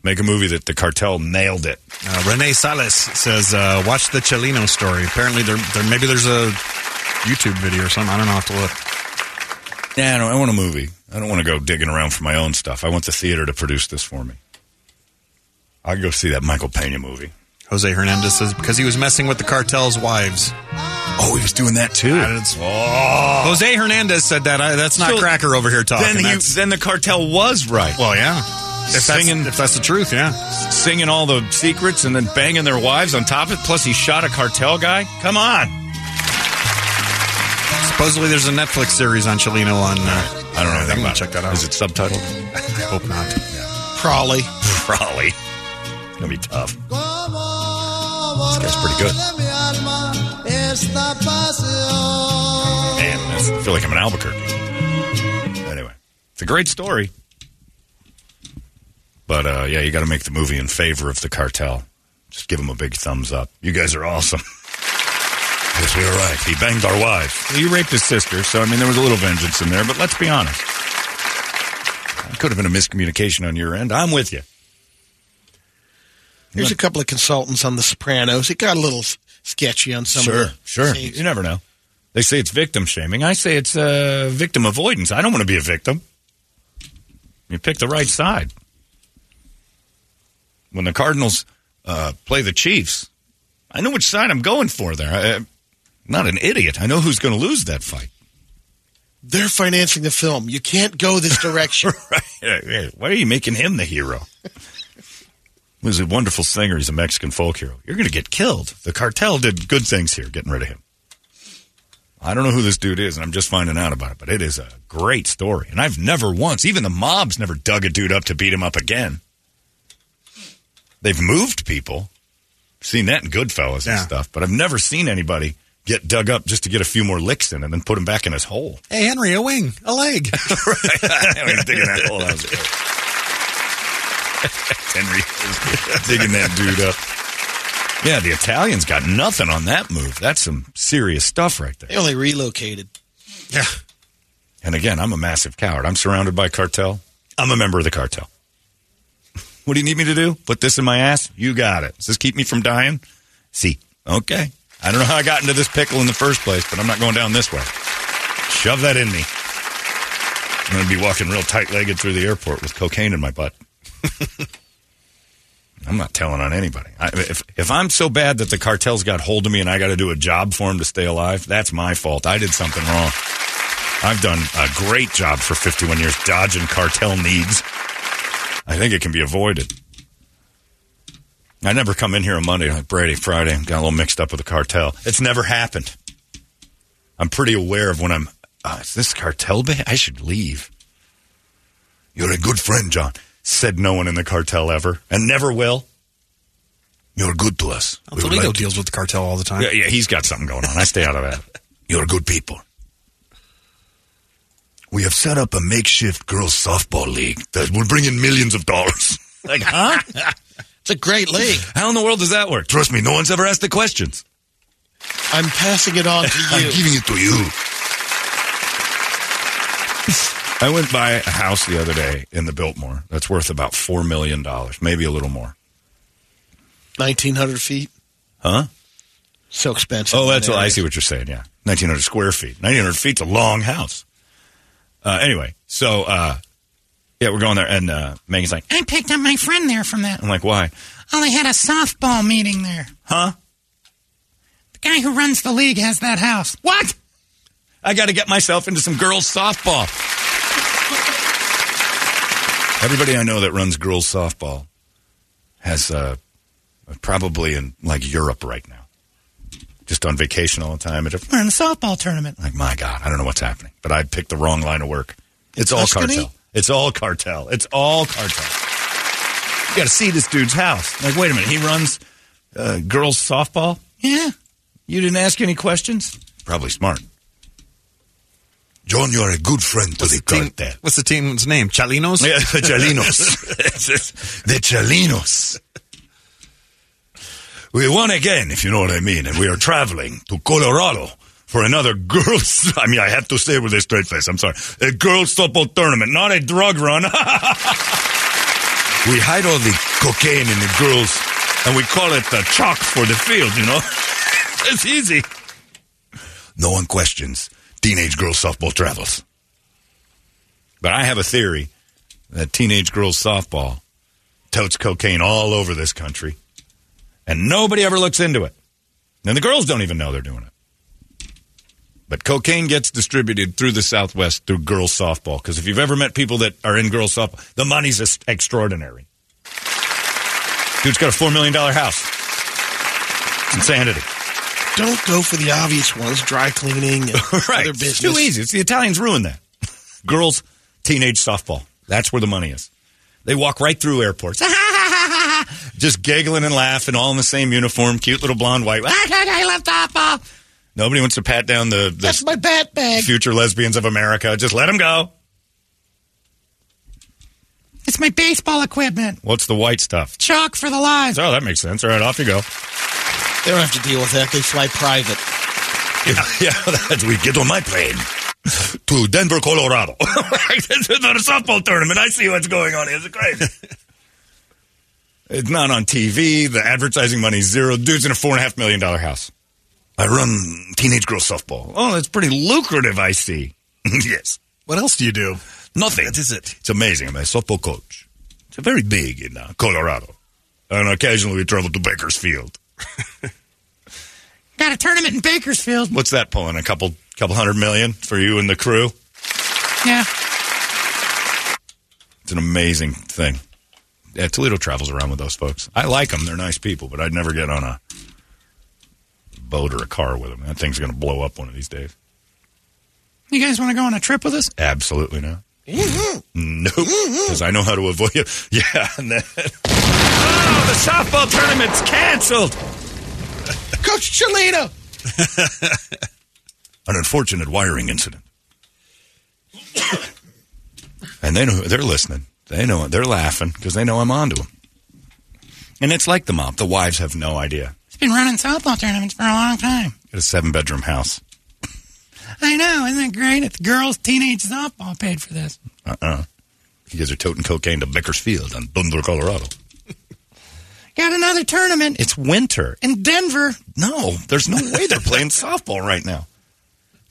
S1: Make a movie that the cartel nailed it.
S2: Uh, Renee Salas says, uh, "Watch the Chelino story. Apparently, there, there maybe there's a YouTube video or something. I don't know. I have to look.
S1: Nah, I, don't, I want a movie. I don't want to go digging around for my own stuff. I want the theater to produce this for me. I will go see that Michael Pena movie.
S2: Jose Hernandez says because he was messing with the cartel's wives.
S1: Oh, he was doing that too.
S2: That's- Jose Hernandez said that. I, that's not
S1: So-
S2: Cracker over here talking.
S1: Then, you,
S2: That's-
S1: then the cartel was right.
S2: well, yeah. If that's,
S1: Singing-
S2: if that's the truth, yeah.
S1: singing all the secrets and then banging their wives on top of it. Plus, he shot a cartel guy. Come on.
S2: Supposedly, there's a Netflix series on Chelino on. Uh,
S1: I don't know.
S2: I think I'm
S1: anything
S2: gonna
S1: about
S2: check that out.
S1: Is it subtitled?
S2: I hope not.
S3: Probably.
S1: Probably. It's gonna be tough. This guy's pretty good. Man, that's- I feel like I'm in Albuquerque. Anyway, it's a great story. But uh, yeah, you got to make the movie in favor of the cartel. Just give them a big thumbs up. You guys are awesome. Yes, we were right. He banged our wives. He raped his sister, so I mean, there was a little vengeance in there. But let's be honest. It could have been a miscommunication on your end. I'm with you.
S3: There's a couple of consultants on The Sopranos. It got a little s- sketchy on some.
S1: sure,
S3: of the
S1: sure.
S3: scenes.
S1: You never know. They say it's victim shaming. I say it's uh, victim avoidance. I don't want to be a victim. You pick the right side. When the Cardinals uh, play the Chiefs, I know which side I'm going for. There, I, I'm not an idiot. I know who's going to lose that fight.
S3: They're financing the film. You can't go this direction.
S1: Right. Why are you making him the hero? He was a wonderful singer. He's a Mexican folk hero. You're going to get killed. The cartel did good things here, getting rid of him. I don't know who this dude is, and I'm just finding out about it, but it is a great story. And I've never once, even the mob's never dug a dude up to beat him up again. They've moved people. Seen that in Goodfellas and
S2: Yeah.
S1: stuff, but I've never seen anybody get dug up just to get a few more licks in and then put him back in his hole.
S2: Hey, Henry, a wing, a leg.
S1: I was digging that hole. That was good. Henry was digging that dude up. Yeah, the Italians got nothing on that move. That's some serious stuff right
S3: they
S1: there.
S3: only relocated.
S2: yeah.
S1: And again, I'm a massive coward. I'm surrounded by cartel. I'm a member of the cartel. What do you need me to do? Put this in my ass? You got it. Does this keep me from dying? See, okay. I don't know how I got into this pickle in the first place, but I'm not going down this way. Shove that in me. I'm going to be walking real tight legged through the airport with cocaine in my butt. I'm not telling on anybody. I, if, if I'm so bad that the cartel's got hold of me and I got to do a job for him to stay alive, that's my fault. I did something wrong. I've done a great job for 51 years dodging cartel needs. I think it can be avoided. I never come in here on Monday like Brady Friday. Got a little mixed up with the cartel. It's never happened. I'm pretty aware of when I'm. Uh, is this cartel? Beha- I should leave. You're a good friend, John. Said no one in the cartel ever, and never will. You're good to us. We would
S2: Toledo
S1: like to-
S2: deals with the cartel all the time.
S1: yeah, yeah, he's got something going on. I stay out of that. You're good people. We have set up a makeshift girls softball league that will bring in millions of dollars. like, huh?
S3: It's a great league.
S1: How in the world does that work? Trust me, no one's ever asked the questions.
S3: I'm passing it on to you.
S1: giving it to you. I went by a house the other day in the Biltmore that's worth about four million dollars, maybe a little more.
S3: 1,900 feet.
S1: Huh?
S3: So expensive.
S1: Oh, that's
S3: That
S1: what I
S3: area.
S1: see what you're saying. Yeah, 1,900 square feet. 1,900 feet's a long house. Uh, anyway, so uh, yeah, we're going there, and uh, Megan's like,
S4: I picked up my friend there from that.
S1: I'm like, why?
S4: Oh, they had a softball meeting there.
S1: Huh?
S4: The guy who runs the league has that house. What?
S1: I got to get myself into some girls softball. Everybody I know that runs girls softball has uh, probably in like Europe right now, just on vacation all the time. It's
S4: We're in the softball tournament.
S1: Like, my God, I don't know what's happening, but I picked the wrong line of work. It's all
S3: Tuscany?
S1: cartel. It's all cartel. It's all cartel. You got to see this dude's house. Like, wait a minute, he runs uh, girls softball.
S4: Yeah.
S1: You didn't ask any questions. Probably smart. John, you are a good friend to the
S2: Team- what's the team's name? Chalinos?
S1: Yeah, the Chalinos. the Chalinos. We won again, if you know what I mean, and we are traveling to Colorado for another girls. I mean, I have to say with a straight face. I'm sorry, a girls' football tournament, not a drug run. we hide all the cocaine in the girls, and we call it the chalk for the field. You know, it's easy. No one questions teenage girls softball travels. But I have a theory that teenage girls softball totes cocaine all over this country, and nobody ever looks into it. And the girls don't even know they're doing it. But cocaine gets distributed through the Southwest through girls softball. Because if you've ever met people that are in girls softball, the money's ex- extraordinary. Dude's got a $4 million house. It's insanity.
S3: Don't go for the obvious ones, dry cleaning and
S1: right.
S3: other
S1: It's
S3: business.
S1: too easy. It's the Italians ruin that. Girls, teenage softball. That's where the money is. They walk right through airports, just giggling and laughing, all in the same uniform, cute little blonde white. I love softball. Nobody wants to pat down the, the
S3: That's my bat bag.
S1: future lesbians of America. Just let them go.
S4: It's my baseball equipment.
S1: What's the white stuff?
S4: Chalk for the lines.
S1: Oh, that makes sense. All right, off you go.
S3: They don't have to deal with that. They fly private.
S1: Yeah, yeah that we get on my plane to Denver, Colorado. it's not a softball tournament. I see what's going on. here. It's crazy. it's not on TV. The advertising money's zero. Dude's in a four and a half million dollar house. I run teenage girls softball. Oh, that's pretty lucrative. I see. yes.
S2: What else do you do?
S1: Nothing. That is it. It's amazing. I'm a softball coach. It's very big in uh, Colorado, and occasionally we travel to Bakersfield.
S4: Got a tournament in Bakersfield.
S1: What's that pulling? A couple, couple hundred million for you and the crew.
S4: Yeah.
S1: It's an amazing thing. Yeah, Toledo travels around with those folks. I like them; they're nice people, but I'd never get on a boat or a car with them. That thing's going to blow up one of these days.
S4: You guys want to go on a trip with us?
S1: Absolutely not.
S3: Mm-hmm.
S1: Nope, because I know how to avoid you. Yeah, and then oh, the softball tournament's canceled.
S3: Coach Chelino.
S1: An unfortunate wiring incident. and they know they're listening. They know it. They're laughing because they know I'm onto them. And it's like the mop. The wives have no idea.
S4: It's been running softball tournaments for a long time.
S1: Got a seven bedroom house.
S4: I know. Isn't that great? It's girls' teenage softball paid for this.
S1: Uh uh You guys are toting cocaine to Bakersfield on Denver, Colorado.
S4: Got another tournament
S1: It's winter.
S4: in Denver.
S1: No, there's no way they're playing softball right now.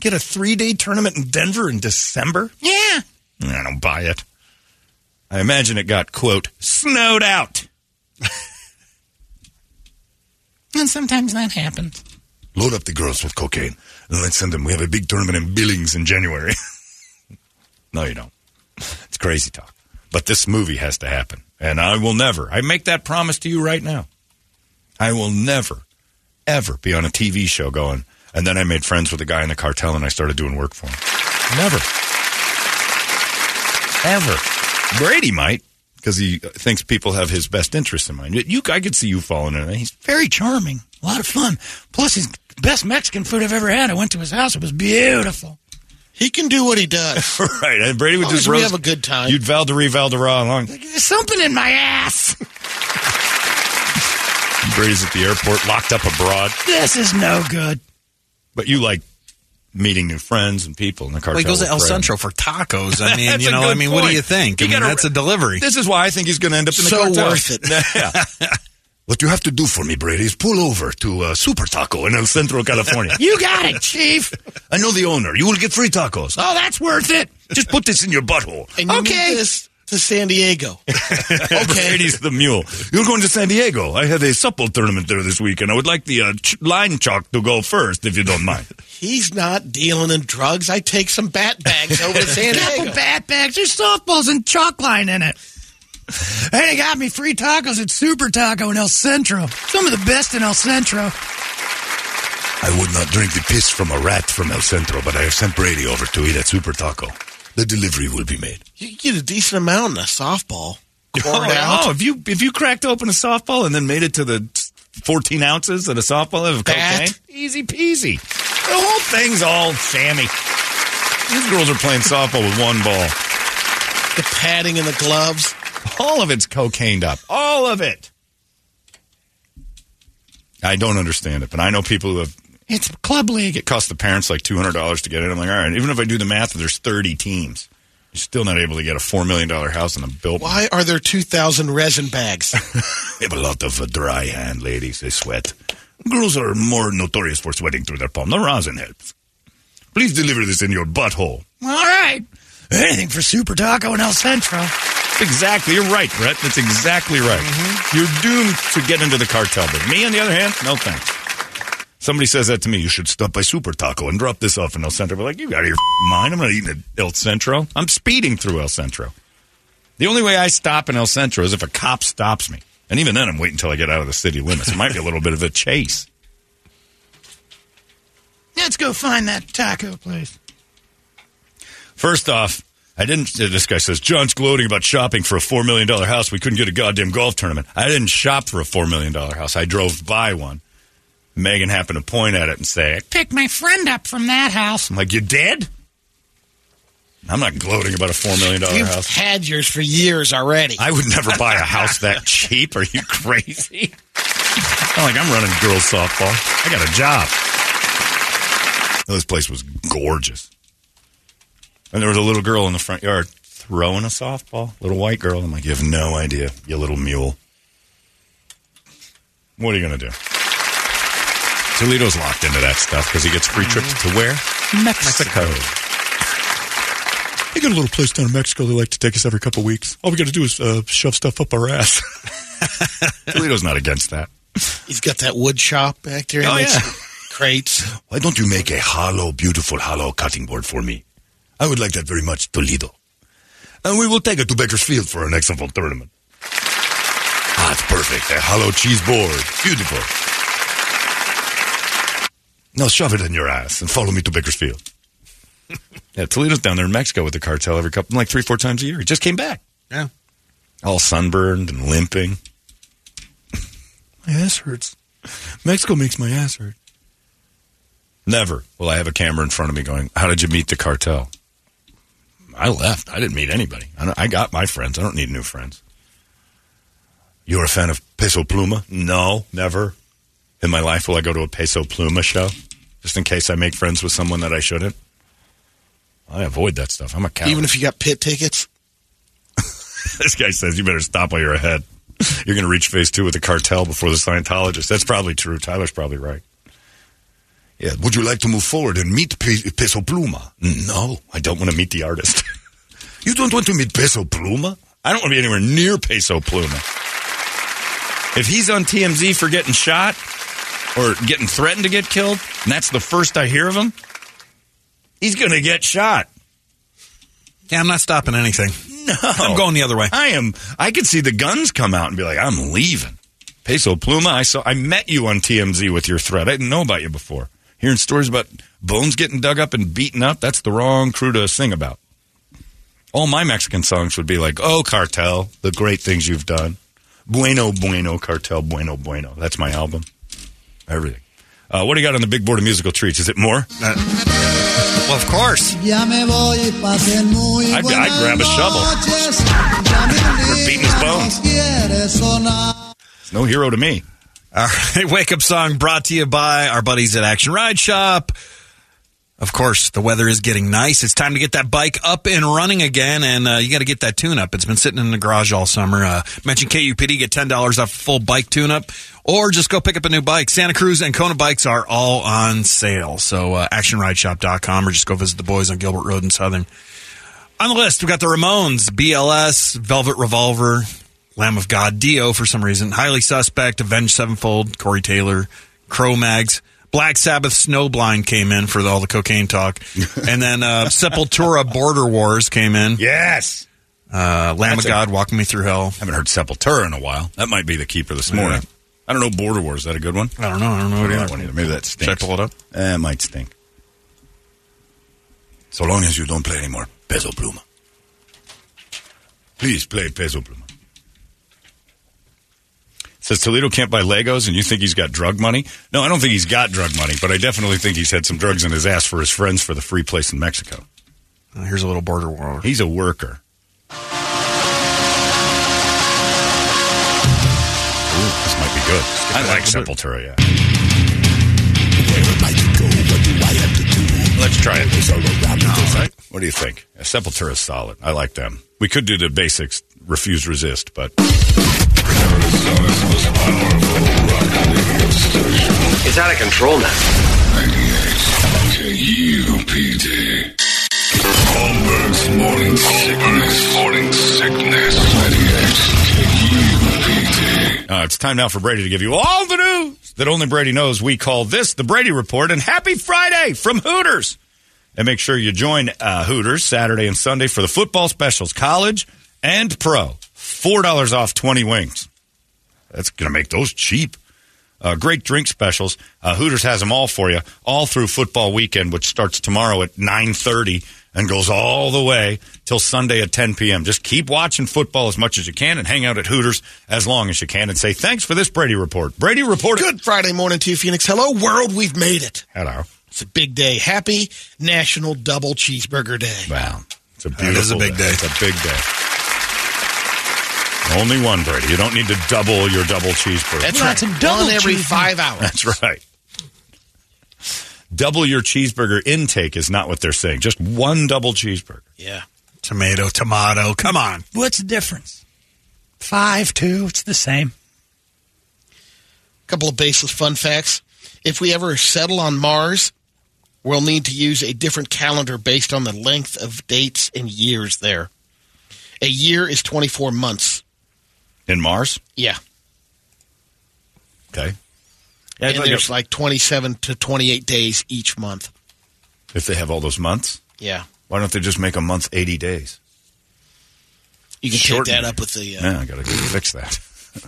S1: Get a three day tournament in Denver in December?
S4: Yeah.
S1: I don't buy it. I imagine it got, quote, snowed out.
S4: And sometimes that happens.
S1: Load up the girls with cocaine and let's send them. We have a big tournament in Billings in January. no, you don't. It's crazy talk. But this movie has to happen. And I will never, I make that promise to you right now. I will never, ever be on a TV show going, and then I made friends with a guy in the cartel and I started doing work for him. Never. Ever. Brady might, because he thinks people have his best interests in mind. You, I could see you falling in it. He's
S4: Very charming. A lot of fun. Plus, he's the best Mexican food I've ever had. I went to his house. It was beautiful.
S3: He can do what he does.
S1: right. And Brady would
S3: As long
S1: just
S3: as we
S1: roast-
S3: have a good time.
S1: You'd Valderie Valderra along.
S4: There's something in my ass.
S1: Brady's at the airport, locked up abroad.
S4: This is no Oh, good.
S1: But you like meeting new friends and people in the cartel.
S2: Well, he goes to
S1: with
S2: El
S1: Brady.
S2: Centro for tacos. I mean,
S1: That's
S2: you
S1: a
S2: know,
S1: good
S2: I mean, what do
S1: point.
S2: you think?
S1: You
S2: I mean,
S1: gotta-
S2: that's a delivery.
S1: This is why I think he's going to end up in the
S3: So
S1: cartel.
S3: worth it.
S1: Yeah. What you have to do for me, Brady, is pull over to uh, Super Taco in El Centro, California.
S4: You got it, Chief.
S1: I know the owner. You will get free tacos.
S4: Oh, that's worth it.
S1: Just put this in your butthole.
S3: And you
S4: Okay.
S3: need this to San Diego. okay.
S1: Brady's the mule. You're going to San Diego. I have a supple tournament there this week, and I would like the uh, ch- line chalk to go first, if you don't mind.
S3: He's not dealing in drugs. I take some bat bags over to San
S4: Couple
S3: Diego.
S4: bat bags. There's softballs and chalk line in it. And they got me free tacos at Super Taco in El Centro. Some of the best in El Centro.
S1: I would not drink the piss from a rat from El Centro, but I have sent Brady over to eat at Super Taco. The delivery will be made.
S3: You can get a decent amount in a softball. Quartered out.
S1: Oh, if you if you cracked open a softball and then made it to the fourteen ounces of a softball of
S3: That-
S1: cocaine, easy peasy. The whole thing's all shammy. These girls are playing softball with one ball.
S3: The padding and the gloves.
S1: All of it's cocained up. All of it. I don't understand it, but I know people who have
S4: It's club league.
S1: it costs the parents like two hundred dollars to get in. I'm like, all right, even if I do the math, there's thirty teams. You're still not able to get a $4 million house in a building.
S3: Why are there 2,000 resin bags?
S1: They have a lot of uh, dry hand ladies. They sweat. Girls are more notorious for sweating through their palm. The rosin helps. Please deliver this in your butthole.
S4: All right. Anything for Super Taco and El Centro.
S1: That's exactly. You're right, Brett. That's exactly right. You're doomed to get into the cartel. But me, on the other hand, no thanks. Somebody says that to me. You should stop by Super Taco and drop this off in El Centro. But like, you got your f***ing mind. I'm not eating at El Centro. I'm speeding through El Centro. The only way I stop in El Centro is if a cop stops me. And even then, I'm waiting until I get out of the city limits. It might be a little bit of a chase.
S4: Let's go find that taco place.
S1: First off, I didn't. This guy says John's gloating about shopping for a four million dollar house. We couldn't get a goddamn golf tournament. I didn't shop for a four million dollar house. I drove by one. Megan happened to point at it and say,
S4: Pick my friend up from that house.
S1: "I'm like you did." I'm not gloating about a four million dollar
S3: You've
S1: house.
S3: had yours for years already.
S1: I would never buy a house that cheap. Are you crazy? Not like I'm running girls softball. I got a job. No, This place was gorgeous. And there was a little girl in the front yard throwing a softball. Little white girl. I'm like, you have no idea, you little mule. What are you going to do? Toledo's locked into that stuff because he gets free trips
S3: Mm-hmm.
S1: to where? Mexico.
S5: They got a little place down in Mexico. They like to take us every couple weeks. All we got to do is uh, shove stuff up our ass.
S1: Toledo's not against that.
S3: He's got that wood shop back there. He
S1: Oh,
S3: makes
S1: yeah.
S3: Crates.
S1: Why don't you make a hollow, beautiful hollow cutting board for me? I would like that very much, Toledo. And we will take it to Bakersfield for our next football tournament. Ah, it's perfect. A hollow cheese board. Beautiful. Now shove it in your ass and follow me to Bakersfield. yeah, Toledo's down there in Mexico with the cartel every couple, like three, four times a year. He just came back.
S2: Yeah.
S1: All sunburned and limping.
S5: my ass hurts. Mexico makes my ass hurt.
S1: Never will I have a camera in front of me going, How did you meet the cartel? I left. I didn't meet anybody. I, don't- I got my friends. I don't need new friends. You're a fan of Peso Pluma? No, never. In my life, will I go to a Peso Pluma show? Just in case I make friends with someone that I shouldn't? I avoid that stuff. I'm a coward.
S3: Even if you got pit tickets.
S1: this guy says, You better stop while you're ahead. You're going to reach phase two with the cartel before the Scientologist. That's probably true. Tyler's probably right. Yeah. Would you like to move forward and meet Pe- Peso Pluma? No, I don't want to meet the artist. you don't want to meet Peso Pluma? I don't want to be anywhere near Peso Pluma. If he's on TMZ for getting shot or getting threatened to get killed, and that's the first I hear of him, he's going to get shot.
S2: Yeah, I'm not stopping anything.
S1: No.
S2: I'm going the other way.
S1: I am. I could see the guns come out and be like, I'm leaving. Peso Pluma, I saw. I met you on TMZ with your threat. I didn't know about you before. Hearing stories about bones getting dug up and beaten up, that's the wrong crew to sing about. All my Mexican songs would be like, oh, cartel, the great things you've done. Bueno, bueno, cartel, bueno, bueno. That's my album. Everything. Uh, what do you got on the big board of musical treats? Is it more?
S2: Uh, Well, of course.
S1: I'd, I'd grab a shovel. We're beating his bones. It's no hero to me.
S2: All right, wake up song brought to you by our buddies at Action Ride Shop. Of course, the weather is getting nice. It's time to get that bike up and running again, and uh, you got to get that tune up. It's been sitting in the garage all summer. Uh, mention KUPD, get ten dollars off a full bike tune up, or just go pick up a new bike. Santa Cruz and Kona bikes are all on sale. So uh, actionrideshop.com, or just go visit the boys on Gilbert Road in Southern. On the list, we got the Ramones, BLS, Velvet Revolver, Lamb of God, Dio for some reason, Highly Suspect, Avenged Sevenfold, Corey Taylor, Crow Mags, Black Sabbath, Snowblind came in for all the cocaine talk, and then uh, Sepultura, Border Wars came in.
S1: Yes.
S2: Uh, Lamb of
S1: That's a-
S2: God, Walking Me Through Hell.
S1: Haven't heard Sepultura in a while. That might be the keeper this morning.
S2: Yeah.
S1: I don't know. Border War is that a good one?
S2: I don't know. I don't know. what
S1: I don't know
S2: other-
S1: that one either. Maybe that
S2: Should I
S1: stinks.
S2: pull it up?
S1: Eh, it might stink. So long as you don't play anymore, Peso Pluma. Please play Peso Pluma. Says Toledo can't buy Legos, and you think he's got drug money? No, I don't think he's got drug money, but I definitely think he's had some drugs in his ass for his friends for the free place in Mexico.
S2: Uh, here's a little Border War.
S1: He's a worker. Ooh, this might be good. I like Sepultura, yeah. Let's try it. All right. What do you think? Uh, Sepultura is solid. I like them. We could do the basics, refuse, resist, but
S6: It's out of control now.
S7: KUPD. Holmberg's morning sickness. Morning sickness.
S1: uh, it's time now for Brady to give you all the news that only Brady knows. We call this the Brady Report, and happy Friday from Hooters. And make sure you join uh, Hooters Saturday and Sunday for the football specials, college and pro. $4 off 20 wings. That's going to make those cheap. Uh, great drink specials. Uh, Hooters has them all for you, all through football weekend, which starts tomorrow at 9.30 and goes all the way till Sunday at 10 p.m. Just keep watching football as much as you can and hang out at Hooters as long as you can and say thanks for this Brady Report. Brady Report.
S3: Good Friday morning to you, Phoenix. Hello, world. We've made it.
S1: Hello.
S3: It's a big day. Happy National Double Cheeseburger Day.
S1: Wow. It's a
S2: is
S1: beautiful
S2: a big day.
S1: It's a big day. Only one, Brady. You don't need to double your double cheeseburger.
S3: That's
S4: Well, that's a
S3: right.
S4: double
S3: One every
S4: cheese-
S3: five hours.
S1: That's right. Double your cheeseburger intake is not what they're saying. Just one double cheeseburger.
S3: Yeah.
S2: Tomato, tomato. Come on.
S4: What's the difference? Five, two. It's the same.
S3: couple of baseless fun facts. If we ever settle on Mars, we'll need to use a different calendar based on the length of dates and years there. A year is 24 months.
S1: In Mars?
S3: Yeah.
S1: Okay.
S3: And there's like 27 to 28 days each month.
S1: if they have all those months,
S3: Yeah.
S1: why don't they just make a month 80 days?
S3: You can
S1: Shorten
S3: take that
S1: it.
S3: up with the. Uh,
S1: Yeah, I got to fix that.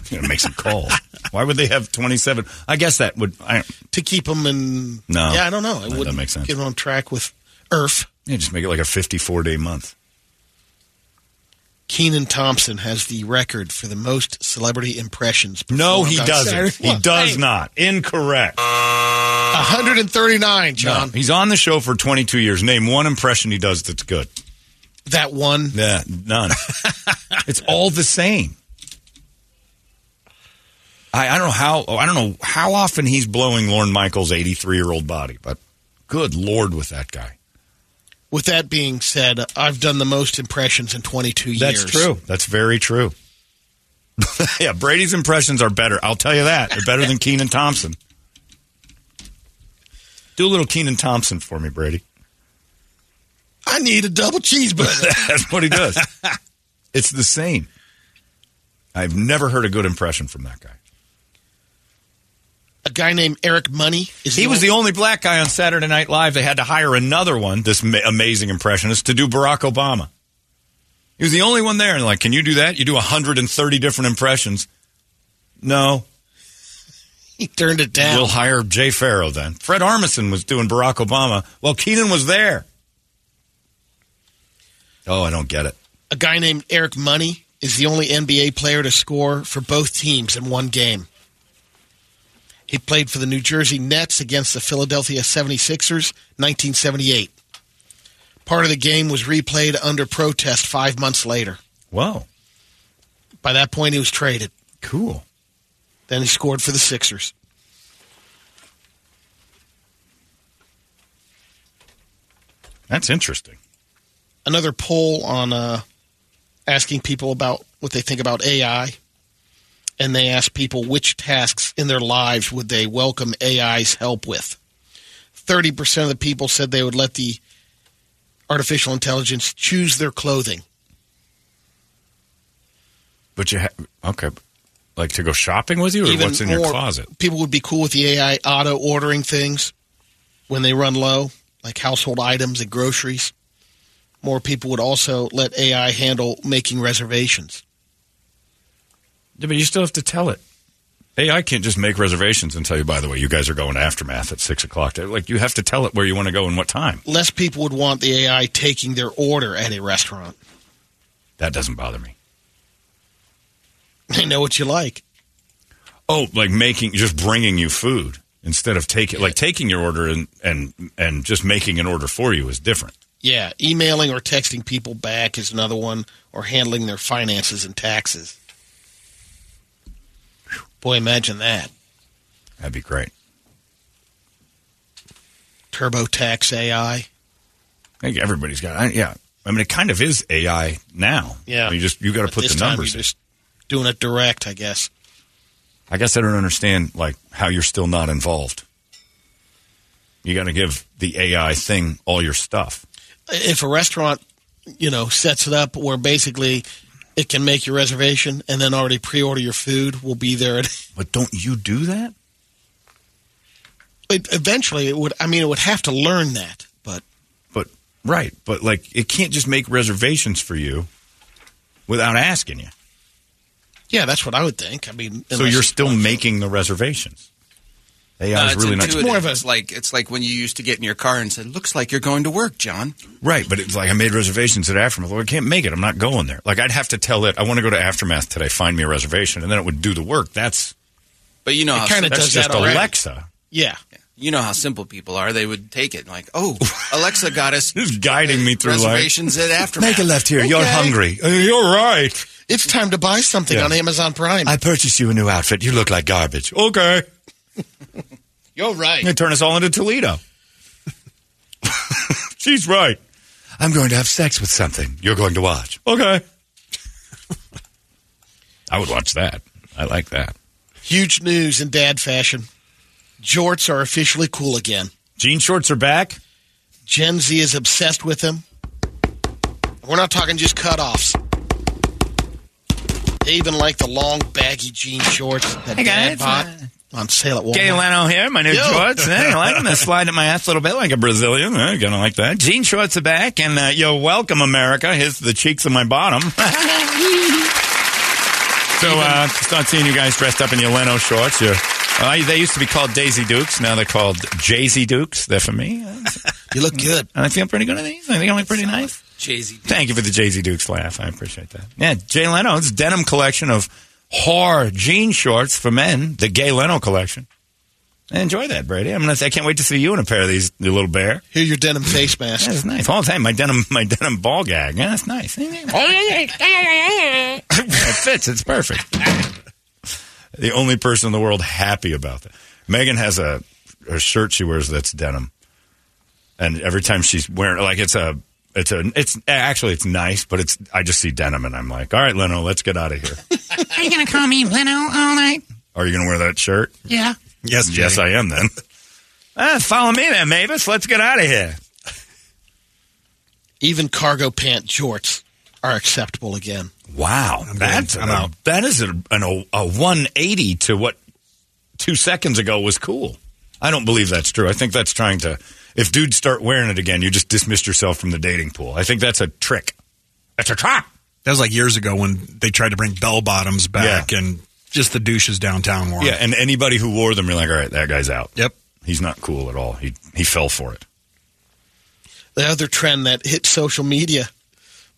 S1: gotta make some calls. why would they have 27? I guess that would. I,
S3: To keep them in.
S1: No.
S3: Yeah, I don't know.
S1: No,
S3: I
S1: that
S3: wouldn't
S1: makes sense.
S3: get 'em on track with Earth.
S1: yeah, just make it like a 54 day month.
S3: Keenan Thompson has the record for the most celebrity impressions.
S1: No,
S3: performed
S1: he
S3: on
S1: doesn't.
S3: Saturday.
S1: He does not. Incorrect.
S3: 139,
S1: No,
S3: John.
S1: he's on the show for 22 years. Name one impression he does that's good.
S3: That one.
S1: Yeah, none. it's all the same. I, I don't know how I don't know how often he's blowing Lorne Michaels' 83 year old body, but good lord with that guy.
S3: With that being said, I've done the most impressions in 22 years.
S1: That's very true. yeah, Brady's impressions are better. I'll tell you that. They're better than Keenan Thompson. Do a little Keenan Thompson for me, Brady.
S3: I need a double cheeseburger.
S1: That's what he does. it's the same. I've never heard a good impression from that guy.
S3: a guy named Eric Money is
S1: He was the
S3: only-
S1: only black guy on Saturday Night Live. They had to hire another one, this ma- amazing impressionist, to do Barack Obama. He was the only one there. And like, can you do that? You do 130 different impressions. No,
S3: he turned it down.
S1: we'll hire Jay Farrow then. Fred Armisen was doing Barack Obama. Well, Keenan was there. Oh, I don't get it.
S3: a guy named Eric Money is the only NBA player to score for both teams in one game. He played for the New Jersey Nets against the Philadelphia 76ers 1978. Part of the game was replayed under protest 5 months later.
S1: Whoa,
S3: By that point he was traded.
S1: cool.
S3: Then he scored for the Sixers.
S1: That's interesting.
S3: another poll on uh, asking people about what they think about AI, and they asked people which tasks in their lives would they welcome AI's help with. Thirty percent of the people said they would let the artificial intelligence choose their clothing.
S1: But you ha- okay? Like to go shopping with you, or what's in your
S3: more,
S1: closet?
S3: People would be cool with the AI auto ordering things when they run low, like household items and groceries. More people would also let AI handle making reservations.
S1: Yeah, but you still have to tell it. AI can't just make reservations and tell you, by the way, you guys are going to Aftermath at 6 o'clock. They're Like, you have to tell it where you want to go and what time.
S3: less people would want the AI taking their order at a restaurant.
S1: That doesn't bother me.
S3: They know what you like.
S1: Oh, like making, just bringing you food instead of taking, like taking your order and, and, and just making an order for you is different.
S3: Yeah, emailing or texting people back is another one, or handling their finances and taxes. Boy, imagine that.
S1: That'd be great.
S3: TurboTax AI.
S1: I think everybody's got. I, yeah, I mean, it kind of is AI now.
S3: Yeah.
S1: you just you got to
S3: But
S1: put
S3: this
S1: the
S3: time
S1: numbers.
S3: you're
S1: in.
S3: just doing it direct, I guess.
S1: I guess I don't understand like how you're still not involved. You got to give the AI thing all your stuff.
S3: If a restaurant, you know, sets it up where basically it can make your reservation and then already pre-order your food, will be there. At,
S1: but don't you do that?
S3: It, eventually, it would. I mean, it would have to learn that. But
S1: But right, but like it can't just make reservations for you without asking you.
S3: yeah, that's what I would think. I mean,
S1: so
S3: unless
S1: you're
S3: it's-
S1: still making the reservations. AI
S8: Uh,
S1: is
S8: it's
S1: really
S8: intuitive.
S1: not.
S8: It's more of a like it's like when you used to get in your car and said, "Looks like you're going to work, John."
S1: Right, but it's like I made reservations at Aftermath. Well, I can't make it. I'm not going there. Like I'd have to tell it I want to go to Aftermath today. Find me a reservation, and then it would do the work. That's
S8: But you know,
S1: It
S8: how
S1: kinda
S8: simple-
S1: does That's that just already. Alexa.
S3: Yeah.
S8: You know how simple people are. They would take it like, "Oh, Alexa got us
S1: guiding me through life.
S8: reservations at after."
S1: Make a left here. You're
S8: Okay.
S1: hungry. Uh, You're right.
S3: It's time to buy something
S1: Yeah.
S3: on Amazon Prime.
S1: I purchased you a new outfit. You look like garbage. Okay.
S3: You're right.
S1: They turn us all into Toledo. She's right. I'm going to have sex with something. You're going to watch. Okay. I would watch that. I like that.
S3: Huge news in dad fashion. Jorts are officially cool again.
S1: Jean shorts are back.
S3: Gen Z is obsessed with them. We're not talking just cutoffs. They even like the long, baggy jean shorts that
S1: Hey, guys,
S3: dad bought
S1: uh,
S3: on sale at Walmart.
S1: Gay Leno here. My new
S3: Yo.
S1: shorts. Eh, I like them. They slide at my ass a little bit like a Brazilian. Eh, gonna like that. Jean shorts are back, and uh, you're welcome, America. Here's the cheeks of my bottom. so uh, start seeing you guys dressed up in your Leno shorts. Your, uh, they used to be called Daisy Dukes. Now they're called Jay Z Dukes. They're for me.
S3: you look good.
S1: I feel pretty good at these. I think I look pretty nice.
S8: Jay Z.
S1: Thank you for the Jay Z Dukes laugh. I appreciate that. Yeah, Jay Leno's denim collection of whore jean shorts for men, the Gay Leno collection. Enjoy that, Brady. I'm gonna. Say, I can't wait to see you in a pair of these, you little bear.
S3: Here, your denim face mask.
S1: That's nice. All the time, my denim, my denim ball gag. Yeah, that's nice. Yeah, it fits. It's perfect. the only person in the world happy about that. Megan has a, a shirt she wears that's denim, and every time she's wearing like it's a it's a it's actually it's nice, but it's I just see denim and I'm like, all right, Leno, let's get out of here.
S4: Are you going to call me Leno all night?
S1: Are you going to wear that shirt?
S4: Yeah.
S1: Yes, yes, I am. Then Ah, follow me there, Mavis. Let's get out of here.
S3: Even cargo pant jorts are acceptable again.
S1: Wow, that's
S3: I'm
S1: an-
S3: out.
S1: that is a, an, a 180 to what two seconds ago was cool. I don't believe that's true. I think that's trying to. If dudes start wearing it again, you just dismissed yourself from the dating pool. I think that's a trick. That's a trap.
S2: That was like years ago when they tried to bring bell bottoms back and just the douches downtown wore. 'em.
S1: Yeah, and anybody who wore them, you're like, all right, that guy's out.
S2: Yep.
S1: He's not cool at all. He he fell for it.
S3: The other trend that hit social media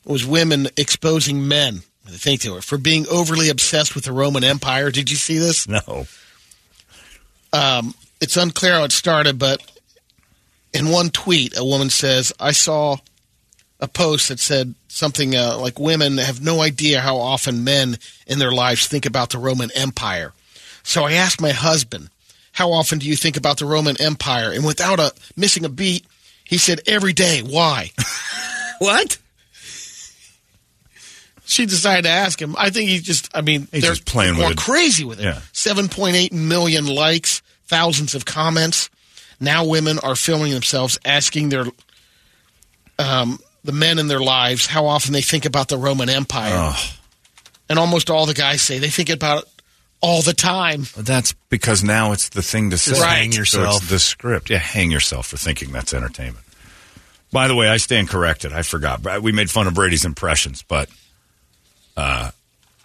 S3: was women exposing men. I think they were for being overly obsessed with the Roman Empire. Did you see this?
S1: No.
S3: Um, it's unclear how it started, but in one tweet, a woman says, "I saw a post that said something uh, like women have no idea how often men in their lives think about the Roman Empire." So I asked my husband, "How often do you think about the Roman Empire?" And without a missing a beat, he said, "Every day." Why?
S8: What?
S3: She decided to ask him. I think he's just. I mean,
S1: He's
S3: they're
S1: just playing
S3: more
S1: with it.
S3: crazy with it.
S1: Yeah.
S3: 7.8 million likes, thousands of comments. Now women are filming themselves asking their um, the men in their lives how often they think about the Roman Empire. And almost all the guys say they think about it all the time.
S1: That's because now it's the thing to say.
S3: Just hang
S1: So it's
S3: yourself.
S1: the script. Yeah, hang yourself for thinking that's entertainment. By the way, I stand corrected. I forgot. But We made fun of Brady's impressions, but uh,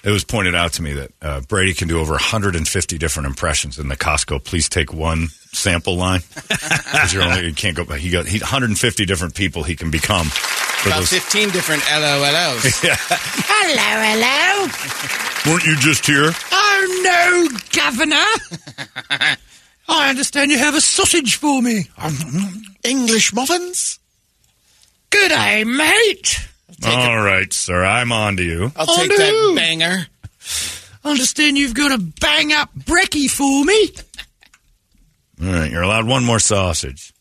S1: it was pointed out to me that uh, Brady can do over 150 different impressions in the Costco. Please take one sample line 'Cause you're only- you can't go. He got he, 150 different people he can become. For
S8: About
S1: those-
S8: fifteen different LOLs.
S4: Hello, hello.
S1: Weren't you just here?
S4: Oh, no, Governor. I understand you have a sausage for me. Um,
S3: English muffins?
S4: Good day, mate.
S1: All right, sir. I'm on to you.
S8: I'll
S4: Oh,
S8: take that
S4: no.
S8: banger.
S4: I understand you've got a bang up brekkie for me.
S1: All right, you're allowed one more sausage.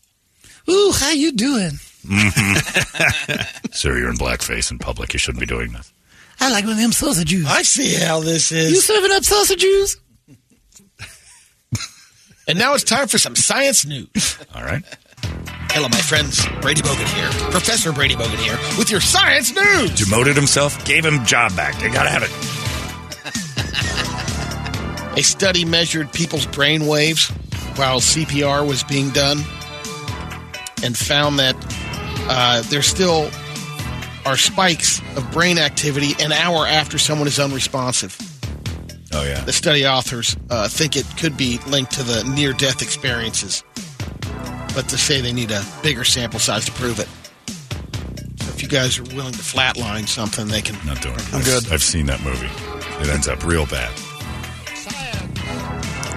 S4: Ooh, how you doing?
S1: Mhm. Sir, you're in blackface in public. You shouldn't be doing this.
S4: I like one of them sausages.
S3: I see how this is.
S4: You serving up sausages?
S3: And now it's time for some science news.
S1: All right.
S3: Hello, my friends. Brady Bogan here. Professor Brady Bogan here with your science news.
S1: Demoted himself, gave him job back. They gotta have it.
S3: A study measured people's brain waves while CPR was being done and found that uh, there still are spikes of brain activity an hour after someone is unresponsive.
S1: Oh, yeah.
S3: The study authors uh, think it could be linked to the near death experiences, but to say they need a bigger sample size to prove it. So if you guys are willing to flatline something, they can.
S1: Not doing it.
S3: I'm
S1: I've-
S3: good.
S1: I've seen that movie. It ends up real bad.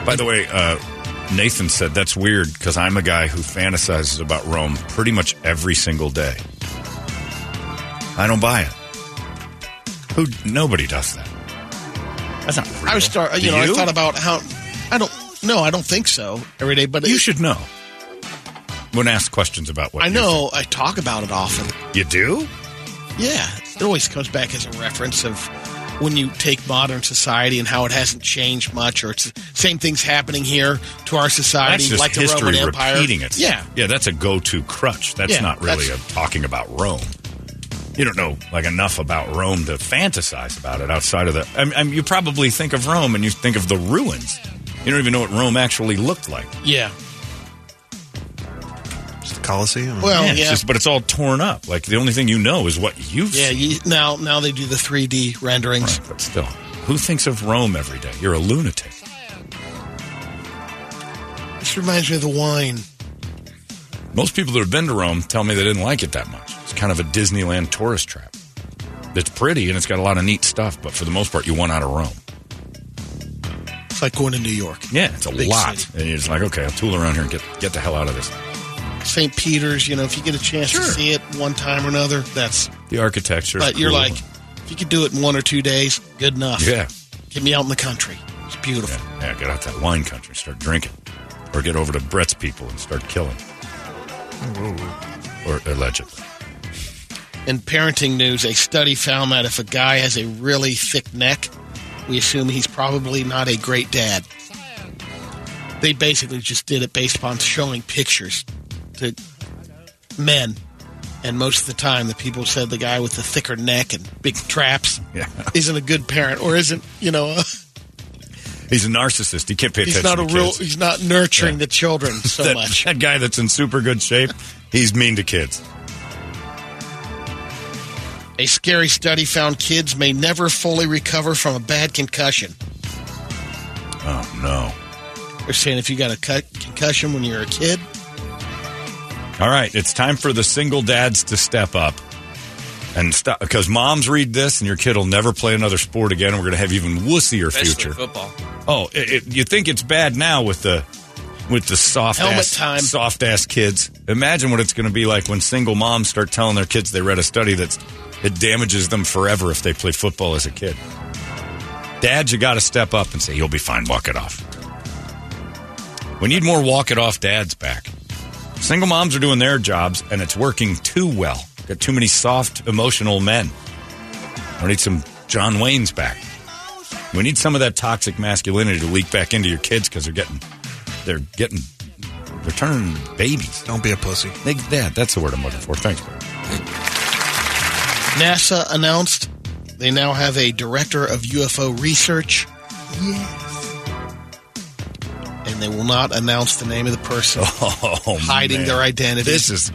S1: By the way, uh, Nathan said that's weird because I'm a guy who fantasizes about Rome pretty much every single day. I don't buy it. Who? Nobody does that. That's not. Real.
S3: I was start. You
S1: Do
S3: know,
S1: you?
S3: I thought about how. I don't. No, I don't think so. Every day, but
S1: you should know. When asked questions about what
S3: I
S1: you
S3: know. I talk about it often.
S1: think. you do.
S3: Yeah, it always comes back as a reference of when you take modern society and how it hasn't changed much, or it's same things happening here to our society,
S1: That's just
S3: like the
S1: history
S3: Roman Empire.
S1: repeating itself.
S3: Yeah,
S1: yeah, that's a go-to crutch. That's
S3: Yeah,
S1: not really
S3: that's-
S1: a talking about Rome. You don't know like enough about Rome to fantasize about it outside of the. I mean, I mean, you probably think of Rome and you think of the ruins. You don't even know what Rome actually looked like.
S3: yeah.
S2: It's the Colosseum.
S3: Well, yeah,
S1: it's just- but it's all torn up. Like the only thing you know is what you've.
S3: yeah.
S1: seen.
S3: You, now, now they do the 3D renderings.
S1: But still, who thinks of Rome every day? You're a lunatic.
S3: This reminds me of the wine.
S1: Most people that have been to Rome tell me they didn't like it that much. It's kind of a Disneyland tourist trap. It's pretty and it's got a lot of neat stuff, but for the most part, you want out of Rome.
S3: It's like going to New York.
S1: Yeah, it's a
S3: Big
S1: lot.
S3: city.
S1: And you're just like, okay, I'll tool around here and get get the hell out of this.
S3: St. Peter's. You know, if you get a chance to see it one time or another, that's.
S1: The architecture,
S3: But you're like, if you could do it in one or two days, good enough.
S1: yeah,
S3: Get me out in the country. It's beautiful.
S1: yeah, get out that wine country, start drinking, or get over to Brett's people and start killing, or allegedly.
S3: In parenting news, a study found that if a guy has a really thick neck, we assume he's probably not a great dad. They basically just did it based upon showing pictures to men. And most of the time, the people said the guy with the thicker neck and big traps
S1: Yeah,
S3: isn't a good parent or isn't, you know,
S1: he's a narcissist. He can't pay
S3: he's
S1: attention.
S3: not a
S1: to
S3: real,
S1: kids.
S3: he's not nurturing
S1: Yeah.
S3: the children so
S1: that,
S3: much.
S1: that guy that's in super good shape, he's mean to kids.
S3: A scary study found kids may never fully recover from a bad concussion.
S1: Oh no!
S3: They're saying if you got a cut concussion when you're a kid,
S1: All right, it's time for the single dads to step up and stop because moms read this and your kid will never play another sport again. And we're going to have even wussier
S8: Especially
S1: future.
S8: football.
S1: Oh, it, it, you think it's bad now with the with the soft
S3: Helmet
S1: ass,
S3: time.
S1: soft ass kids? Imagine what it's going to be like when single moms start telling their kids they read a study that's it damages them forever if they play football as a kid. Dad, you got to step up and say you'll be fine. Walk it off. We need more walk it off dads back. Single moms are doing their jobs, and it's working too well. Got too many soft, emotional men. I need some John Wayne's back. We need some of that toxic masculinity to leak back into your kids because they're getting, they're getting, they're turning into babies.
S2: Don't be a pussy.
S1: They, that, that's the word I'm looking for. Thanks, bro.
S3: NASA announced they now have a director of UFO research. Yes. And they will not announce the name of the person
S1: Oh,
S3: hiding
S1: man.
S3: their identity.
S1: This is,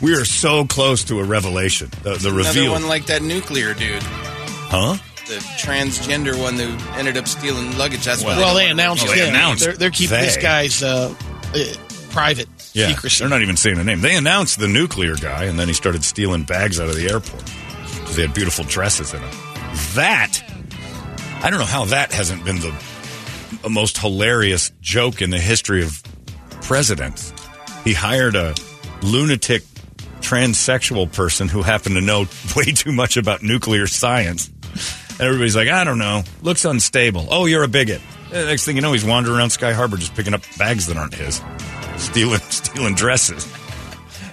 S1: we are so close to a revelation. The, the
S8: Another
S1: reveal.
S8: one like that nuclear dude,
S1: huh?
S8: the transgender one who ended up stealing luggage. That's why
S3: well,
S8: they don't
S3: they
S8: wanna
S3: announced
S8: reveal
S1: they
S3: him.
S1: announced
S3: They're, they're keeping this
S1: they.
S3: guy's uh, uh, private
S1: Yeah.
S3: secrecy.
S1: They're not even saying a name. They announced the nuclear guy, and then he started stealing bags out of the airport because they had beautiful dresses in them. That, I don't know how that hasn't been the most hilarious joke in the history of presidents. He hired a lunatic transsexual person who happened to know way too much about nuclear science. And everybody's like, I don't know. Looks unstable. Oh, you're a bigot. Eh, Next thing you know, he's wandering around Sky Harbor just picking up bags that aren't his, stealing stealing dresses.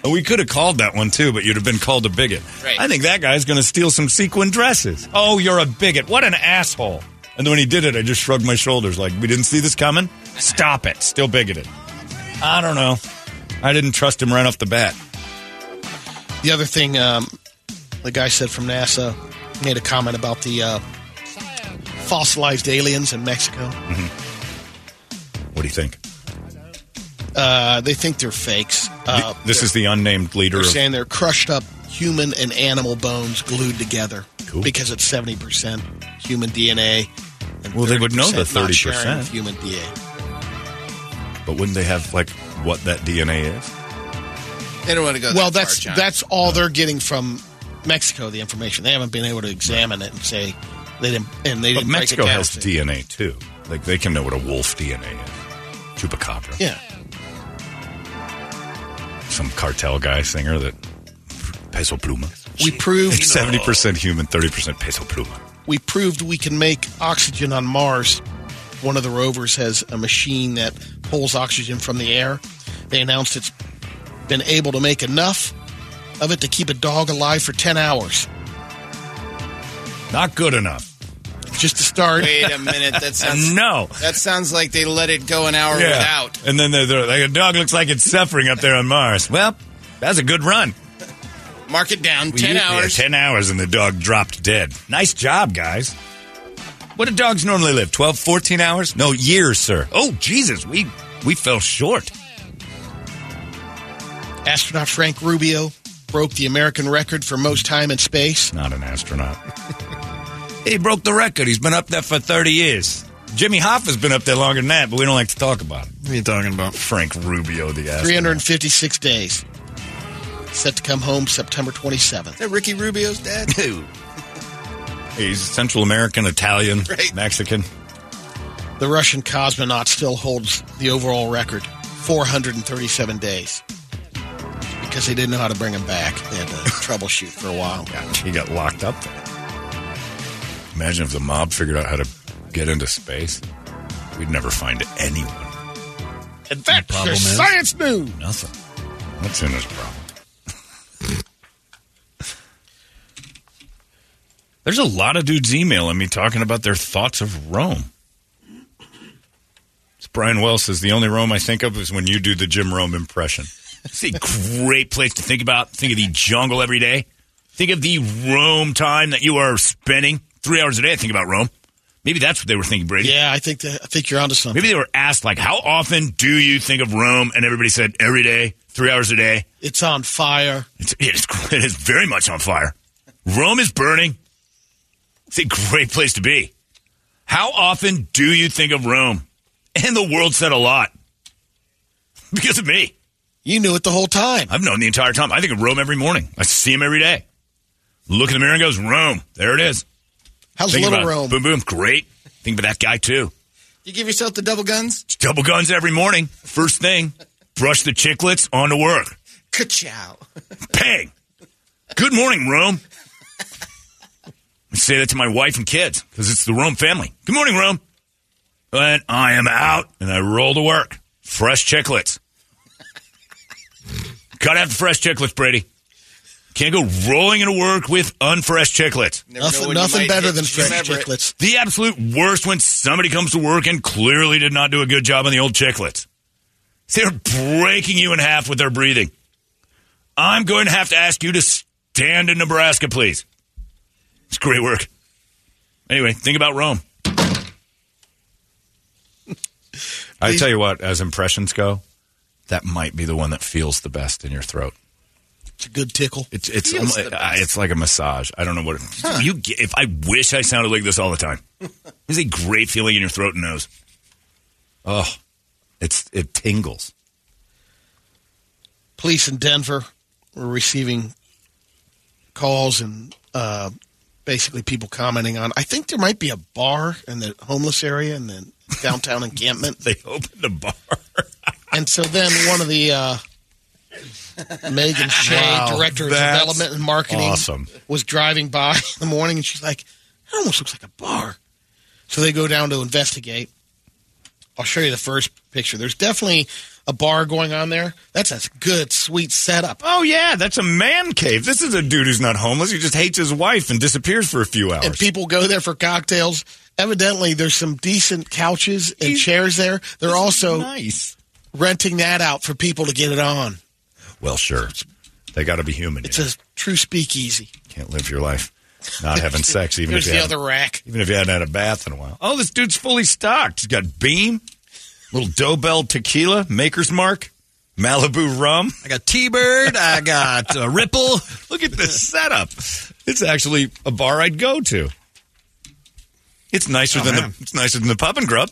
S1: Uh, We could have called that one too, but you'd have been called a bigot.
S8: Right.
S1: I think that guy's going to steal some sequin dresses. Oh, you're a bigot. What an asshole. And when he did it, I just shrugged my shoulders like, we didn't see this coming? Stop it. Still bigoted. I don't know. I didn't trust him right off the bat.
S3: The other thing um, the guy said from NASA made a comment about the uh, fossilized aliens in Mexico.
S1: Mm-hmm. What do you think?
S3: Uh, they think they're fakes. Uh,
S1: this is the unnamed leader
S3: they're
S1: of
S3: saying they're crushed up human and animal bones glued together because it's 70% human DNA. And
S1: Well, they would know the
S3: 30% not sharing
S1: 30%.
S3: of human DNA.
S1: But wouldn't they have like what that DNA is?
S8: They don't want to go.
S3: well,
S8: that
S3: that's
S8: far, John.
S3: that's all they're getting from Mexico. The information they haven't been able to examine it and say they didn't. And they
S1: But
S3: didn't
S1: Mexico
S3: break it down.
S1: has DNA too. Like they can know what a wolf DNA is. Chupacabra.
S3: Yeah.
S1: Some cartel guy singer that peso pluma.
S3: We proved
S1: It's seventy percent human, thirty percent peso pluma.
S3: we proved we can make oxygen on Mars. One of the rovers has a machine that pulls oxygen from the air. They announced it's been able to make enough of it to keep a dog alive for 10 hours.
S1: Not good enough.
S3: Just to start.
S8: Wait a minute. That sounds
S1: No.
S8: That sounds like they let it go an hour without.
S1: And then they're, they're like a dog looks like it's suffering up there on Mars. Well, that's a good run.
S8: Mark it down.
S1: We
S8: Ten
S1: used- yeah,
S8: hours.
S1: ten hours, and the dog dropped dead. Nice job, guys. What do dogs normally live? 12, 14 hours? No, years, sir. Oh, Jesus, we we fell short.
S3: Astronaut Frank Rubio broke the American record for most time in space.
S1: Not an astronaut. he broke the record. He's been up there for 30 years. Jimmy Hoffa's been up there longer than that, but we don't like to talk about it.
S2: What are you talking about?
S1: Frank Rubio, the astronaut.
S3: 356 days. Set to come home September 27th.
S8: That Ricky Rubio's dad.
S1: He's Central American, Italian,
S8: Right.
S1: Mexican.
S3: The Russian cosmonaut still holds the overall record 437 days because they didn't know how to bring him back. They had to troubleshoot for a while.
S1: Yeah, he got locked up there. Imagine if the mob figured out how to get into space. We'd never find anyone.
S3: And that's
S2: problem
S3: your
S2: is-
S3: science news.
S1: Nothing. That's in his problem. There's a lot of dudes emailing me talking about their thoughts of Rome. It's Brian Wells says the only Rome I think of is when you do the Jim Rome impression. It's a great place to think about. Think of the jungle every day. Think of the Rome time that you are spending. Three hours a day, I think about Rome. Maybe that's what they were thinking, Brady.
S3: Yeah, I think that, I think you're onto something.
S1: Maybe they were asked, like, how often do you think of Rome? And everybody said, every day, three hours a day.
S3: It's on fire.
S1: It's, it, is, it is very much on fire. Rome is burning. It's a great place to be. How often do you think of Rome? And the world said a lot. Because of me.
S3: You knew it the whole time.
S1: I've known the entire time. I think of Rome every morning. I see him every day. Look in the mirror and goes, Rome. There it is.
S3: How's
S1: Think
S3: Little
S1: about it.
S3: Rome?
S1: Boom, boom. Great. Think about that guy, too.
S8: You give yourself the double guns.
S1: It's double guns every morning. First thing, brush the chiclets, on to work.
S8: Ka-chow.
S1: Pang. Good morning, Rome. I say that to my wife and kids because it's the Rome family. Good morning, Rome. But I am out and I roll to work. Fresh chiclets. Gotta have the fresh chiclets, Brady. Can't go rolling into work with unfresh chiclets.
S8: Never know
S3: Nothing,
S8: when you
S3: nothing
S8: might
S3: better
S8: hit-
S3: than
S8: you
S3: French
S8: remember it.
S3: chiclets.
S1: The absolute worst when somebody comes to work and clearly did not do a good job on the old chiclets. They're breaking you in half with their breathing. I'm going to have to ask you to stand in Nebraska, please. It's great work. Anyway, think about Rome. I tell you what, as impressions go, that might be the one that feels the best in your throat.
S3: It's a good tickle.
S1: It's it's
S8: Feels
S1: almo-
S8: the
S1: uh, it's like a massage. I don't know what it, you get. If I wish I sounded like this all the time, it's a great feeling in your throat and nose. Oh, it's it tingles.
S3: Police in Denver were receiving calls and uh, basically people commenting on. I think there might be a bar in the homeless area in the downtown encampment.
S1: They opened the bar.
S3: And so then one of the uh, Megan Shea,
S1: Wow,
S3: director of
S1: that's
S3: development and marketing,
S1: awesome.
S3: was driving by in the morning, and she's like, "That almost looks like a bar." So they go down to investigate. I'll show you the first picture. There's definitely a bar going on there. That's a good, sweet setup.
S1: Oh yeah, that's a man cave. This is a dude who's not homeless. He just hates his wife and disappears for a few hours.
S3: And people go there for cocktails. Evidently, there's some decent couches and chairs there. They're also renting that out for people to get it on.
S1: well, sure, they got to be human. you
S3: It's
S1: know?
S3: a true speakeasy.
S1: Can't live your life not having sex, even
S3: Here's
S1: if you
S3: the
S1: haven't-
S3: other rack.
S1: even if you hadn't had a bath in a while. Oh, this dude's fully stocked. He's got Beam, little Dobell tequila, Maker's Mark, Malibu rum. I got T Bird. I got uh, Ripple. Look at this setup. It's actually a bar I'd go to. It's
S8: Oh,
S1: nicer than the it's nicer than the pub and grub.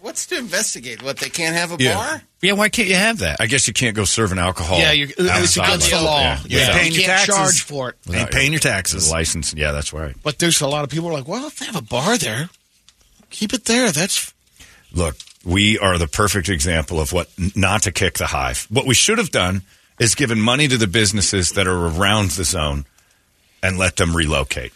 S8: What's to investigate? What they can't have a
S1: yeah.
S8: bar?
S1: Yeah, why can't you have that? I guess you can't go serving alcohol.
S8: Yeah, you- uh, it's
S1: outside
S8: against the
S1: like that.
S8: law.
S3: Yeah.
S1: without-
S3: Paying You your can't taxes. charge for it.
S1: Without
S3: And paying your
S1: taxes. License. Yeah, that's right.
S3: But there's a lot of people who are like, well, if they have a bar there, keep it there. That's
S1: look, we are the perfect example of what n- not to kick the hive. What we should have done is given money to the businesses that are around the zone and let them relocate.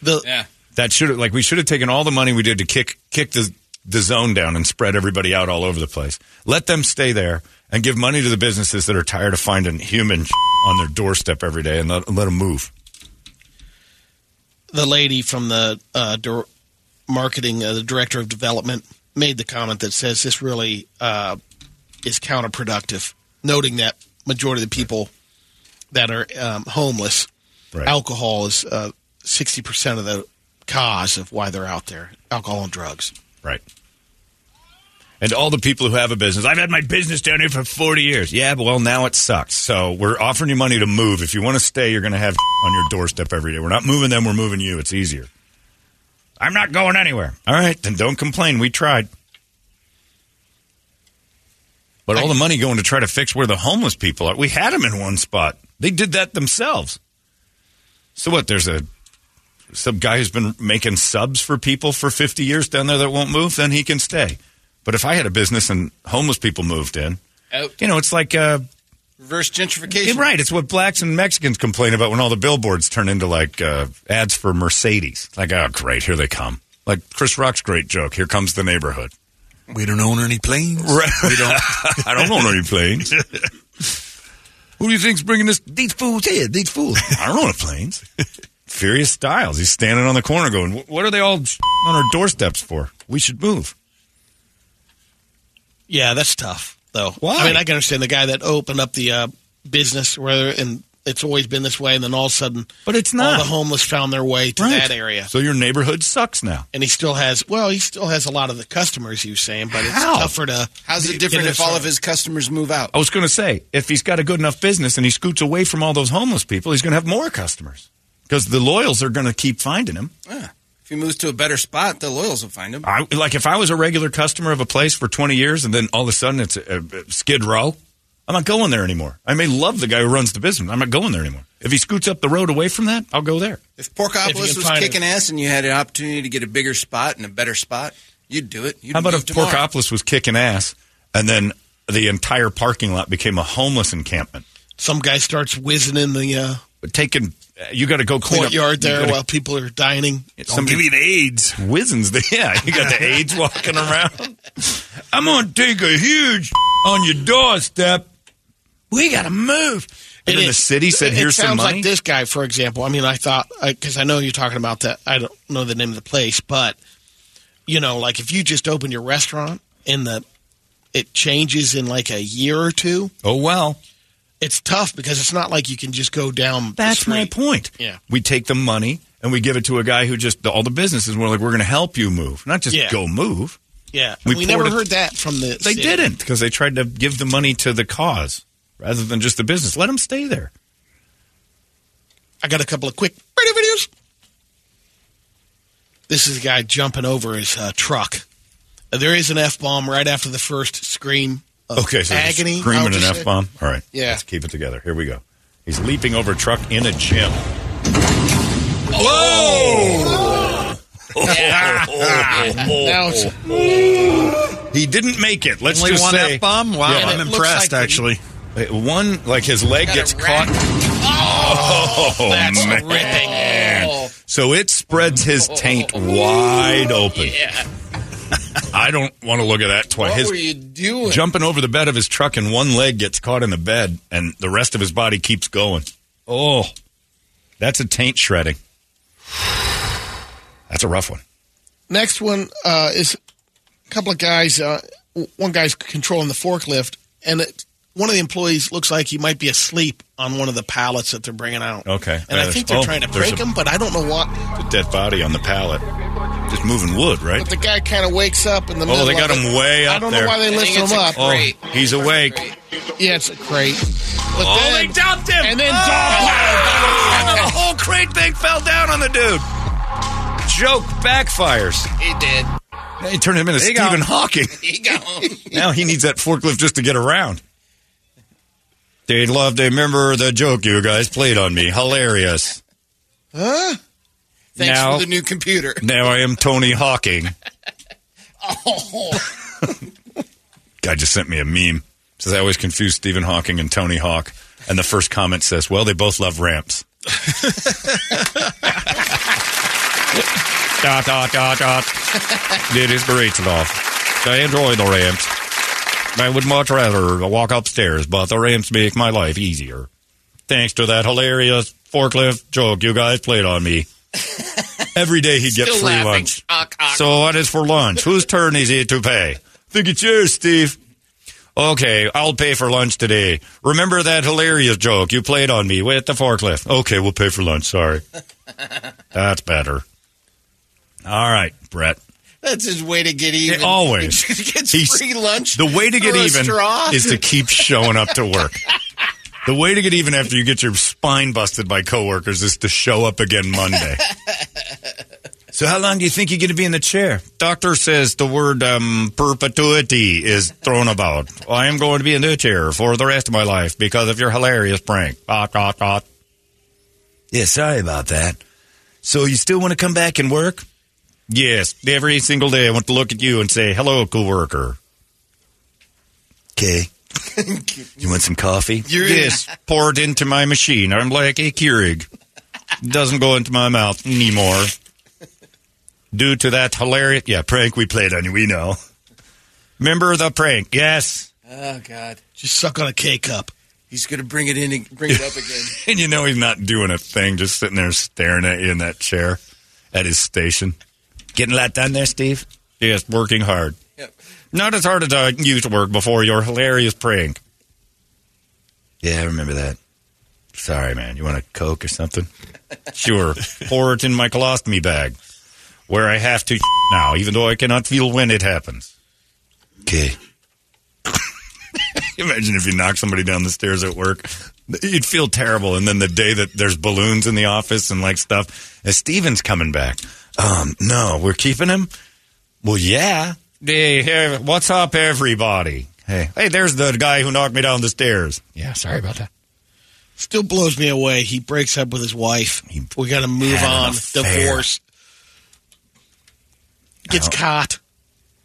S3: the
S1: That should have, like we should have taken all the money we did to kick kick the the zone down and spread everybody out all over the place. Let them stay there and give money to the businesses that are tired of finding human on their doorstep every day and let, let them move.
S3: the lady from the uh, dir- marketing, uh, the director of development, made the comment that says this really uh, is counterproductive, noting that majority of the people that are um, homeless, alcohol is uh, sixty percent of the cause of why they're out there. Alcohol and drugs.
S1: Right. And all the people who have a business, I've had my business down here for 40 years. Yeah, but well, now it sucks. So we're offering you money to move. If you want to stay, you're going to have on your doorstep every day. We're not moving them, we're moving you. It's easier. I'm not going anywhere. All right, then don't complain. We tried. But all the money going to try to fix where the homeless people are. We had them in one spot. They did that themselves. So what? There's a some guy who's been making subs for people for 50 years down there that won't move, then he can stay. But if I had a business and homeless people moved in,
S8: Out.
S1: you know, it's like uh,
S8: Reverse gentrification.
S1: yeah, right. It's what blacks and Mexicans complain about when all the billboards turn into like uh, ads for Mercedes. Like, oh, great, here they come. Like Chris Rock's great joke. Here comes the neighborhood.
S2: We don't own any planes.
S1: Right. I don't own any planes. Who do you think's bringing this? These fools here. These fools. I don't own a planes. Furious Styles. He's standing on the corner going, "Wh- "What are they all on our doorsteps for? We should move."
S3: Yeah, that's tough though.
S1: Why?
S3: I mean, I can understand the guy that opened up the uh, business, whether and it's always been this way, and then all of a sudden,
S1: but it's
S3: All the homeless found their way to
S1: Right.
S3: that area.
S1: So your neighborhood sucks now.
S3: and he still has well, he still has a lot of the customers you was saying, but it's
S1: How?
S3: tougher to.
S8: How's it different if all of his customers move out?
S1: I was going to say, if he's got a good enough business and he scoots away from all those homeless people, he's going to have more customers because the loyals are going to keep finding him.
S8: Yeah. If he moves to a better spot, the loyals will find him.
S1: I, like if I was a regular customer of a place for 20 years and then all of a sudden it's a, a Skid Row, I'm not going there anymore. I may love the guy who runs the business. I'm not going there anymore. If he scoots up the road away from that, I'll go there. If
S8: If
S1: you can
S8: Porkopolis was
S1: find
S8: kicking ass and you had an opportunity to get a bigger spot and a better spot, you'd do it. You'd
S1: How about
S8: move
S1: if
S8: tomorrow.
S1: Porkopolis was kicking ass and then the entire parking lot became a homeless encampment?
S3: Some guy starts whizzing in the uh,
S1: taking. You got to go clean up-
S3: courtyard
S1: you
S3: there
S1: gotta-
S3: while people are dining.
S1: the AIDS. Wizzins. The, yeah, you got the AIDS walking around. I'm going to take a huge on your doorstep. We got to move. And then the city said,
S3: it
S1: here's some
S3: sounds
S1: money.
S3: Like this guy, for example. I mean, I thought because I, know you're talking about that. I don't know the name of the place, but you know, like if you just open your restaurant and the it changes in like a year or two.
S1: Oh well,
S3: it's tough because it's not like you can just go down.
S1: That's
S3: the
S1: my
S3: street.
S1: point.
S3: Yeah.
S1: We take the money and we give it to a guy who just, all the businesses were like, we're going to help you move, not just
S3: Yeah.
S1: go move.
S3: Yeah,
S1: We
S3: we, never
S1: poured a-
S3: heard that from the.
S1: They
S3: city.
S1: didn't because they tried to give the money to the cause rather than just the business. Let them stay there.
S3: I got a couple of quick radio videos. This is a guy jumping over his uh, truck. Uh, There is an f bomb right after the first scream. Of
S1: Okay, so just
S3: Uh, agony. I would
S1: screaming an
S3: just say.
S1: f bomb. All right,
S3: Yeah.
S1: let's keep it together. Here we go. He's leaping over a truck in a gym.
S3: now it's
S1: He didn't make it. Let's
S2: Only
S1: just
S2: one
S1: say
S2: F-bomb? Wow, I'm And it looks impressed, like-
S1: actually. One like his leg gets caught. Oh,
S7: that's
S1: man.
S7: ripping.
S1: So it spreads his taint wide open. I don't want to look at that twice.
S8: What
S1: His-
S8: were you doing?
S1: Jumping over the bed of his truck, and one leg gets caught in the bed, and the rest of his body keeps going. Oh, that's a taint shredding. That's a rough one.
S3: Next one uh, is a couple of guys. Uh, w- one guy's controlling the forklift, and it, one of the employees looks like he might be asleep on one of the pallets that they're bringing out.
S1: Okay. Yeah,
S3: And I
S1: there's-
S3: think they're
S1: oh,
S3: trying to
S1: there's
S3: break
S1: a-
S3: him, but I don't know what.
S1: The dead body on the pallet, just moving wood, right?
S3: But the guy kind of wakes up in the middle.
S1: Oh, they
S3: of
S1: got
S3: it.
S1: him way up
S3: I don't
S1: there.
S3: know why they lifted him up. Oh.
S1: Oh, he's awake.
S3: Yeah, it's a crate. But
S1: Oh,
S3: then,
S1: they dumped him.
S3: And then
S1: Oh!
S3: dumped him.
S1: And then the whole crate thing fell down on the dude. Joke backfires.
S8: He did.
S1: They turned him into
S8: He
S1: Stephen
S8: gone.
S1: Hawking.
S8: He gone.
S1: Now he needs that forklift just to get around. They'd love to remember the joke you guys played on me. Hilarious.
S8: huh? Thanks
S1: Now-
S8: for the new computer.
S1: Now I am Tony Hawking.
S8: Oh.
S1: Guy just sent me a meme. Says I always confuse Stephen Hawking and Tony Hawk. And the first comment says, "Well, they both love ramps." dot dot dot dot. It is great enough. I enjoy the ramps. I would much rather walk upstairs, but the ramps make my life easier. Thanks to that hilarious forklift joke you guys played on me. Every day he'd get
S8: Still
S1: free
S8: laughing.
S1: lunch.
S8: Ock, ock.
S1: So what is for lunch? Whose turn is it to pay? think it's yours, Steve. Okay, I'll pay for lunch today. Remember that hilarious joke you played on me with the forklift? Okay, we'll pay for lunch. Sorry. That's better. All right, Brett.
S8: That's his way to get even.
S1: always.
S8: He gets
S1: He's-
S8: free lunch.
S1: The way to get
S8: for a
S1: even
S8: straw.
S1: is to keep showing up to work. The way to get even after you get your spine busted by coworkers is to show up again Monday. So how long do you think you're going to be in the chair? Doctor says the word um, perpetuity is thrown about. I am going to be in the chair for the rest of my life because of your hilarious prank. Dot, dot, dot. Yeah, sorry about that. So you still want to come back and work? Yes, every single day I want to look at you and say, hello, coworker. Okay. you want some coffee? yes, pour it into my machine. I'm like a Keurig. Doesn't go into my mouth anymore. Due to that hilarious, yeah, prank we played on you, we know. Remember the prank? Yes.
S8: Oh God.
S3: Just suck on a K cup.
S8: He's gonna bring it in and bring it up again.
S1: And you know he's not doing a thing, just sitting there staring at you in that chair at his station. Getting a lot done there, Steve? Yes, working hard.
S8: Yep.
S1: Not as hard as I used to work before your hilarious prank. Yeah, I remember that. Sorry, man. You want a Coke or something? sure. Pour it in my colostomy bag where I have to now, even though I cannot feel when it happens. Okay. Imagine if you knock somebody down the stairs at work. You'd feel terrible. And then the day that there's balloons in the office and like stuff, and Steven's coming back. Um, no, we're keeping him? Well, yeah. Hey, hey, what's up, everybody? Hey, hey, there's the guy who knocked me down the stairs. Yeah, sorry about that.
S3: Still blows me away. He breaks up with his wife. we got to move
S1: had an
S3: on.
S1: affair.
S3: Divorce. Gets caught.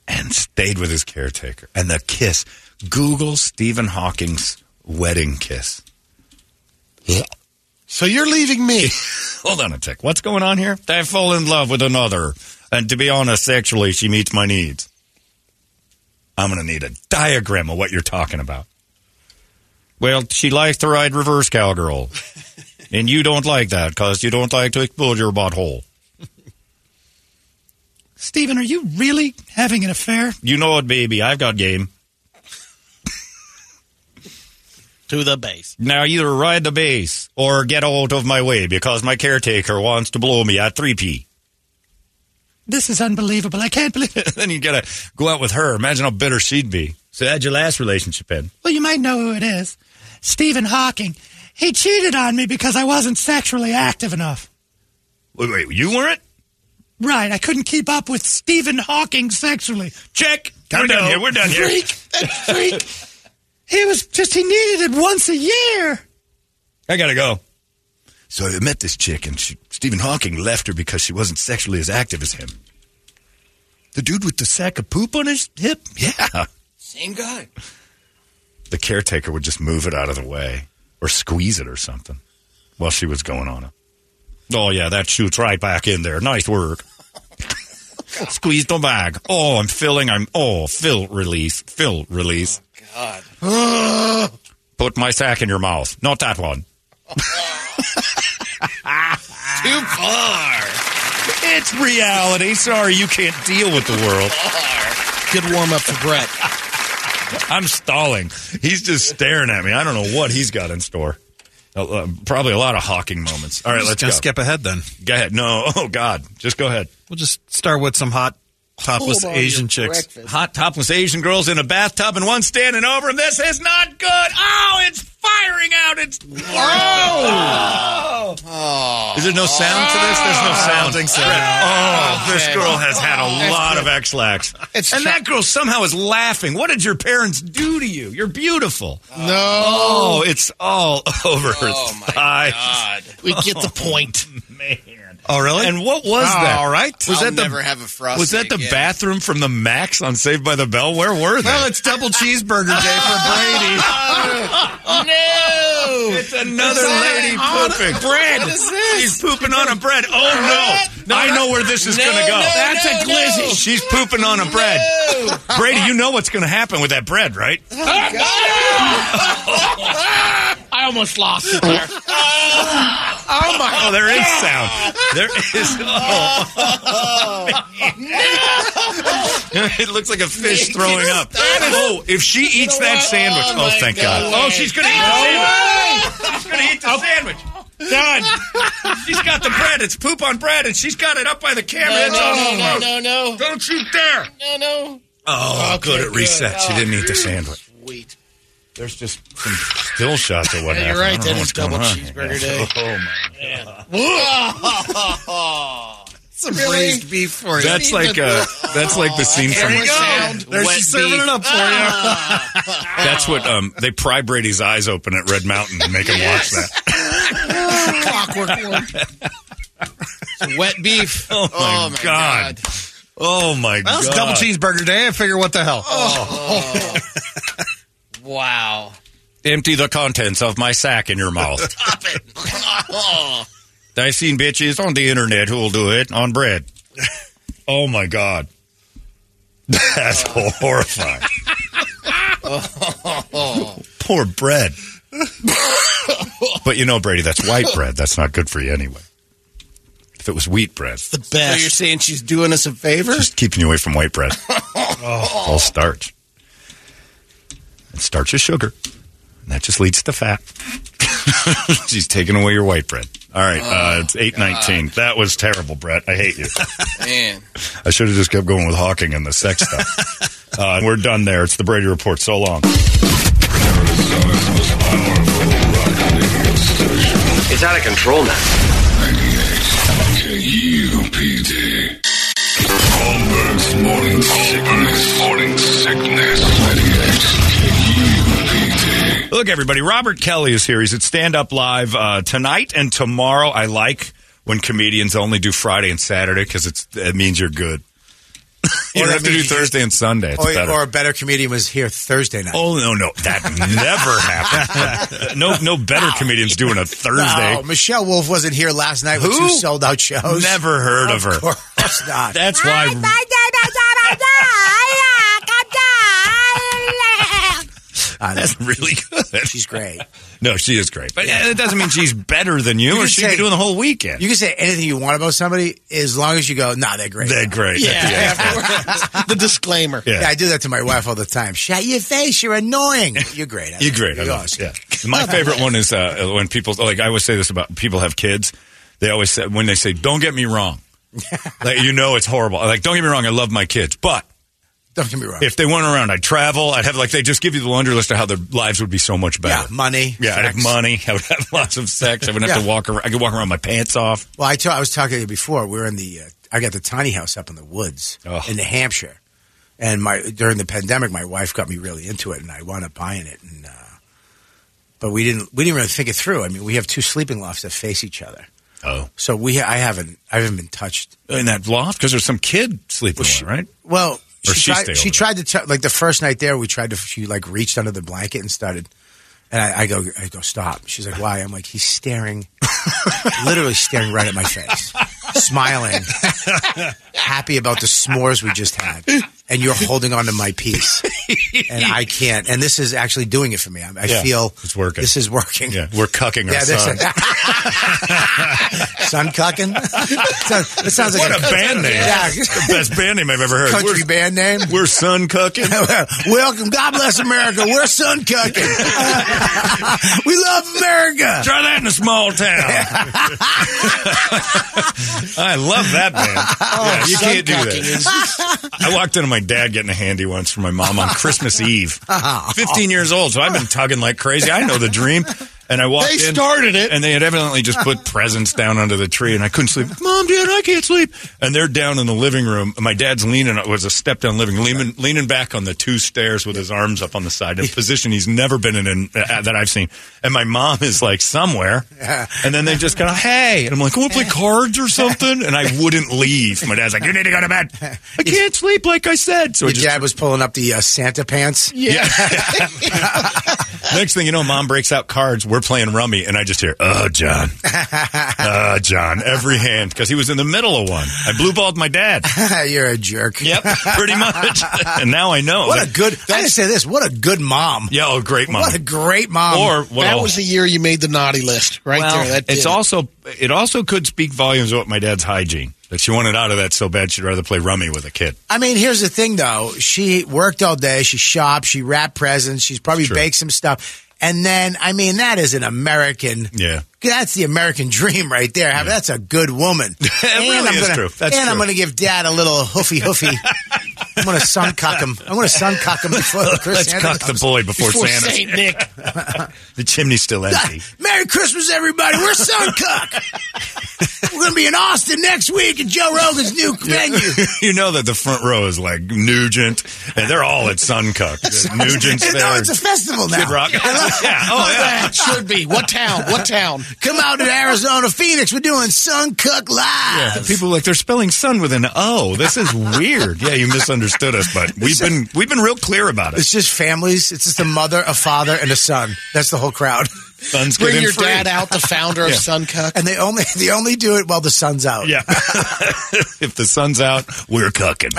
S1: and stayed with his caretaker. And the kiss. Google Stephen Hawking's wedding kiss.
S3: So you're leaving me.
S1: Hold on a tick. What's going on here? I fall in love with another. And to be honest, sexually, she meets my needs. I'm going to need a diagram of what you're talking about. Well, she likes to ride reverse cowgirl. and you don't like that because you don't like to explode your butthole.
S4: Steven, are you really having an affair?
S1: You know it, baby. I've got game.
S3: to the base.
S1: Now either ride the base or get out of my way because my caretaker wants to blow me at 3P.
S4: This is unbelievable. I can't believe it.
S1: then you gotta go out with her. Imagine how bitter she'd be. So how'd your last relationship end?
S4: Well, you might know who it is. Stephen Hawking. He cheated on me because I wasn't sexually active enough.
S1: Wait, wait, you weren't?
S4: Right, I couldn't keep up with Stephen Hawking sexually.
S1: Check. We're done here. We're done here.
S4: Freak, that freak. He was just, he needed it once a year.
S1: I gotta go. So I met this chick, and she, Stephen Hawking left her because she wasn't sexually as active as him. The dude with the sack of poop on his hip? Yeah.
S8: Same guy.
S1: The caretaker would just move it out of the way or squeeze it or something while she was going on it. Oh, yeah, that shoots right back in there. Nice work. Squeeze the bag. Oh, I'm filling. I'm oh, fill release, fill release.
S8: Oh, God.
S1: Put my sack in your mouth. Not that one.
S8: Too far.
S1: It's reality. Sorry, you can't deal with the world.
S3: Good warm up for Brett.
S1: I'm stalling. He's just staring at me. I don't know what he's got in store. Uh, uh, probably a lot of hawking moments. All right,
S2: Just
S1: let's go.
S2: gonna skip ahead then.
S1: Go ahead. No, oh God, just go ahead.
S2: We'll just start with some hot topless
S1: Hold on
S2: Asian
S1: your
S2: chicks.
S1: Hot topless Asian girls in a bathtub and one standing over him. This is not good. Oh, it's firing out. It's oh. Is there no sound to this? There's no sound. I don't think so. Oh, this
S3: Okay.
S1: girl has had a
S3: That's
S1: lot
S3: good.
S1: of X-Lax. And
S3: It's
S1: that girl somehow is laughing. What did your parents do to you? You're beautiful.
S3: No.
S1: Oh, it's all over her
S8: Oh, my
S1: thighs.
S8: God.
S3: We get the point.
S1: Man.
S2: Oh, really?
S1: And what was that?
S2: All right.
S1: Was
S8: I'll
S1: that the
S8: never have a frosty
S1: Was that the
S8: again.
S1: bathroom from the Max on Saved by the Bell? Where were they?
S2: Well, it's double cheeseburger day for Brady.
S8: No.
S1: It's another lady pooping. Bread. Oh, What is this? She's pooping on a bread. Oh no. I know where this is
S8: No,
S1: gonna go.
S8: no, That's a no, glizzy. no.
S1: She's pooping on a bread. Brady, you know what's gonna happen with that bread, right?
S3: I almost lost it there.
S1: Oh my Oh, there is sound. There is oh. it looks like a fish throwing up. Oh, if she eats that sandwich. Oh, thank God. Oh, she's gonna eat the sandwich. She's gonna eat the sandwich. Done. She's got the bread. It's poop on bread, and she's got it up by the camera. it's all over.
S3: no, no,
S1: Don't you dare!
S3: no, no.
S1: Oh,
S3: Okay,
S1: good at
S3: good. Oh.
S1: reset. She didn't eat the sandwich.
S3: Wait.
S1: There's just some still shots of what
S3: Yeah, you're
S1: happened. I don't
S3: right. That
S1: know
S3: is
S1: what's going
S3: double
S1: on.
S3: cheeseburger day.
S1: Oh my!
S2: Some braised beef for you.
S1: That's like uh, that's like the scene from.
S2: There she's serving it up for you.
S1: That's what um, they pry Brady's eyes open at Red Mountain and make him watch that.
S3: Clockwork orange.
S8: Wet beef.
S1: Oh my, God. Oh my
S2: Well, it's
S1: God! Oh.
S2: double cheeseburger day. I figure what the hell. Oh.
S8: Wow.
S1: Empty the contents of my sack in your mouth.
S8: Stop it. Oh.
S1: I've seen bitches on the internet who will do it on bread. oh my god, that's horrifying. Poor bread. but you know, Brady, that's white bread. That's not good for you anyway. If it was wheat bread,
S3: The
S8: So you're
S3: best.
S8: saying she's doing us a favor?
S1: just keeping you away from white bread. All starch. And starch is sugar. And that just leads to fat. She's taking away your white bread. All right,
S4: Oh,
S1: uh, it's eight nineteen. That was terrible, Brett. I hate you.
S8: Man.
S1: I should have just kept going with Hawking and the sex stuff. uh, we're done there. It's the Brady Report. So long.
S6: It's out of control now.
S7: 98 KUPD. Holmberg's morning sickness. Morning sickness. 98 KUPD.
S1: Look, everybody, Robert Kelly is here. He's at Stand Up Live uh, tonight and tomorrow. I like when comedians only do Friday and Saturday because it means you're good. you
S9: Or
S1: don't
S9: that
S1: have to do
S9: means you-
S1: Thursday and Sunday. It's
S9: Or,
S1: better.
S9: or a better comedian was here Thursday night.
S1: Oh no no that never happened. no no better comedians doing a Thursday.
S9: Wow, Michelle Wolf wasn't here last night with
S1: Who?
S9: two sold out shows.
S1: Never heard of her.
S9: Of course not.
S1: That's why.
S9: I know.
S1: Ah, That's really good.
S9: She's great.
S1: No, she is great, but it doesn't mean she's better than you,
S9: You
S1: or
S9: can
S1: she could be
S9: say-
S1: doing the whole weekend.
S9: You can say anything you want about somebody as long as you go, nah, they're great.
S1: They're great.
S3: Yeah. afterwards. the disclaimer.
S1: Yeah.
S9: Yeah, I do that to my wife all the time. Shut your face. You're annoying. You're great. I
S1: You're
S9: love
S1: great.
S9: you.
S1: I
S9: You're
S1: love it.
S9: awesome.
S1: Yeah. My favorite one is uh, when people like I always say this about people have kids. They always say when they say, "Don't get me wrong," like you know it's horrible. Like don't get me wrong, I love my kids, but
S9: Don't get me wrong.
S1: if they weren't around, I'd travel. I'd have like they just give you the laundry list of how their lives would be so much
S9: yeah,
S1: better.
S9: money.
S1: Yeah, I'd have
S9: sex.
S1: money. I would have lots of sex. I wouldn't have to
S9: Yeah.
S1: walk around. I could walk around with my pants off.
S9: Well, I, told, I was talking to you before. We were in the. Uh, I got the tiny house up in the woods
S1: Oh.
S9: in New Hampshire, and my during the pandemic, my wife got me really into it, and I wound up buying it. And uh, but we didn't we didn't really think it through. I mean, we have two sleeping lofts that face each other,
S1: Oh,
S9: so we I haven't I haven't been touched.
S1: in that loft because there's some kid sleeping,
S9: she-
S1: in one, right?
S9: Well,
S1: Or
S9: she,
S1: she stay
S9: tried, she
S1: over.
S9: tried to t- like the first night there. We tried to she like reached under the blanket and started. And I, I go, I go, stop. She's like, why? I'm like, he's staring, literally staring right at my face. smiling, happy about the s'mores we just had, and you're holding on to my piece, and I can't. And this is actually doing it for me. I, I
S1: Yeah,
S9: feel
S1: it's working.
S9: This is working.
S1: Yeah, we're cucking our
S9: Yeah, that's
S1: son.
S9: it. son cucking. It sounds like
S1: what a, band name.
S9: Yeah,
S1: It's the best band name I've ever heard.
S9: Country
S1: We're-
S9: band name.
S1: We're Sun Cucking.
S9: Welcome, God bless America. We're Sun Cucking. we love America.
S1: Try that in a small town. I love that band.
S9: Oh,
S1: Yeah, you can't do that. I walked into my dad getting a handy once from my mom on Christmas Eve. 15 years old, so I've been tugging like crazy. I know the dream. And I walked
S3: They
S1: in.
S3: started it.
S1: And they had evidently just put presents down under the tree, and I couldn't sleep. Mom, Dad, I can't sleep. And they're down in the living room. My dad's leaning, it was a step down living, leaning, leaning back on the two stairs with his arms up on the side, in a position he's never been in, in uh, that I've seen. And my mom is like somewhere. And then they just kind of, hey. And I'm like, I want to play cards or something. And I wouldn't leave. My dad's like, you need to go to bed. I can't sleep, like I said. So I
S9: Your
S1: just
S9: dad was pulling up the uh, Santa pants.
S1: Yeah. Next thing you know, mom breaks out cards. We're playing rummy, and I just hear, "Oh, John, uh, John," every hand because he was in the middle of one. I blue balled my dad.
S9: You're a jerk.
S1: Yep, pretty much. and now I know.
S9: What a good. I gotta say this. What a good mom.
S1: yeah, oh, great mom.
S9: What a great mom.
S1: Or what
S3: that
S1: a-
S3: was the year you made the naughty list, right
S1: well,
S3: there. That did
S1: it's
S3: it.
S1: also it also could speak volumes about my dad's hygiene. That she wanted out of that so bad, she'd rather play rummy with a kid.
S9: I mean, here's the thing though. She worked all day. She shopped. She wrapped presents. She's probably
S1: Sure.
S9: baked some stuff. And then, I mean, that is an American.
S1: Yeah.
S9: That's the American dream right there. Have- That's a good woman. and
S1: really
S9: I'm
S1: is
S9: gonna,
S1: true. That's
S9: and
S1: true.
S9: I'm going to give dad a little hoofy hoofy. I'm going to sun cuck him. I'm going to sun cuck him before Chris
S1: Let's
S9: Santa
S1: cuck
S9: comes.
S1: the boy before,
S3: before
S1: Santa.
S3: Saint Nick.
S1: The chimney's still empty.
S9: Merry Christmas, everybody. We're Suncock. We're going to be in Austin next week at Joe Rogan's new venue.
S1: you know that the front row is like Nugent, and they're all at Suncook. Nugent's there.
S9: no, it's a festival now.
S1: Kid Rock. yeah. Oh, yeah.
S3: That should be what town? What town?
S9: Come out to Arizona, Phoenix. We're doing Suncook
S1: Yeah, the
S9: Live.
S1: people are like they're spelling sun with an O. This is weird. Yeah, you misunderstood us, but we've been we've been real clear about it.
S9: It's just families. It's just a mother, a father, and a son. That's the whole crowd.
S1: Sun's
S3: Bring
S1: getting
S3: your
S1: free.
S3: dad out, the founder
S1: Yeah.
S3: of Suncuck.
S9: And they only they only do it while the sun's out.
S1: Yeah. if the sun's out, we're cooking.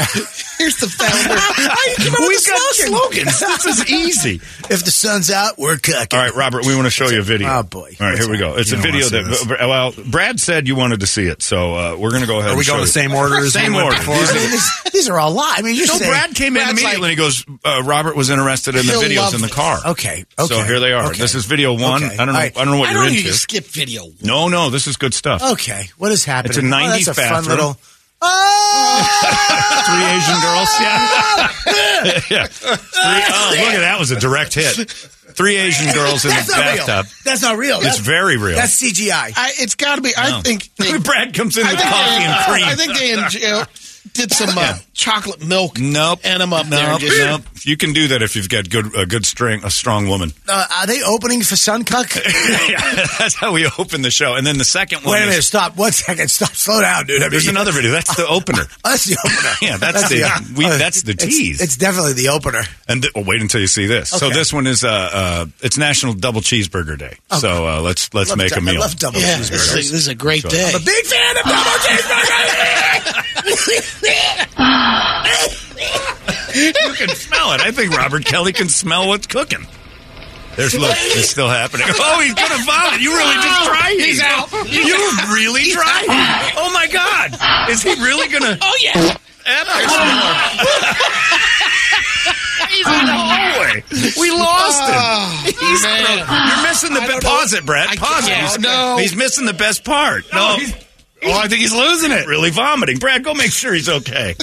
S3: Here's the founder.
S1: We've got slogans. This is easy.
S9: If the sun's out, we're cooking.
S1: All right, Robert, we want to show you a video.
S9: Oh, boy.
S1: All right, here we go. It's
S2: You
S1: a
S2: don't
S1: video
S2: wanna see
S1: that well, Brad said you wanted to see it, so uh, we're going to go ahead.
S2: Are
S1: and
S2: we
S1: show
S2: going the
S1: you.
S2: same order as
S1: Same
S2: we went
S1: order.
S2: before?
S9: I mean, this, these are all lies. I mean, you're
S1: No,
S9: saying,
S1: Brad came in
S3: Brad's
S1: immediately and he goes, uh, Robert was interested in the
S3: He'll
S1: videos
S3: love
S1: in the
S3: this.
S1: car.
S9: Okay, okay.
S1: So here they are.
S9: okay.
S1: This is video one.
S9: Okay,
S1: I don't know.
S9: all right.
S1: I don't know what
S3: I
S1: you're
S3: don't need
S1: into.
S3: to skip video.
S1: No, no, this is good stuff.
S9: Okay, what is happening?
S1: It's a
S9: Oh,
S1: 90s
S9: that's a fun
S1: bathroom.
S9: little. Oh!
S1: Three Asian girls. Yeah. yeah. Three, oh, look at that was a direct hit. Three Asian girls in the
S9: That's not real.
S1: bathtub.
S9: That's not real.
S1: It's very real.
S9: That's CGI.
S3: I, it's got to be. I think. They,
S1: Brad comes in
S3: I
S1: with
S3: think
S1: coffee
S3: they-
S1: and cream.
S3: I think they in jail did some uh, chocolate milk.
S1: Nope.
S3: And I'm up there.
S1: Nope.
S3: and Just,
S1: nope. You can do that if you've got good a good string a strong woman.
S9: Uh, are they opening for Suncock?
S1: yeah, that's how we open the show. And then the second one
S9: Wait a
S1: is-
S9: minute, stop. One second, stop. Slow down, dude. I mean,
S1: There's another video. That's the opener.
S9: Oh, that's the opener.
S1: Yeah, that's the- we- that's the
S9: it's-
S1: tease.
S9: It's, definitely the opener.
S1: And th- well, wait until you see this. So
S9: Okay.
S1: this one is uh, uh it's National Double Cheeseburger Day. So uh, let's let's
S9: Love
S1: make
S9: dou-
S1: a meal.
S9: I love double
S3: yeah, this
S9: cheeseburgers.
S3: is, a- this is a great day.
S9: I'm a big fan of double cheeseburgers.
S1: you can smell it. I think Robert Kelly can smell what's cooking. There's look, it's still happening. Oh, he's gonna vomit. You really just tried. He's out. You really tried. Oh my God, is he really gonna? Oh yeah.
S9: Oh,
S1: He's in the hallway. We lost
S9: Oh.
S1: him. He's You're missing the best. Pause it, Brett. Pause it. He's,
S3: no.
S1: he's missing the best part. No. oh, I think he's losing it. Really vomiting. Brad, go make sure he's okay.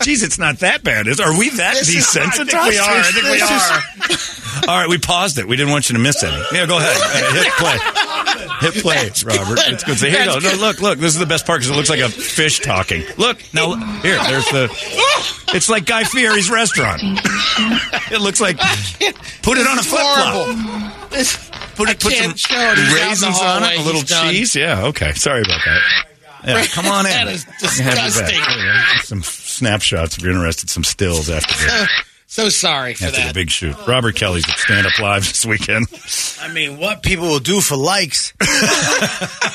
S1: Jeez, it's not that bad. Is are we that
S3: This is-
S1: desensitized?
S3: I think we are. I think we
S1: are. All right, we paused it. We didn't want you to miss any. Yeah, go ahead. Uh, hit play. Hit play, Robert.
S3: good.
S1: It's good. So here you go.
S3: That's
S1: No, look, look. This is the best part because it looks like a fish talking. Look now. Here, there's the. It's like Guy Fieri's restaurant. It looks like. Put it on a
S3: It's
S1: flip flop.
S3: horrible. This-
S1: Put
S3: I
S1: it. Put some
S3: can't show it. He's out in the
S1: raisins on
S3: hallway.
S1: it. A little
S3: He's done.
S1: cheese. Yeah. Okay. Sorry about that. Yeah, come on in.
S3: That is
S1: You can have your back.
S3: disgusting.
S1: Yeah, Some snapshots if you're interested. Some stills after this.
S3: So sorry for
S1: After
S3: that.
S1: the big shoot. Robert Kelly's at Stand Up Live this weekend.
S9: I mean, what people will do for likes.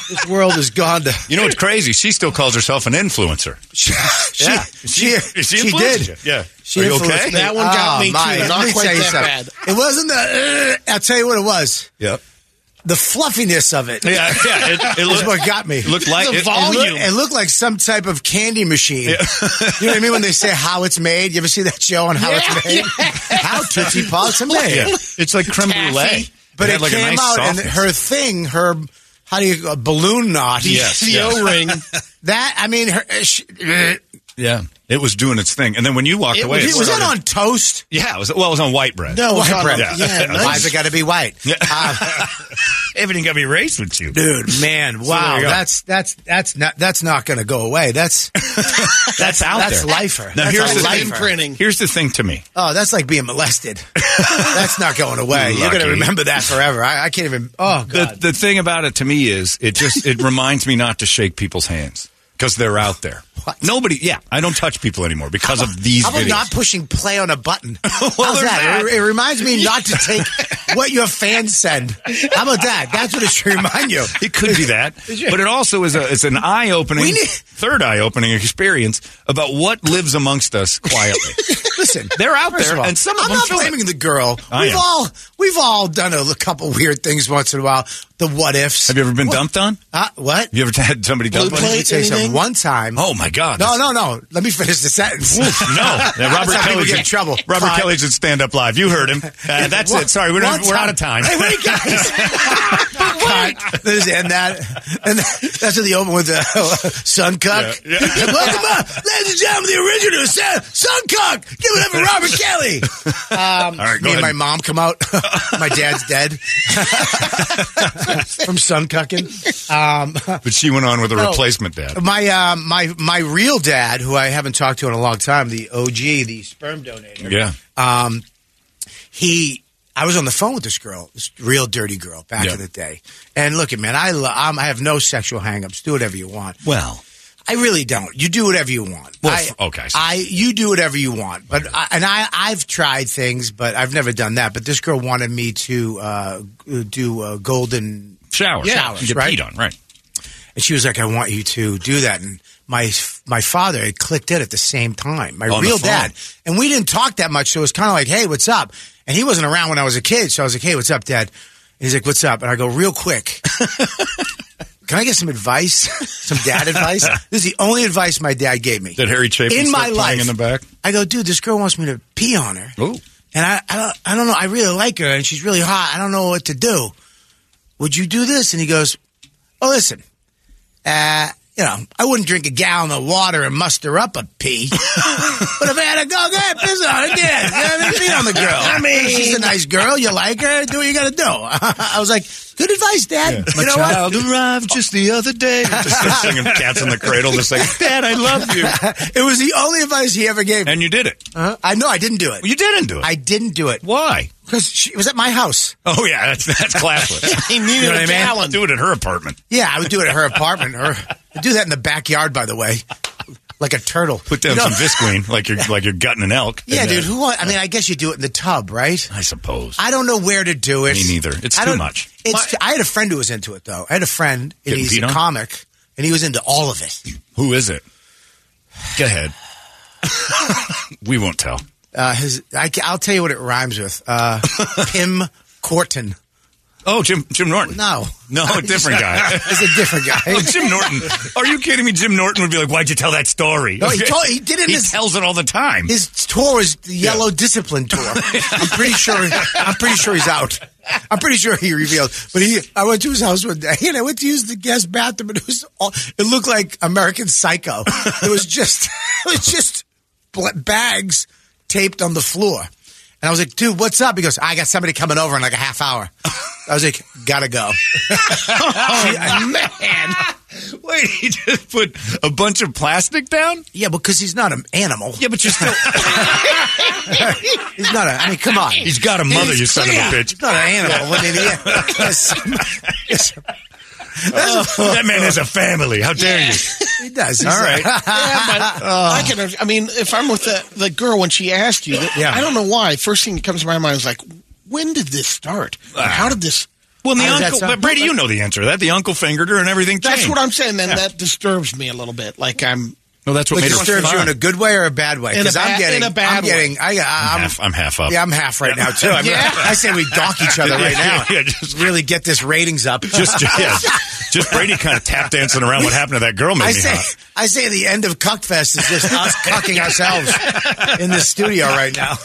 S9: this world is gone to.
S1: You know what's crazy? She still calls herself an influencer.
S9: yeah, she,
S1: she,
S9: she
S1: influenced
S9: did.
S1: you. Yeah.
S9: She
S1: Are you
S9: influenced
S1: okay?
S9: me. Oh, my. Let me tell you something. It wasn't the. uh, I'll tell you what it was.
S1: Yep.
S9: The fluffiness of it.
S1: Yeah, yeah, it- it
S9: Is
S1: looked-
S9: what got me.
S1: it looked like- The
S9: it, looked- It
S1: volume.
S9: looked, like some type of candy machine. you know what I mean? When they say how it's made, you ever see that show on how it's made? how Tootsie Pops are made.
S1: Yeah. It's like creme brulee. It
S9: But it,
S1: had, like, a
S9: came
S1: nice
S9: out and
S1: softness.
S9: her thing, her how do you a balloon knot?
S1: Yes, The yes. O-ring.
S9: that I mean, her, uh, she,
S1: Yeah. It was doing its thing. And then when you walked
S9: It
S1: away,
S9: was-
S1: it
S9: was that
S1: started-
S9: on toast?
S1: Yeah. It was, well, it was on white bread.
S9: No, it was on- yeah, nice. Why's it
S1: got
S9: to be white?
S1: Yeah. Ah, Everything got me raised with you.
S9: dude, man, wow,
S1: there you go.
S9: that's that's that's not that's not going to go away. That's that's,
S1: That's out
S9: that's
S1: there.
S9: lifer.
S1: Now,
S9: that's
S1: here's
S9: a
S1: the thing.
S9: lifer.
S1: Here's the thing to me.
S9: Oh, that's like being molested. that's not going away. You're going to
S1: Lucky.
S9: remember that forever. I, I can't even. Oh god,
S1: The, the thing about it to me is it just it reminds me not to shake people's hands because they're out there. Nobody, yeah, I don't touch people anymore because of these
S9: How about
S1: videos.
S9: not pushing play on a button? How's
S1: there's
S9: that?
S1: that.
S9: It, it reminds me not to take what your fans send. How about that? That's what it should remind you.
S1: It could be that, but it also is a it's an eye opening,
S9: We need-
S1: third eye opening experience about what lives amongst us quietly.
S9: Listen,
S1: they're out
S9: first
S1: there,
S9: of all,
S1: and some of
S9: I'm
S1: them
S9: not
S1: feel it.
S9: blaming the girl.
S1: I
S9: we've
S1: am.
S9: all we've all done a l- couple weird things once in a while. The what ifs.
S1: Have you ever been
S9: What-
S1: dumped on?
S9: Uh, what?
S1: You ever had somebody
S9: Blue
S1: dump on
S9: plate,
S1: you?
S9: Let me tell you something. anything? One time.
S1: Oh my God!
S9: No, no, no. Let me finish the sentence.
S1: Oof, no, Now, Robert
S9: That's how people
S1: Kelly's
S9: get
S1: in
S9: in trouble.
S1: Robert
S9: Fine.
S1: Kelly's in stand up live. You heard him. Uh, that's
S9: One-
S1: it. Sorry, we're, not,
S9: one
S1: we're out of time.
S9: Hey, wait, guys. Cut. This- and that, and that- that's in the open with uh, the sun cuck.
S1: Yeah, yeah.
S9: Welcome up, ladies and gentlemen, the original sun, sun cuck. Give it up for Robert Kelly. Um,
S1: All right, go
S9: me and my
S1: ahead.
S9: mom come out. my dad's dead from sun cucking. Um,
S1: But she went on with a
S9: No.
S1: replacement dad.
S9: my um, my my real dad, who I haven't talked to in a long time, the OG, the sperm donator.
S1: Yeah.
S9: Um, he, I was on the phone with this girl, this real dirty girl back
S1: Yeah.
S9: in the day. And look at man, I lo- I'm, I have no sexual hangups. Do whatever you want.
S1: Well,
S9: I really don't. You do whatever you want.
S1: Well,
S9: I-
S1: f- okay, so-
S9: I you do whatever you want, but I, and I I've tried things, but I've never done that. But this girl wanted me to uh, g- do uh, golden
S1: shower.
S9: Showers,
S1: You get
S9: right?
S1: peed on, right?
S9: and she was like, "I want you to do that." And my my father had clicked in at the same time, my
S1: On the
S9: real
S1: phone.
S9: dad, and we didn't talk that much, so it was kind of like, "Hey, what's up?" And he wasn't around when I was a kid, so I was like, "Hey, what's up, Dad?" And he's like, "What's up?" And I go, "Real quick, can I get some advice? some dad advice? This is the only advice my dad gave me
S1: Did Harry Chapin
S9: in
S1: start
S9: my
S1: playing
S9: life
S1: in the back?
S9: I go, dude, this girl wants me to pee on her.
S1: Oh,
S9: And I, I don't, I don't know. I really like her, and she's really hot. I don't know what to do. Would you do this? And he goes, Oh, listen, uh, you know, I wouldn't drink a gallon of water and muster up a pee. but if I had to go, go ahead, piss on her, yeah, yeah, pee on the girl. I mean, she's a nice girl. You like her. Do what you got to do. I was like, Good advice, Dad. You know what?
S1: arrived just the other day. just start singing "Cats in the Cradle." Just like, Dad, I love you,
S9: It was the only advice he ever gave me.
S1: and you did it.
S9: Uh-huh. I know I didn't do it.
S1: You didn't do it.
S9: I didn't do it
S1: Why?
S9: because she was at my house.
S1: Oh yeah, that's that's classless.
S3: He needed
S9: You know what I
S3: a
S9: mean?
S3: gallon.
S1: Do it at her apartment.
S9: Yeah, I would do it at her apartment. Her I do that in the backyard, by the way, like a turtle.
S1: Put down
S9: You know-
S1: some visqueen, like you're like you're gutting an elk.
S9: Yeah,
S1: And, uh,
S9: dude. Who? Want, I mean, I guess you do it in the tub, right?
S1: I suppose.
S9: I don't know where to do it.
S1: Me neither. It's
S9: I
S1: too
S9: don't-
S1: much.
S9: It's. I had a friend who was into it though. I had a friend, and
S1: Getting
S9: he's
S1: peed
S9: a
S1: on?
S9: comic, and he was into all of it.
S1: Who is it? Go ahead. we won't tell.
S9: Uh, his, I, will tell you what it rhymes with. Uh, Pim Corton.
S1: Oh, Jim Jim Norton.
S9: No,
S1: No, a different guy.
S9: it's a different guy.
S1: Oh, Jim Norton. Are you kidding me? Jim Norton would be like, "Why'd you tell that story?"
S9: No, he told- he did it in
S1: He
S9: his-
S1: tells it all the time.
S9: His tour is the Yellow Discipline Tour. I'm pretty sure. I'm pretty sure he's out. I'm pretty sure he revealed. But he, I went to his house one day, and I went to use the guest bathroom, and it was all. It looked like American Psycho. It was just. It was just bl- bags taped on the floor. And I was like, dude, what's up? He goes, I got somebody coming over in like a half hour. I was like, gotta go.
S1: oh man! Wait, he just put a bunch of plastic down.
S9: Yeah, because he's not an animal.
S1: Yeah, but you're still.
S9: He's not a, I mean, come on.
S1: He's got a mother, you son of a bitch.
S9: He's not an animal. I mean, yeah. Yes.
S1: that man has a family. How dare you?
S9: He does. He's
S3: All right. Oh.
S9: like-
S3: yeah, but I can. I mean, if I'm with the, the girl when she asked you, that,
S9: Yeah.
S3: I don't know why. First thing that comes to my mind is like, when did this start? Or how did this?
S1: Well, and the
S3: how did that
S1: uncle,
S3: start?
S1: but Brady, you know the answer to that. The uncle fingered her and everything.
S3: That's
S1: changed.
S3: what I'm saying. Then
S1: Yeah.
S3: that disturbs me a little bit. Like I'm.
S1: No, that's what
S9: Like,
S1: made her
S9: disturbs you
S1: fun.
S9: in a good way or a bad way?
S3: In a
S9: Because I'm
S3: bad-
S9: getting,
S3: in a bad
S9: I'm getting,
S3: way.
S9: I, I,
S1: I'm,
S9: I'm,
S1: half, I'm half up.
S9: yeah, I'm half right now too. I, mean,
S3: Yeah.
S9: I say we donk each other right now.
S1: Yeah, just-
S9: really get this ratings up.
S1: just yeah, just Brady kind of tap dancing around. What happened to that girl? Made
S9: I
S1: me
S9: say,
S1: hot.
S9: I say, the end of Cuckfest is just us cucking ourselves in this studio right now.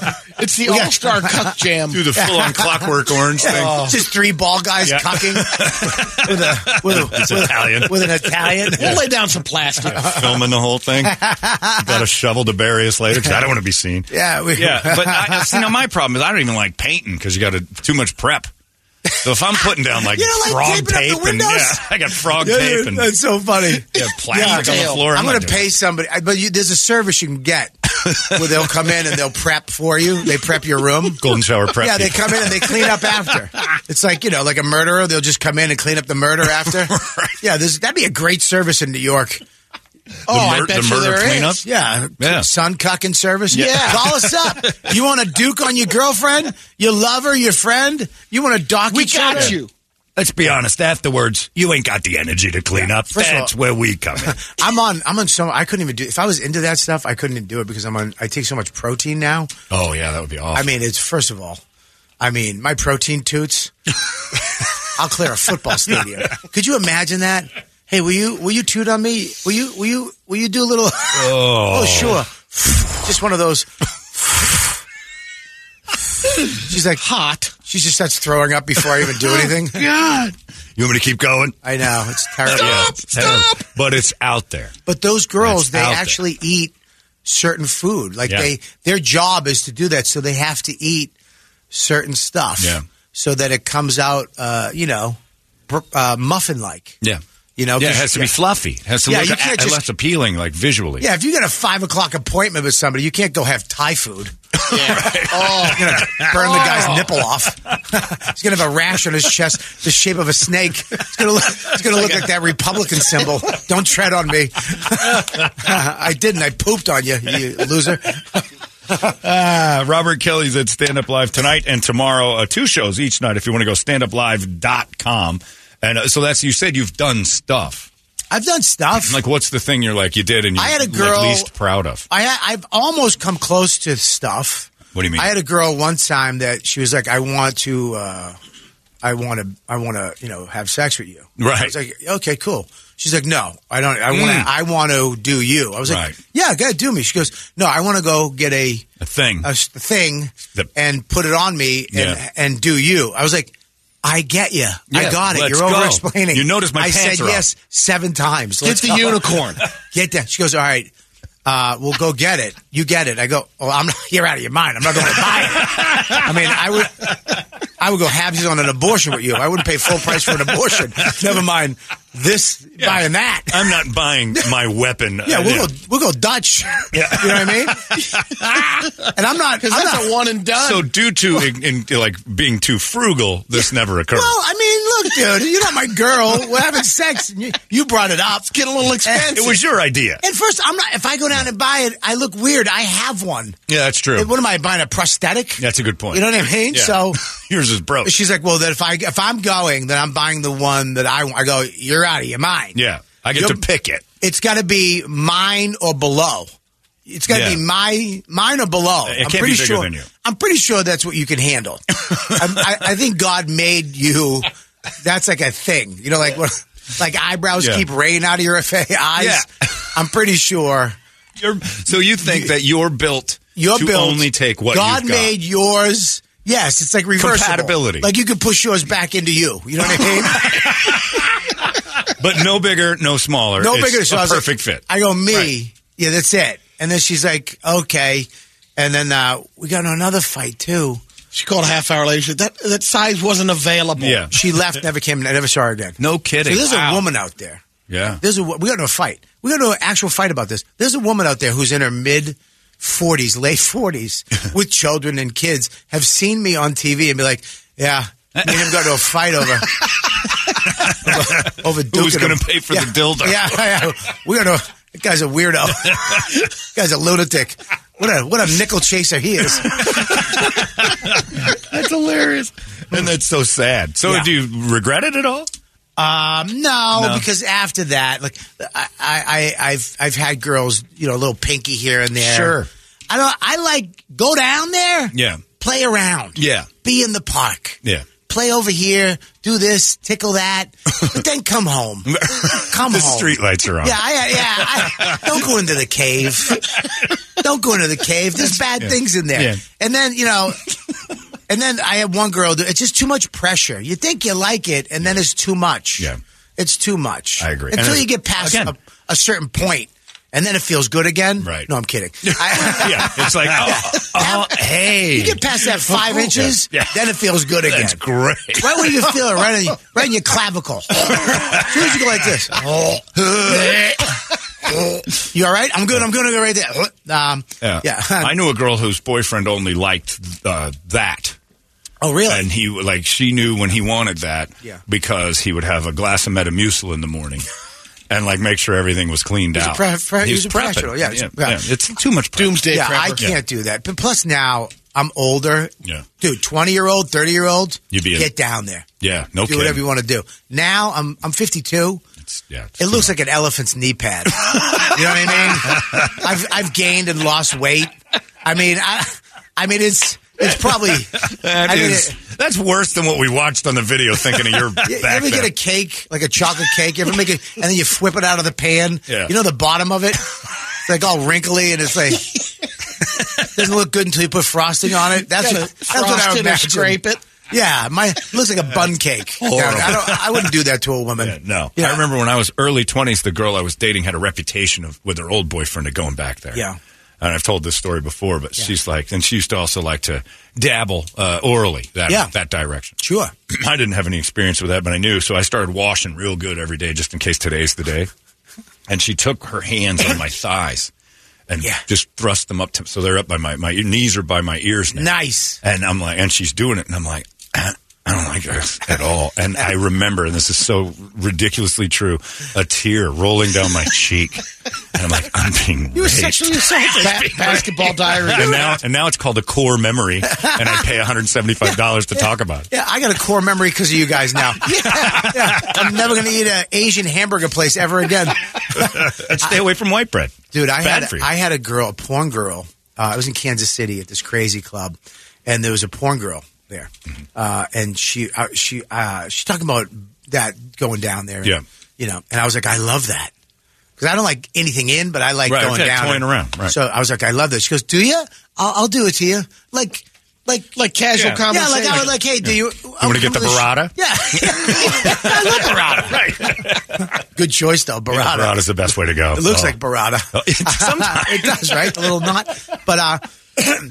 S3: It's the
S9: Yeah.
S3: All Star Cuck Jam.
S1: do the full on clockwork orange thing.
S9: Oh. Just three ball guys
S1: Yeah.
S9: cucking with a with a
S1: It's Italian.
S9: with an Italian.
S3: We'll lay down some plastic.
S1: Filming the whole thing. Got a shovel to bury us later because I don't want to be seen.
S9: Yeah, we,
S1: Yeah, but I, see, now my problem is I don't even like painting because you got to too much prep. So if I'm putting down like
S9: You don't like
S1: frog
S9: taping up the
S1: tape and
S9: windows?
S1: yeah, I got frog
S9: Yeah,
S1: tape
S9: yeah,
S1: and
S9: that's so funny.
S1: yeah, plastic on the floor.
S9: I'm,
S1: not
S9: going to
S1: doing
S9: pay
S1: it.
S9: somebody, I- but you, there's a service you can get where they'll come in and they'll prep for you. They prep your room.
S1: golden shower prep.
S9: yeah, they
S1: people.
S9: come in and they clean up after. It's like you know, like a murderer. They'll just come in and clean up the murder after. Yeah, this, that'd be a great service in New York.
S3: oh, I
S1: mur-
S3: bet
S1: the
S3: you
S1: murder
S3: there is.
S1: cleanup?
S9: Yeah,
S1: Yeah.
S9: Sun cucking service.
S3: Yeah.
S9: call us up. You want a duke on your girlfriend, your lover, your friend? You want to dock
S3: We
S9: each
S3: got
S9: other?
S3: you.
S1: Let's be honest. Afterwards, you ain't got the energy to clean up.
S9: First of all-
S1: That's where we come in.
S9: I'm on. I'm on so. I couldn't even do. If I was into that stuff, I couldn't do it because I'm on. I take so much protein now.
S1: Oh yeah, that would be awful.
S9: I mean, it's first of all, I mean, my protein toots. I'll clear a football stadium. Could you imagine that? Hey, will you will you toot on me? Will you will you will you do a little? Oh, sure. Just one of those. She's like hot. She just starts throwing up before I even
S1: Oh,
S9: do anything.
S4: God.
S1: you want me to keep going?
S9: I know it's terrible.
S1: Stop! But it's out there.
S9: But those
S1: It's
S9: girls, they
S1: out there.
S9: actually eat certain food. Like
S1: Yeah.
S9: they, their job is to do that, so they have to eat certain stuff.
S1: Yeah.
S9: So that it comes out, uh, you know, br- uh, muffin like.
S1: Yeah.
S9: You know,
S1: Yeah, it
S9: 'cause-
S1: has to be
S9: yeah.
S1: fluffy. It has to
S9: Yeah,
S1: look
S9: you can't
S1: a-
S9: just-
S1: less appealing, like visually.
S9: Yeah, if you got a five o'clock appointment with somebody, you can't go have Thai food. Oh, you're gonna burn the guy's nipple off. He's gonna have a rash on his chest, the shape of a snake. It's gonna look, it's gonna look like that Republican symbol. Don't tread on me. I didn't. I pooped on you, you loser.
S1: Uh, Robert Kelly's at Stand Up Live tonight and tomorrow. Uh, two shows each night if you want to go standuplive.com. And uh, so that's, you said you've done stuff.
S9: I've done stuff.
S1: Like, what's the thing you're like, you did and you're
S9: I had a
S1: like,
S9: girl-
S1: least proud of?
S9: I, I've almost come close to stuff.
S1: What do you mean?
S9: I had a girl one time that she was like, "I want to, uh, I want to, I want to, you know, have sex with you."
S1: Right.
S9: I was like, "Okay, cool." She's like, "No, I don't. I want
S1: Mm.
S9: to. I want to do you." I was like,
S1: Right.
S9: "Yeah, gotta do me." She goes, "No, I want to go get a
S1: A thing.
S9: a s- thing
S1: The-
S9: and put it on me and
S1: Yeah.
S9: and do you." I was like. I get you.
S1: Yeah,
S9: I got it.
S1: let's
S9: You're
S1: go.
S9: over explaining.
S1: You notice my
S9: I
S1: pants
S9: said
S1: are up.
S9: yes seven times.
S3: Get
S9: Let's
S3: the
S9: go.
S3: unicorn.
S9: Get that. She goes, all right. Uh, we'll go get it. You get it. I go. Oh, I'm. Not, you're out of your mind. I'm not going to buy it. I mean, I would. I would go halvesies on an abortion with you. I wouldn't pay full price for an abortion. Never mind this buying that.
S1: I'm not buying my weapon.
S9: yeah,
S1: Uh,
S9: we'll go. We'll go Dutch.
S1: Yeah.
S9: You know what I mean? and I'm not.
S3: Because
S9: I'm
S3: that's
S9: not,
S3: a one and done.
S1: So due to in, in, like being too frugal, this never occurred.
S9: Well, I mean, look, dude, you're not my girl. We're having sex. And you, you brought it up. It's getting a little expensive.
S1: it was your idea.
S9: And first, I'm not. If I go down and buy it, I look weird. I have one.
S1: Yeah, that's true.
S9: What am I buying? A prosthetic?
S1: That's a good point.
S9: You know what I mean?
S1: Yeah.
S9: So
S1: yours is broke.
S9: she's like, "Well, then if I if I'm going, then I'm buying the one that I want." I go, "You're out of your mind."
S1: yeah, I get
S9: You're-
S1: to pick it.
S9: It's got to be mine or below. It's got to
S1: Yeah.
S9: be my mine or below.
S1: It
S9: I'm
S1: can't be
S9: pretty
S1: bigger
S9: sure.
S1: than you.
S9: I'm pretty sure that's what you can handle. I'm- I, I think God made you. That's like a thing, you know, like what, like eyebrows
S1: Yeah.
S9: keep rain out of your fa- eyes.
S1: Yeah.
S9: I'm pretty sure
S1: You're, so you think that you're built
S9: your
S1: to
S9: build
S1: only take what
S9: God
S1: you've got.
S9: made yours. Yes, it's like reversible.
S1: Compatibility.
S9: Like you can push yours back into you. You know what I mean?
S1: but no bigger, no smaller.
S9: no
S1: It's
S9: bigger. So
S1: a
S9: I was like-
S1: perfect fit.
S9: I go me.
S1: Right.
S9: Yeah, that's it. And then she's like, okay. And then uh, we got in another fight too.
S3: she called a half hour later. She said, that that size wasn't available.
S1: Yeah.
S9: She left, never came, I never saw her again.
S1: No kidding.
S9: So there's
S1: Wow.
S9: a woman out there.
S1: Yeah.
S9: There's a wo- we got into a fight. We got into an actual fight about this. There's a woman out there who's in her mid 40s, late 40s, with children and kids, have seen me on TV and be like, "Yeah, me and him got into a fight over." over
S1: Who's
S9: duking
S1: gonna
S9: him.
S1: pay for the
S9: Yeah.
S1: dildo?
S9: Yeah, yeah. we're gonna. That guy's a weirdo. that guy's a lunatic. What a what a nickel chaser he is.
S1: That's hilarious. And that's so sad. So
S9: Yeah.
S1: do you regret it at all?
S9: Um, no,
S1: No.
S9: because after that, like I, I, I- I've I've had girls, you know, a little pinky here and there.
S1: Sure.
S9: I don't. I like go down there,
S1: Yeah.
S9: play around,
S1: Yeah.
S9: be in the park,
S1: Yeah.
S9: play over here, do this, tickle that, but then come home. Come
S1: the
S9: home.
S1: streetlights are on.
S9: Yeah, I, yeah. I, don't go into the cave. Don't go into the cave. There's bad
S1: yeah.
S9: things in there.
S1: Yeah.
S9: And then you know, and then I had one girl. It's just too much pressure. You think you like it, and then it's too much.
S1: Yeah.
S9: it's too much.
S1: I agree.
S9: Until
S1: And
S9: you get past
S1: again-
S9: a, a certain point, and then it feels good again.
S1: Right.
S9: No, I'm kidding. I-
S1: yeah, it's like, oh, oh, hey.
S9: You get past that five
S1: Yeah.
S9: inches,
S1: Yeah.
S9: then it feels good again.
S1: That's great.
S9: Right where you feel it, right in, right in your clavicle. As soon as you go like this.
S1: Oh.
S9: You all right? I'm good. I'm going to go right there. Um,
S1: Yeah.
S9: yeah.
S1: I knew a girl whose boyfriend only liked uh, that.
S9: Oh, really?
S1: And he, like, she knew when he wanted that
S9: Yeah.
S1: because he would have a glass of Metamucil in the morning and, like, make sure everything was cleaned
S9: He's a
S1: out.
S9: pre- pre-
S1: He
S9: he's
S1: was
S9: a
S1: prepping.
S9: professional, yeah,
S1: yeah,
S9: he's- yeah.
S1: yeah. It's too much prep.
S3: Doomsday
S9: yeah,
S3: prepper.
S9: I can't do that. But plus now I'm older.
S1: Yeah.
S9: Dude, 20 year old, 30 year old,
S1: You'd be a-
S9: get down there.
S1: Yeah, no
S9: do
S1: kidding.
S9: whatever you want to do. Now I'm I'm 52.
S1: It's- yeah, it's
S9: It
S1: too
S9: looks like an elephant's knee pad. you know what I mean? I've I've gained and lost weight. I mean, I I mean it's it's probably
S1: That
S9: I mean,
S1: is-
S9: it-
S1: that's worse than what we watched on the video. Thinking of your
S9: you, you
S1: back
S9: ever get
S1: there.
S9: a cake like a chocolate cake? You ever make it and then you flip it out of the pan?
S1: Yeah.
S9: You know the bottom of it, it's like all wrinkly and it's like doesn't look good until you put frosting on it. That's what that's what I
S3: Frosted
S9: would
S3: or
S9: imagine.
S3: scrape it.
S9: Yeah, my it looks like a bun cake. I, don't, I wouldn't do that to a woman.
S1: Yeah, no,
S9: Yeah.
S1: I remember when I was early twenties, the girl I was dating had a reputation of with her old boyfriend of going back there.
S9: Yeah.
S1: and I've told this story before, but she's like, and she used to also like to dabble uh, orally that
S9: Yeah.
S1: that direction.
S9: Sure.
S1: I didn't have any experience with that, but I knew, so I started washing real good every day just in case today's the day. And she took her hands on my thighs and
S9: Yeah.
S1: just thrust them up to so they're up by my my knees are by my ears now.
S9: Nice.
S1: And I'm like, and she's doing it, and I'm like, I don't like this at all. And I remember, and this is so ridiculously true, a tear rolling down my cheek, and I'm like, I'm being
S3: You were
S1: raped.
S3: sexually assaulted. basketball diary.
S1: and now, and now it's called a core memory, and I pay 175 dollars to talk about it.
S9: Yeah, I got a core memory because of you guys now. yeah, yeah. I'm never going to eat an Asian hamburger place ever again.
S1: And stay away from white bread,
S9: Dude, I
S1: Bad
S9: had
S1: for you.
S9: I had a girl, a porn girl. Uh, I was in Kansas City at this crazy club, and there was a porn girl there, uh, and she uh, she uh, she talking about that going down there. and,
S1: Yeah.
S9: you know, and I was like, I love that because I don't like anything in, but I like
S1: Right,
S9: going
S1: okay,
S9: down,
S1: toying
S9: and-
S1: around, right.
S9: So I was like, I love this. She goes, Do you? I'll, I'll do it to you, like like
S3: like
S1: Yeah.
S3: casual
S9: yeah,
S3: conversation.
S9: like I was like, Hey, do you? You
S1: wanna get the burrata?
S9: Yeah, I love burrata. Good choice though, burrata.
S1: Burrata's the best way to go.
S9: It looks
S1: Oh.
S9: like burrata.
S1: sometimes.
S9: it does, right? A little knot. But uh,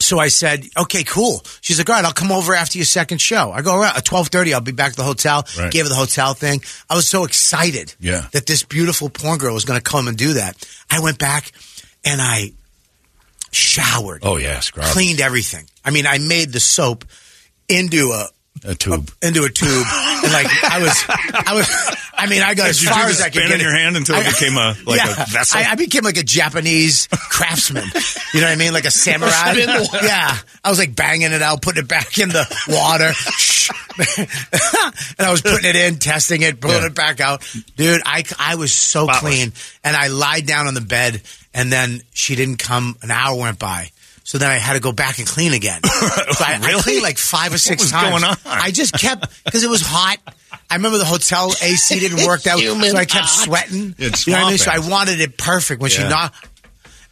S9: so I said, okay, cool. She's like, all right, I'll come over after your second show. I go, all right, at twelve thirty, I'll be back at the hotel.
S1: Right.
S9: Gave her the hotel thing. I was so excited,
S1: Yeah.
S9: that this beautiful porn girl was going to come and do that. I went back and I showered,
S1: Oh yeah, scrub
S9: cleaned everything. I mean, I made the soap into a
S1: a tube.
S9: into a tube, and like I was, I was. I mean, I got as
S1: Did you do
S9: far
S1: the
S9: as I could
S1: spin
S9: get
S1: in
S9: it.
S1: your hand until it became a- like a vessel?
S9: I, I became like a Japanese craftsman. you know what I mean? Like a samurai. yeah, I was like banging it out, putting it back in the water, Shh. and I was putting it in, testing it, pulling
S1: Yeah.
S9: it back out. Dude, I I was so
S1: Spotless.
S9: clean, and I lied down on the bed, and then she didn't come. An hour went by. So then I had to go back and clean again. So I, I
S1: Really?
S9: cleaned like five or six
S1: was
S9: times.
S1: going on?
S9: I just kept because it was hot. I remember the hotel AC didn't work that,
S3: Human
S9: so I kept
S3: hot.
S9: sweating.
S1: It's
S9: you know what I mean? So
S1: swamp
S9: I
S1: ass.
S9: wanted it perfect when
S1: Yeah.
S9: she knocked,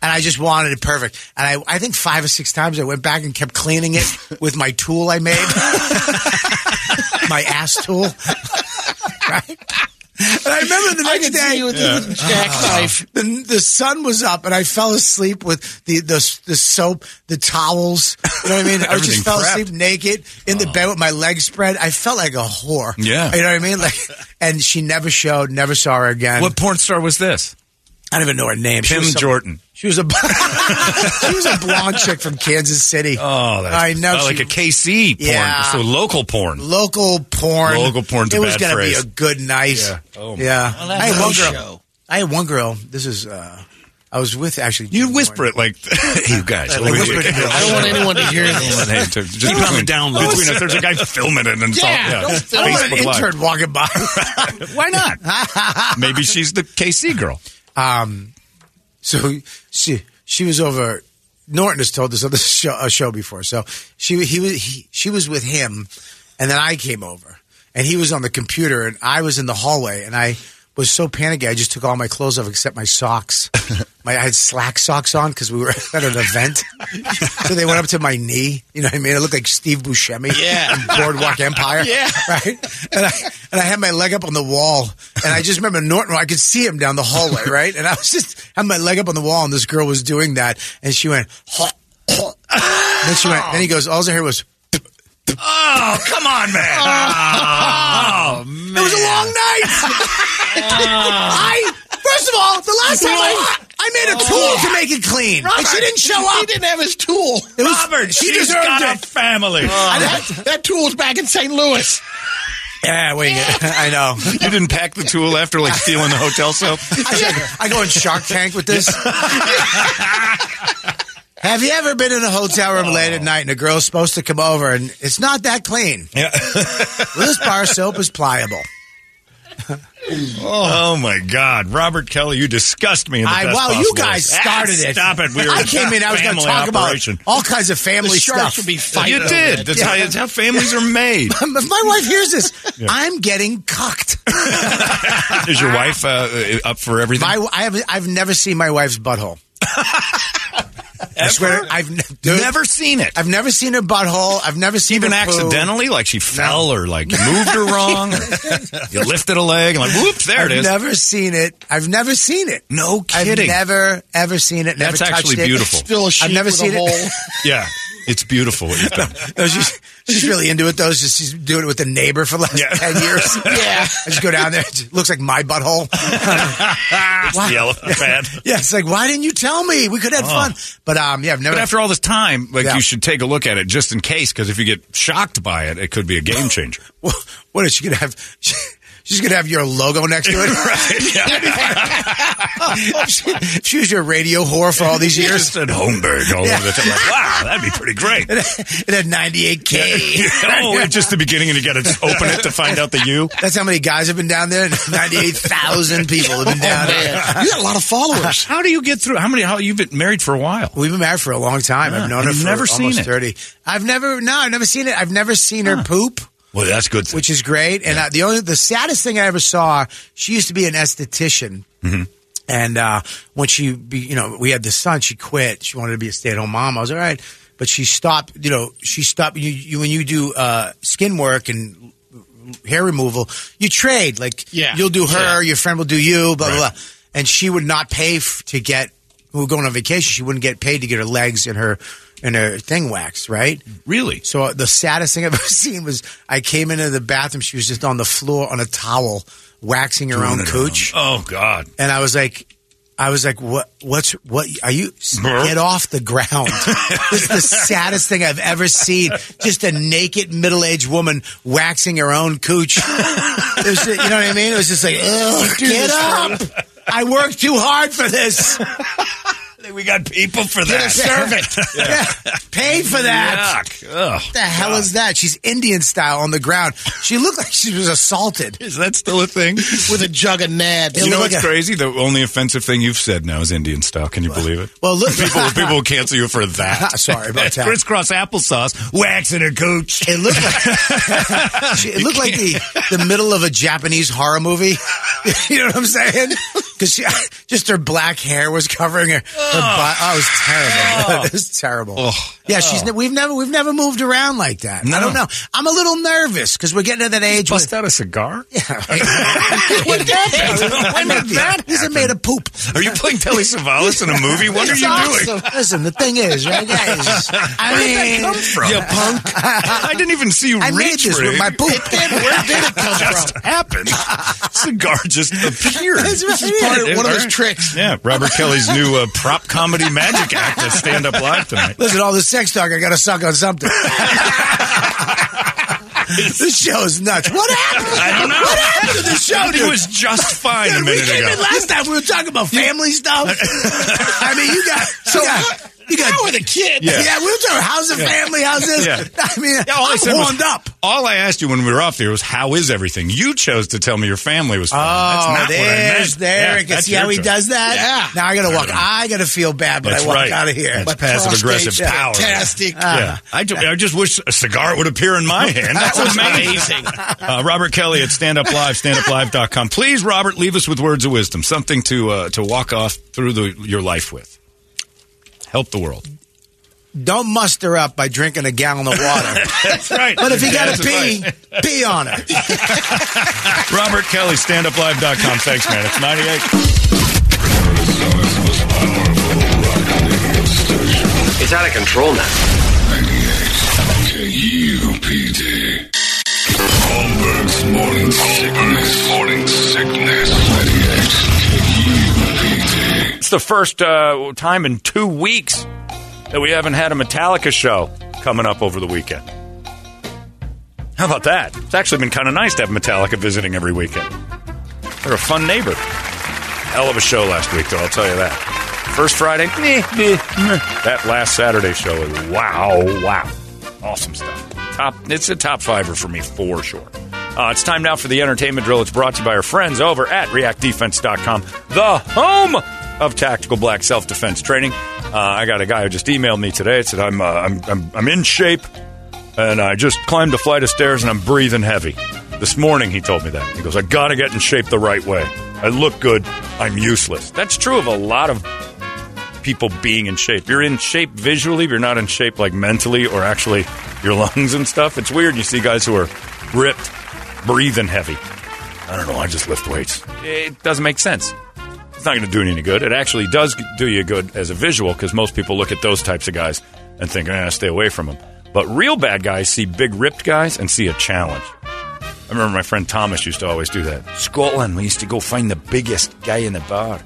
S9: and I just wanted it perfect. And I, I think five or six times I went back and kept cleaning it with my tool I made, my ass tool. right? And I remember the
S3: I
S9: next
S3: could
S9: day
S3: see you with the
S1: Uh-huh.
S3: jackknife.
S9: the, the sun was up and I fell asleep with the the, the soap, the towels. You know what I mean? I
S1: Everything
S9: just fell
S1: prepped. Oh.
S9: asleep naked in the bed with my legs spread. I felt like a whore.
S1: Yeah.
S9: you know what I mean? Like, and she never showed, never saw her again.
S1: What porn star was this?
S9: I don't even know her name. She
S1: Kim
S9: was some-
S1: Jordan.
S9: She was a she was a blonde chick from Kansas City.
S1: Oh, that's
S9: I know.
S1: oh,
S9: she-
S1: like a KC porn.
S9: Yeah.
S1: So local porn.
S9: local porn.
S1: Local porn's a
S9: It was
S1: bad
S9: gonna
S1: phrase.
S9: be a good night.
S1: Yeah.
S9: Yeah.
S1: Oh, my God.
S9: I had
S1: Well,
S9: one
S1: that's
S9: girl.
S1: no
S9: I had one girl. This is. uh I was with actually.
S1: You whisper it like, hey, you guys.
S9: I
S1: what are we
S9: whispered
S1: doing?
S9: it. I don't want anyone to hear this.
S1: Hey, to- just
S9: Keep it on the
S1: between-
S9: down low.
S1: Between us, there's a guy filming it and it's all-
S9: Yeah, don't film it. I don't want an
S1: Facebook Live.
S9: intern walking by. Why not?
S1: Maybe she's the KC girl.
S9: Um, so she she was over. Norton has told this on the show, a show before. So she he was he, she was with him, and then I came over, and he was on the computer, and I was in the hallway, and I was so panicky. I just took all my clothes off except my socks. my I had slack socks on because we were at an event, so they went up to my knee. You know what I mean? I looked like Steve Buscemi,
S3: Yeah.
S9: from Boardwalk Empire,
S3: Yeah.
S9: right? And I and I had my leg up on the wall, and I just remember Norton. I could see him down the hallway, right? And I was just had my leg up on the wall, and this girl was doing that, and she went. then she went. Then he goes. All I heard was.
S1: Oh, come on, man.
S9: Oh, man. It was a long night.
S1: Ah.
S9: I first of all, the last time I, I made a tool to make it clean, and she didn't show up.
S3: Oh. He didn't have his tool.
S9: It was-
S1: Robert,
S9: she
S1: she's
S9: deserved
S1: got
S9: it.
S1: a family.
S3: And that, that tool's back in St. Louis.
S9: Yeah, "Ah, wait. I know.
S1: You didn't pack the tool after like stealing the hotel soap?
S9: I, should- I go in Shark Tank with this. Have you ever been in a hotel room late at night and a girl's supposed to come over and it's not that clean?
S1: Yeah.
S9: Well, this bar soap is pliable.
S1: Oh. my God, Robert Kelly, you disgust me. In the
S9: I,
S1: best
S9: wow, you
S1: possible way.
S9: guys
S1: Ah,
S9: started it.
S1: Stop it. We were
S9: I came in. I was going to
S1: family
S9: talk
S1: operation.
S9: about all kinds of family
S3: The sharks
S9: stuff.
S3: would be fighting
S1: You
S3: over
S1: did.
S3: that.
S1: That's
S9: Yeah.
S1: how, that's how families are made.
S9: if my wife hears this, I'm getting cucked.
S1: Is your wife uh, up for everything?
S9: My, I have, I've never seen my wife's butthole. I swear, I've ne- dude,
S1: Never seen it.
S9: I've never seen her butthole. I've never seen
S1: Even
S9: her poo.
S1: accidentally, like she fell or like you moved her wrong. or you lifted a leg and like, whoops, there
S9: I've
S1: it is.
S9: never seen it. I've never seen it.
S1: No kidding.
S9: I've never ever seen it. Never
S1: That's
S9: touched
S1: actually
S9: it.
S1: beautiful.
S3: Still a sheep
S9: I've never
S3: with
S9: seen
S3: a hole.
S9: it.
S1: Yeah, it's beautiful. what you've done.
S9: No, she's, she's really into it though. She's, she's doing it with the neighbor for the last
S1: Yeah.
S9: ten years.
S3: Yeah.
S9: I just go down there. It looks like my butthole.
S1: It's
S9: Wow.
S1: the elephant pad.
S9: yeah, it's like why didn't you tell me? We could have
S1: Oh.
S9: fun. But um, yeah, I've never.
S1: But after all this time, like
S9: Yeah.
S1: you should take a look at it just in case, because if you get shocked by it, it could be a game changer.
S9: what is she gonna have? she's gonna have your logo next to it.
S1: right? Yeah.
S9: she, she was your radio whore for all these years.
S1: Just at Homburg all over the time. Like, wow, that'd be pretty great.
S9: it had 98k.
S1: oh, it's just the beginning, and you got to open it to find out the you.
S9: That's how many guys have been down there. Ninety-eight thousand people have been down there.
S3: You got a lot of followers.
S1: How do you get through? How many? How you've been married for a while?
S9: We've been married for a long time.
S1: Yeah,
S9: I've known her
S1: and you've
S9: for
S1: never seen
S9: almost
S1: it.
S9: thirty. I've never no, I've never seen it. I've never seen her poop,
S1: Well, that's good.
S9: which is great. And uh the only the saddest thing I ever saw, she used to be an esthetician.
S1: Mm-hmm.
S9: And uh, when she, be, you know, we had this son. She quit. She wanted to be a stay-at-home mom. I was all right, but she stopped. You know, she stopped. You, you when you do uh, skin work and hair removal, you trade. Like,
S3: Yeah.
S9: you'll do her,
S3: Yeah.
S9: your friend will do you, blah blah
S1: Right.
S9: blah. And she would not pay f- to get. We were going on vacation. She wouldn't get paid to get her legs and her and her thing waxed, right?
S1: really.
S9: So uh, the saddest thing I've ever seen was I came into the bathroom. She was just on the floor on a towel waxing her own cooch
S1: Oh God.
S9: and I was like, I was like, what? What's what? Are you get off the ground? this is the saddest thing I've ever seen. Just a naked middle aged woman waxing her own cooch. It was, you know what I mean? It was just like, ugh, get up! I worked too hard for this.
S1: We got people for that.
S9: Yeah. Paid for that.
S1: Yuck. Ugh.
S9: What the hell is that? She's Indian style on the ground. She looked like she was assaulted.
S1: Is that still a thing?
S3: With a jug of nads.
S1: You know
S9: looked
S1: what's
S9: like a-
S1: crazy? The only offensive thing you've said now is Indian style. Can you believe it?
S9: Well, look,
S1: people, people will cancel you for that.
S9: Sorry about that.
S1: Crisscross applesauce, waxing her cooch.
S9: It looked like she- it looked like the, the middle of a Japanese horror movie. you know what I'm saying? Because she just her black hair was covering her. her butt. Oh, it was terrible. it was terrible.
S1: Oh.
S9: Yeah, she's ne- we've never we've never moved around like that. I don't know. I'm a little nervous because we're getting to that age.
S1: Bust out a cigar?
S9: what
S1: When
S9: happened?
S1: did that
S9: This is made of poop.
S1: Are you playing Telly Savalas in a movie? What are
S9: It's
S1: you doing?
S9: awesome. Listen, the thing is, right, guys? I
S1: Where did that
S9: mean,
S1: come from? You punk. I didn't even see you
S9: I made
S1: reach
S9: this
S1: for
S9: with
S1: it.
S9: my poop.
S1: Where did it come from? Just happened. cigar just appeared.
S3: That's This is right. part of- one of his
S1: All right.
S3: tricks.
S1: Yeah, Robert Kelly's new uh, prop comedy magic act of stand up live tonight.
S9: Listen, all this sex talk, I got to suck on something. this show is nuts. What happened?
S1: I don't know.
S9: What happened to this show?
S1: It
S9: dude?
S1: was just fine a
S9: Dude,
S1: minute
S9: we came
S1: ago.
S9: in last time. We were talking about family stuff. I mean, you got so. You got, you got, with a kid.
S1: Yeah.
S9: Yeah, we were talking how's the
S1: Yeah.
S9: family? How's this?
S1: Yeah.
S9: I mean,
S1: Yeah, all I
S9: I'm
S1: said was-
S9: warmed up.
S1: All I asked you when we were off there was, "How is everything?" You chose to tell me your family was fine. that's not what I
S9: there's,
S1: meant.
S9: Oh,
S1: Yeah,
S9: there it gets.
S1: that's
S9: See how
S1: your
S9: he
S1: choice.
S9: does that? Yeah. Now I gotta walk. I gotta feel bad when
S1: That's
S9: I walk
S1: right.
S9: out of here.
S1: That's passive aggressive
S9: prostrate's
S1: power.
S9: Fantastic. Ah.
S1: yeah, I,
S9: uh,
S1: ju- I just wish a cigar would appear in my hand. That's amazing. uh, Robert Kelly at Stand Up Live, standuplive.com. Please, Robert, leave us with words of wisdom, something to uh, to walk off through the, your life with. Help the world.
S9: Don't muster up by drinking a gallon of water.
S1: That's right.
S9: But if you gotta
S1: That's
S9: pee,
S1: right.
S9: pee on it.
S1: Robert Kelly, standuplive.com. Thanks, man. It's 98.
S6: It's out of control now.
S7: KUPD. Holmberg's morning sickness. Morning sickness. 98. KUPD.
S1: It's the first uh, time in two weeks that we haven't had a Metallica show coming up over the weekend. How about that? It's actually been kind of nice to have Metallica visiting every weekend. They're a fun neighbor. Hell of a show last week, though, I'll tell you that. First Friday, meh, meh, meh. that last Saturday show is wow, wow. Awesome stuff. Top, it's a top fiver for me for sure. Uh, it's time now for the entertainment drill. It's brought to you by our friends over at reactdefense.com, the home of tactical black self defense training. Uh, I got a guy who just emailed me today. Said I'm, uh, I'm, I'm, I'm in shape and I just climbed a flight of stairs and I'm breathing heavy. This morning he told me that. He goes, I gotta get in shape the right way. I look good, I'm useless. That's true of a lot of people being in shape. You're in shape visually, but you're not in shape like mentally or actually your lungs and stuff. It's weird. You see guys who are ripped, breathing heavy. I don't know, I just lift weights. It doesn't make sense. It's not going to do you any good. It actually does do you good as a visual because most people look at those types of guys and think, eh, stay away from them. But real bad guys see big ripped guys and see a challenge. I remember my friend Thomas used to always do that. Scotland, we used to go find the biggest guy in the bar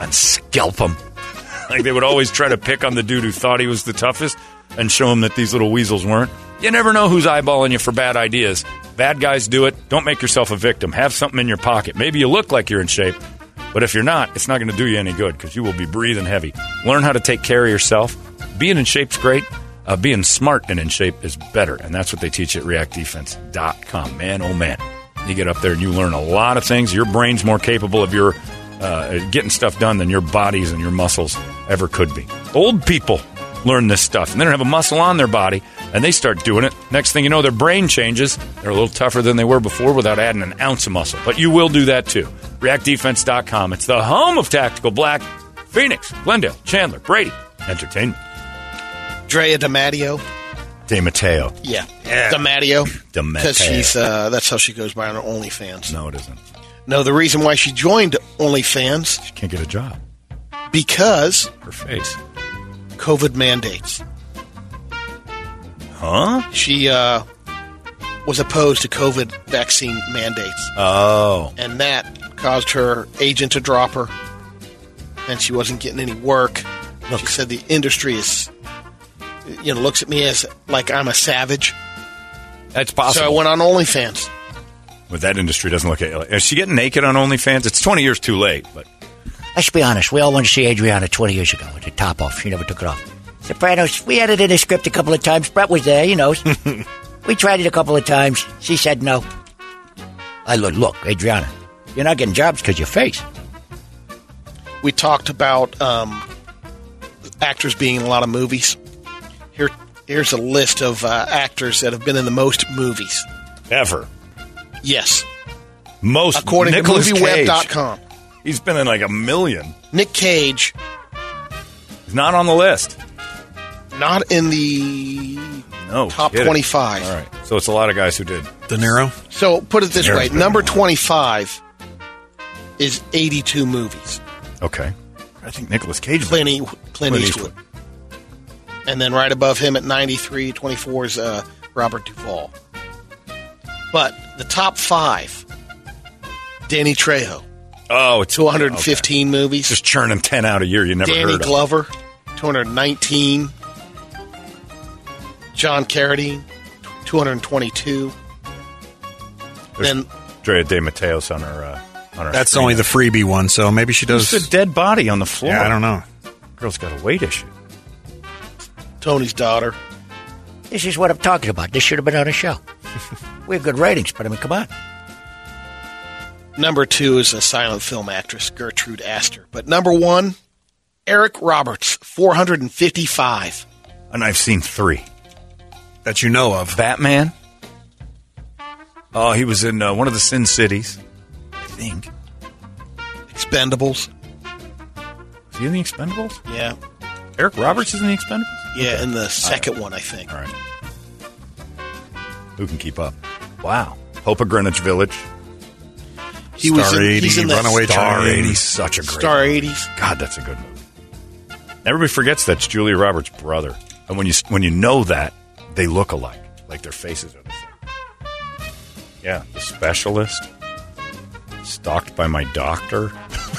S1: and scalp him. like they would always try to pick on the dude who thought he was the toughest and show him that these little weasels weren't. You never know who's eyeballing you for bad ideas. Bad guys do it. Don't make yourself a victim. Have something in your pocket. Maybe you look like you're in shape, but if you're not, it's not going to do you any good because you will be breathing heavy. Learn how to take care of yourself. Being in shape's great. Uh, being smart and in shape is better, and that's what they teach at ReactDefense.com. Man, oh man, you get up there and you learn a lot of things. Your brain's more capable of your uh, getting stuff done than your bodies and your muscles ever could be. Old people learn this stuff, and they don't have a muscle on their body, and they start doing it. Next thing you know, their brain changes. They're a little tougher than they were before without adding an ounce of muscle. But you will do that too. ReactDefense.com. It's the home of Tactical Black, Phoenix, Glendale, Chandler, Brady, Entertainment.
S3: Drea DiMatteo.
S1: DeMatteo.
S3: Yeah.
S1: Yeah.
S3: DiMatteo.
S1: DiMatteo.
S3: Because she's uh, that's how she goes by on her OnlyFans.
S1: No, it isn't.
S3: No, the reason why she joined OnlyFans
S1: She can't get a job.
S3: because
S1: Her face.
S3: COVID mandates.
S1: Huh?
S3: She uh, was opposed to COVID vaccine mandates,
S1: Oh.
S3: and that caused her agent to drop her, and she wasn't getting any work. She said the industry is, you know, looks at me as like I'm a savage.
S1: That's
S3: So I went on OnlyFans.
S1: But that industry doesn't look at Is she getting naked on OnlyFans? It's 20 years too late, but
S10: Let's be honest. We all wanted to see Adriana 20 years ago with the top off. She never took it off. Sopranos, we edited a script a couple of times. Brett was there, you know. we tried it a couple of times. She said no. I look, look, Adriana, you're not getting jobs because your face.
S3: we talked about um, actors being in a lot of movies. Here, here's a list of uh, actors that have been in the most movies.
S1: ever.
S3: Yes,
S1: Most
S3: according
S1: Nicolas
S3: to
S1: Cage.
S3: MovieWeb.com,
S1: He's been in like a million.
S3: Nick Cage
S1: He's not on the list.
S3: not in the
S1: No.
S3: top
S1: kidding.
S3: 25.
S1: All right. So it's a lot of guys who did.
S2: De Niro.
S3: So put it this
S1: There's
S3: way:
S1: been
S3: number 25 is 82 movies.
S1: Okay. I think Nicolas Cage was-
S3: Clint, e- Clint, Eastwood. And then right above him at 93, 24 is uh, Robert Duvall. But the top five Danny Trejo.
S1: Oh, it's
S3: 215 movies.
S1: Just churning 10 out a year you never
S3: Danny
S1: heard of.
S3: Glover, 219. John Carradine, 222. then
S1: Drea De Mateos on her. Uh, on her
S2: That's
S1: screen.
S2: only the freebie one, so maybe she does.
S1: It's a dead body on the floor.
S2: Yeah, I don't know.
S1: Girl's got a weight issue.
S3: Tony's daughter.
S10: This is what I'm talking about. This should have been on a show. we have good ratings, but I mean, come on.
S3: Number two is a silent film actress, Gertrude Astor. But number one, Eric Roberts, 455.
S1: And I've seen three.
S2: That you know of.
S1: Batman. Oh, he was in uh, one of the Sin Cities. I think.
S3: Expendables.
S1: Is he in the Expendables?
S3: Yeah.
S1: Eric Roberts is in the Expendables?
S3: Yeah, and the second one, I think.
S1: All right. Who can keep up? Wow. Hope of Greenwich Village.
S3: He was
S1: Star
S3: in-
S1: 80,
S3: he's in that-
S1: Runaway
S3: Star
S1: Train.
S3: 80.
S1: Such a great
S3: Star
S1: movie.
S3: 80s.
S1: God, that's a good movie. Everybody forgets that's Julia Roberts' brother. And when you when you know that, they look alike. Like their faces are the same. Yeah, The Specialist. Stalked by My Doctor.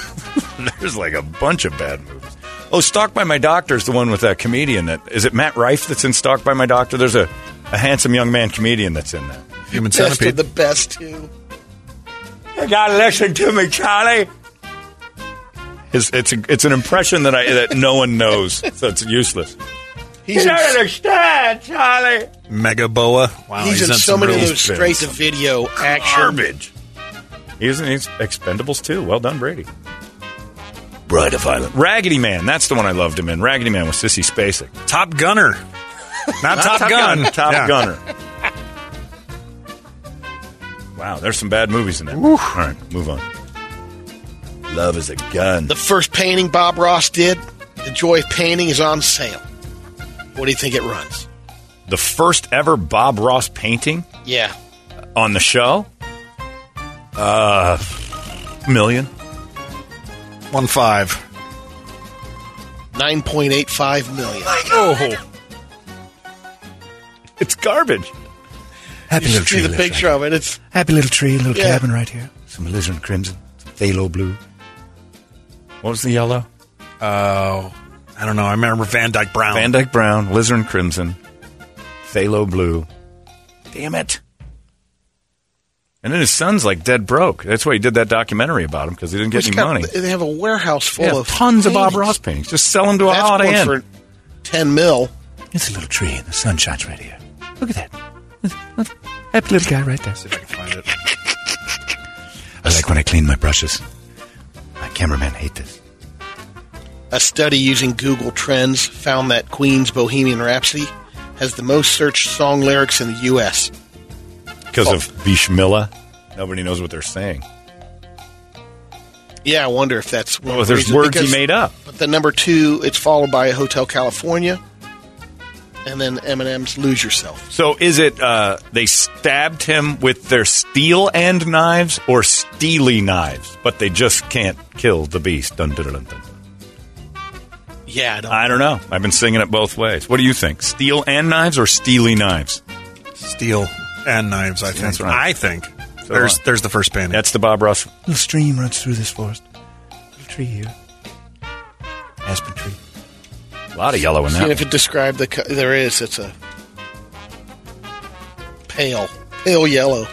S1: There's like a bunch of bad movies. Oh, Stalked by My Doctor is the one with that comedian that is it Matt Rife that's in Stalked by My Doctor? There's a, a handsome young man comedian that's in that.
S2: Human
S3: Best of the best, too.
S1: You gotta listen to me, Charlie. It's, it's, a, it's an impression that I that no one knows, so it's useless.
S3: He's in,
S7: understand, Charlie.
S2: Mega Boa. Wow,
S3: he's in
S2: done
S3: so
S2: some
S3: many of
S2: real-
S3: those straight to video action.
S1: Garbage. He's in he's Expendables too. Well done, Brady. Bride of Island. Raggedy Man. That's the one I loved him in. Raggedy Man with Sissy Spacek.
S2: Top Gunner. Not, Top, Gun.
S1: Top
S2: Yeah.
S1: Gunner. Wow, there's some bad movies in there. All right, move on. Love is a gun.
S3: The first painting Bob Ross did, The Joy of Painting, is on sale. What do you think it runs?
S1: The first ever Bob Ross painting.
S3: Yeah.
S1: on the show? Uh, million.
S2: One five.
S3: 9.85 million.
S1: Oh, it's garbage.
S3: You
S11: Happy
S3: should see the picture of it. It's
S11: Happy little tree, little
S3: Yeah.
S11: cabin right here.
S1: Some alizarin crimson, some phthalo blue. What was the yellow?
S2: Oh, I don't know. I remember Van Dyke Brown.
S1: Van Dyke brown, alizarin crimson, phthalo blue. Damn it. And then his son's like dead broke. That's why he did that documentary about him because he didn't get
S3: it's
S1: any
S3: got-
S1: money.
S3: They have a warehouse full
S1: Yeah,
S3: of
S1: tons of Bob
S3: paintings.
S1: Ross paintings. Just sell them to a
S3: That's
S1: holiday
S3: one
S1: inn.
S3: for 10 mil.
S11: It's a little tree, and the sun shines right here. Look at that. Happy little guy right there.
S2: See if I can find it.
S11: I like when I clean my brushes. My cameraman hate this.
S3: A study using Google Trends found that Queen's Bohemian Rhapsody has the most searched song lyrics in the U.S.
S1: Because of Bishmilla. Nobody knows what they're saying.
S3: Yeah, I wonder if that's one
S1: Well,
S3: of the
S1: there's
S3: reasons,
S1: words he
S3: because-
S1: made up.
S3: But the number two, it's followed by Hotel California, and then Eminem's "Lose Yourself."
S1: So is it uh, they stabbed him with their steel end knives or steely knives, but they just can't kill the beast? Dun, dun, dun, dun, dun.
S3: Yeah, I don't.
S1: I don't know. I've been singing it both ways. What do you think? Steel and knives or steely knives?
S2: Steel and knives. I think.
S1: That's right.
S2: I think.
S1: So
S2: there's
S1: on.
S2: there's the first painting.
S1: That's the Bob Ross.
S11: Little stream runs through this forest. Little tree here. Aspen tree.
S1: A lot of yellow in
S3: and
S1: that.
S3: if it described the, co- there is. It's a pale, pale yellow,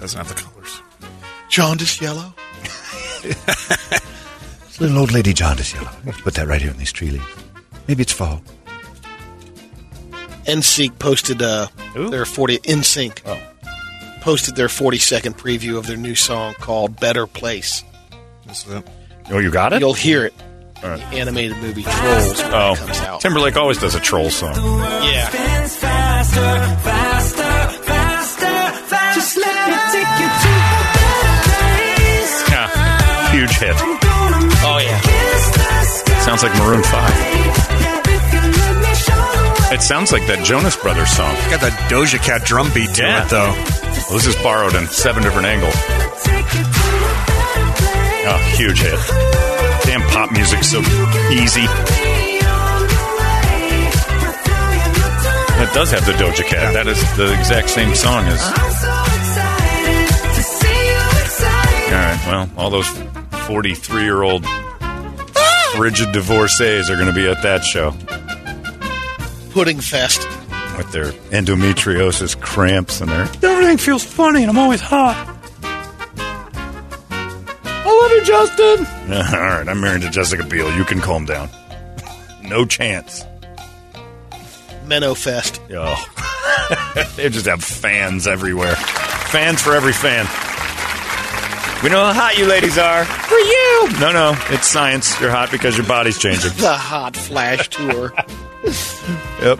S2: doesn't have the colors.
S3: jaundice yellow.
S11: It's little old lady jaundice yellow. Let's put that right here in these tree leaves. Maybe it's fall.
S3: NSYNC posted uh,
S1: Who?
S3: their forty. NSYNC
S1: Oh.
S3: posted their forty-second preview of their new song called "Better Place."
S2: This is it.
S1: Oh, you got it.
S3: You'll hear it.
S1: All right.
S3: in the Animated movie Trolls when it comes
S1: Oh,
S3: out.
S1: Timberlake always does a troll song.
S3: yeah.
S1: Yeah, huge hit.
S3: Oh yeah.
S1: Sounds like Maroon Five. It sounds like that Jonas Brothers song.
S2: It's got that Doja Cat drum beat to
S1: Yeah.
S2: it though.
S1: Well, this is borrowed in seven different angles. Oh, huge hit. Damn, pop music's so easy. That does have the Doja Cat. That is the exact same song as. All All those 43 year old
S2: Ah!
S1: frigid divorcees are going to be at that show
S3: Pudding fest.
S1: with their endometriosis cramps and their.
S4: Everything feels funny, and I'm always hot. I love you, Justin.
S1: All right, I'm married to Jessica Biel. You can calm down. No chance.
S3: Menno fest.
S1: Oh. they just have fans everywhere. Fans for every fan. We know how hot you ladies are. For you. No, no, it's science. You're hot because your body's changing.
S3: The Hot Flash Tour.
S1: Yep.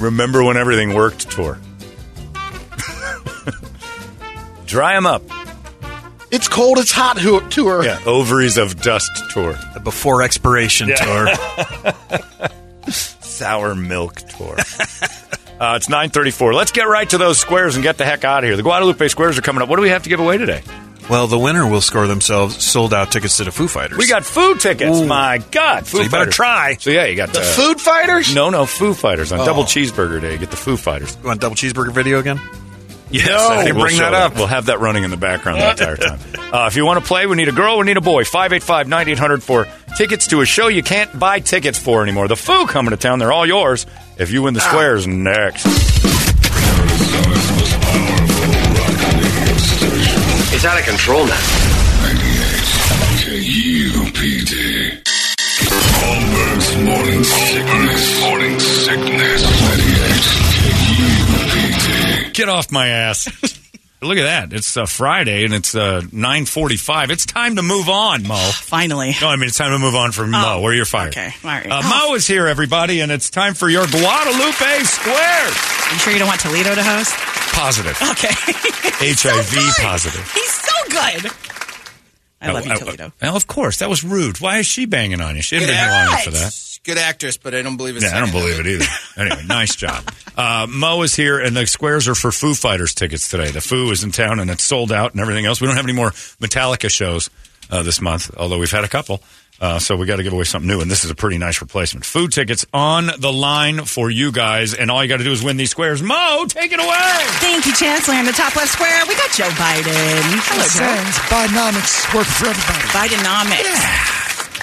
S1: Remember when everything worked tour. Dry them up.
S3: It's cold, it's hot who- tour.
S1: Yeah. Ovaries of Dust tour.
S2: The before expiration
S1: tour. Sour milk tour. Uh, it's 934. Let's get right to those squares and get the heck out of here. The Guadalupe squares are coming up. What do we have to give away today?
S2: Well, the winner will score themselves sold out tickets to the Foo Fighters.
S1: We got food tickets.
S2: Ooh.
S1: My God.
S2: So you better
S1: try. So, yeah, you got uh,
S2: The
S3: Food Fighters?
S1: No, no, Foo Fighters on
S2: Oh.
S1: Double Cheeseburger Day. Get the Foo Fighters.
S2: You want double cheeseburger video again? Yes,
S1: No.
S2: I didn't
S1: We'll
S2: bring
S1: show
S2: that up.
S1: We'll have that running in the background the entire time. Uh, if you want to play, we need a girl, we need a boy. 585 9800 for tickets to a show you can't buy tickets for anymore. The Foo coming to town. They're all yours if you win the squares next.
S6: It's out of control now.
S12: KUPD. Holmberg's morning sickness. Morning sickness. 98 KUPD.
S1: Get off my ass. Look at that. It's uh, Friday and it's uh, 945. It's time to move on, Mo.
S13: Finally. Oh,
S1: No, I mean, it's time to move on from Mo, where you're fired.
S13: Okay, all right.
S1: Uh, Mo is here, everybody, and it's time for your Guadalupe Squares.
S13: You sure you don't want Toledo to host?
S1: Positive.
S13: Okay.
S1: HIV positive.
S13: He's so good. I love you,
S1: Oh, oh,
S13: Toledo.
S1: Well, of course. That was rude. Why is she banging on you? She didn't bang on you for that.
S8: Good actress, but I don't believe it's.
S1: Yeah, I don't believe it either. Anyway, nice job. Uh, Mo is here, and the squares are for Foo Fighters tickets today. The Foo is in town, and it's sold out and everything else. We don't have any more Metallica shows uh, this month, although we've had a couple. Uh, so we got to give away something new, and this is a pretty nice replacement. Foo tickets on the line for you guys, and all you got to do is win these squares. Mo, take it away.
S13: Thank you, Chancellor. In the top left square, we got Joe Biden. Hello,
S4: Yes,
S13: Joe.
S4: sir. It's Bidenomics working for everybody.
S13: Bidenomics.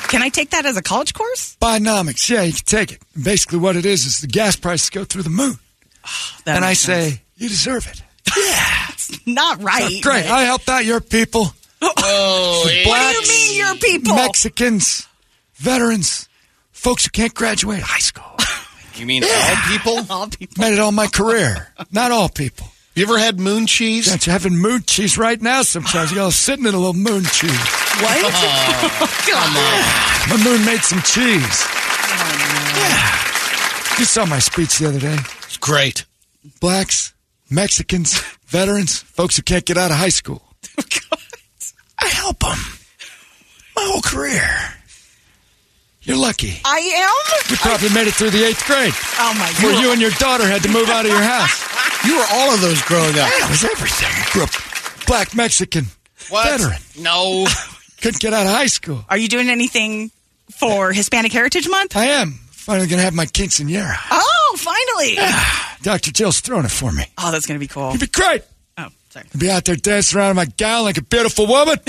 S13: Can I take that as a college course?
S4: Bionomics, yeah, you can take it. Basically, what it is is the gas prices go through the moon.
S13: that
S4: and I
S13: makes sense.
S4: say, you deserve it.
S13: Not right.
S4: Great. I helped out your people.
S13: Oh,
S4: The
S13: what do you mean, your people?
S4: Mexicans, veterans, folks who can't graduate high school.
S8: You mean
S4: all
S8: people?
S13: all people.
S4: Made it all my career. Not all people.
S3: You ever had moon cheese?
S4: Don't you having moon cheese right now sometimes? You're all sitting in a little moon cheese.
S13: What?
S10: Oh,
S13: come on.
S4: My moon made some cheese. Yeah. You saw my speech the other day.
S3: It's great.
S4: Blacks, Mexicans, veterans, folks who can't get out of high school. I help them my whole career. You're lucky.
S13: I am?
S4: You probably made it through the eighth grade.
S13: Oh, my
S4: Where
S13: God.
S4: you and your daughter had to move out of your house.
S3: You were all of those growing up.
S4: That was everything. I grew up black Mexican veteran.
S8: No.
S4: Couldn't get out of high school.
S13: Are you doing anything for Hispanic Heritage Month?
S4: I am. Finally gonna have my quinceanera.
S13: Oh, finally.
S4: Dr. Jill's throwing it for me.
S13: Oh, that's going to be cool.
S4: It'd be great.
S13: Oh, sorry.
S4: I'd be out there dancing around in my gown like a beautiful woman.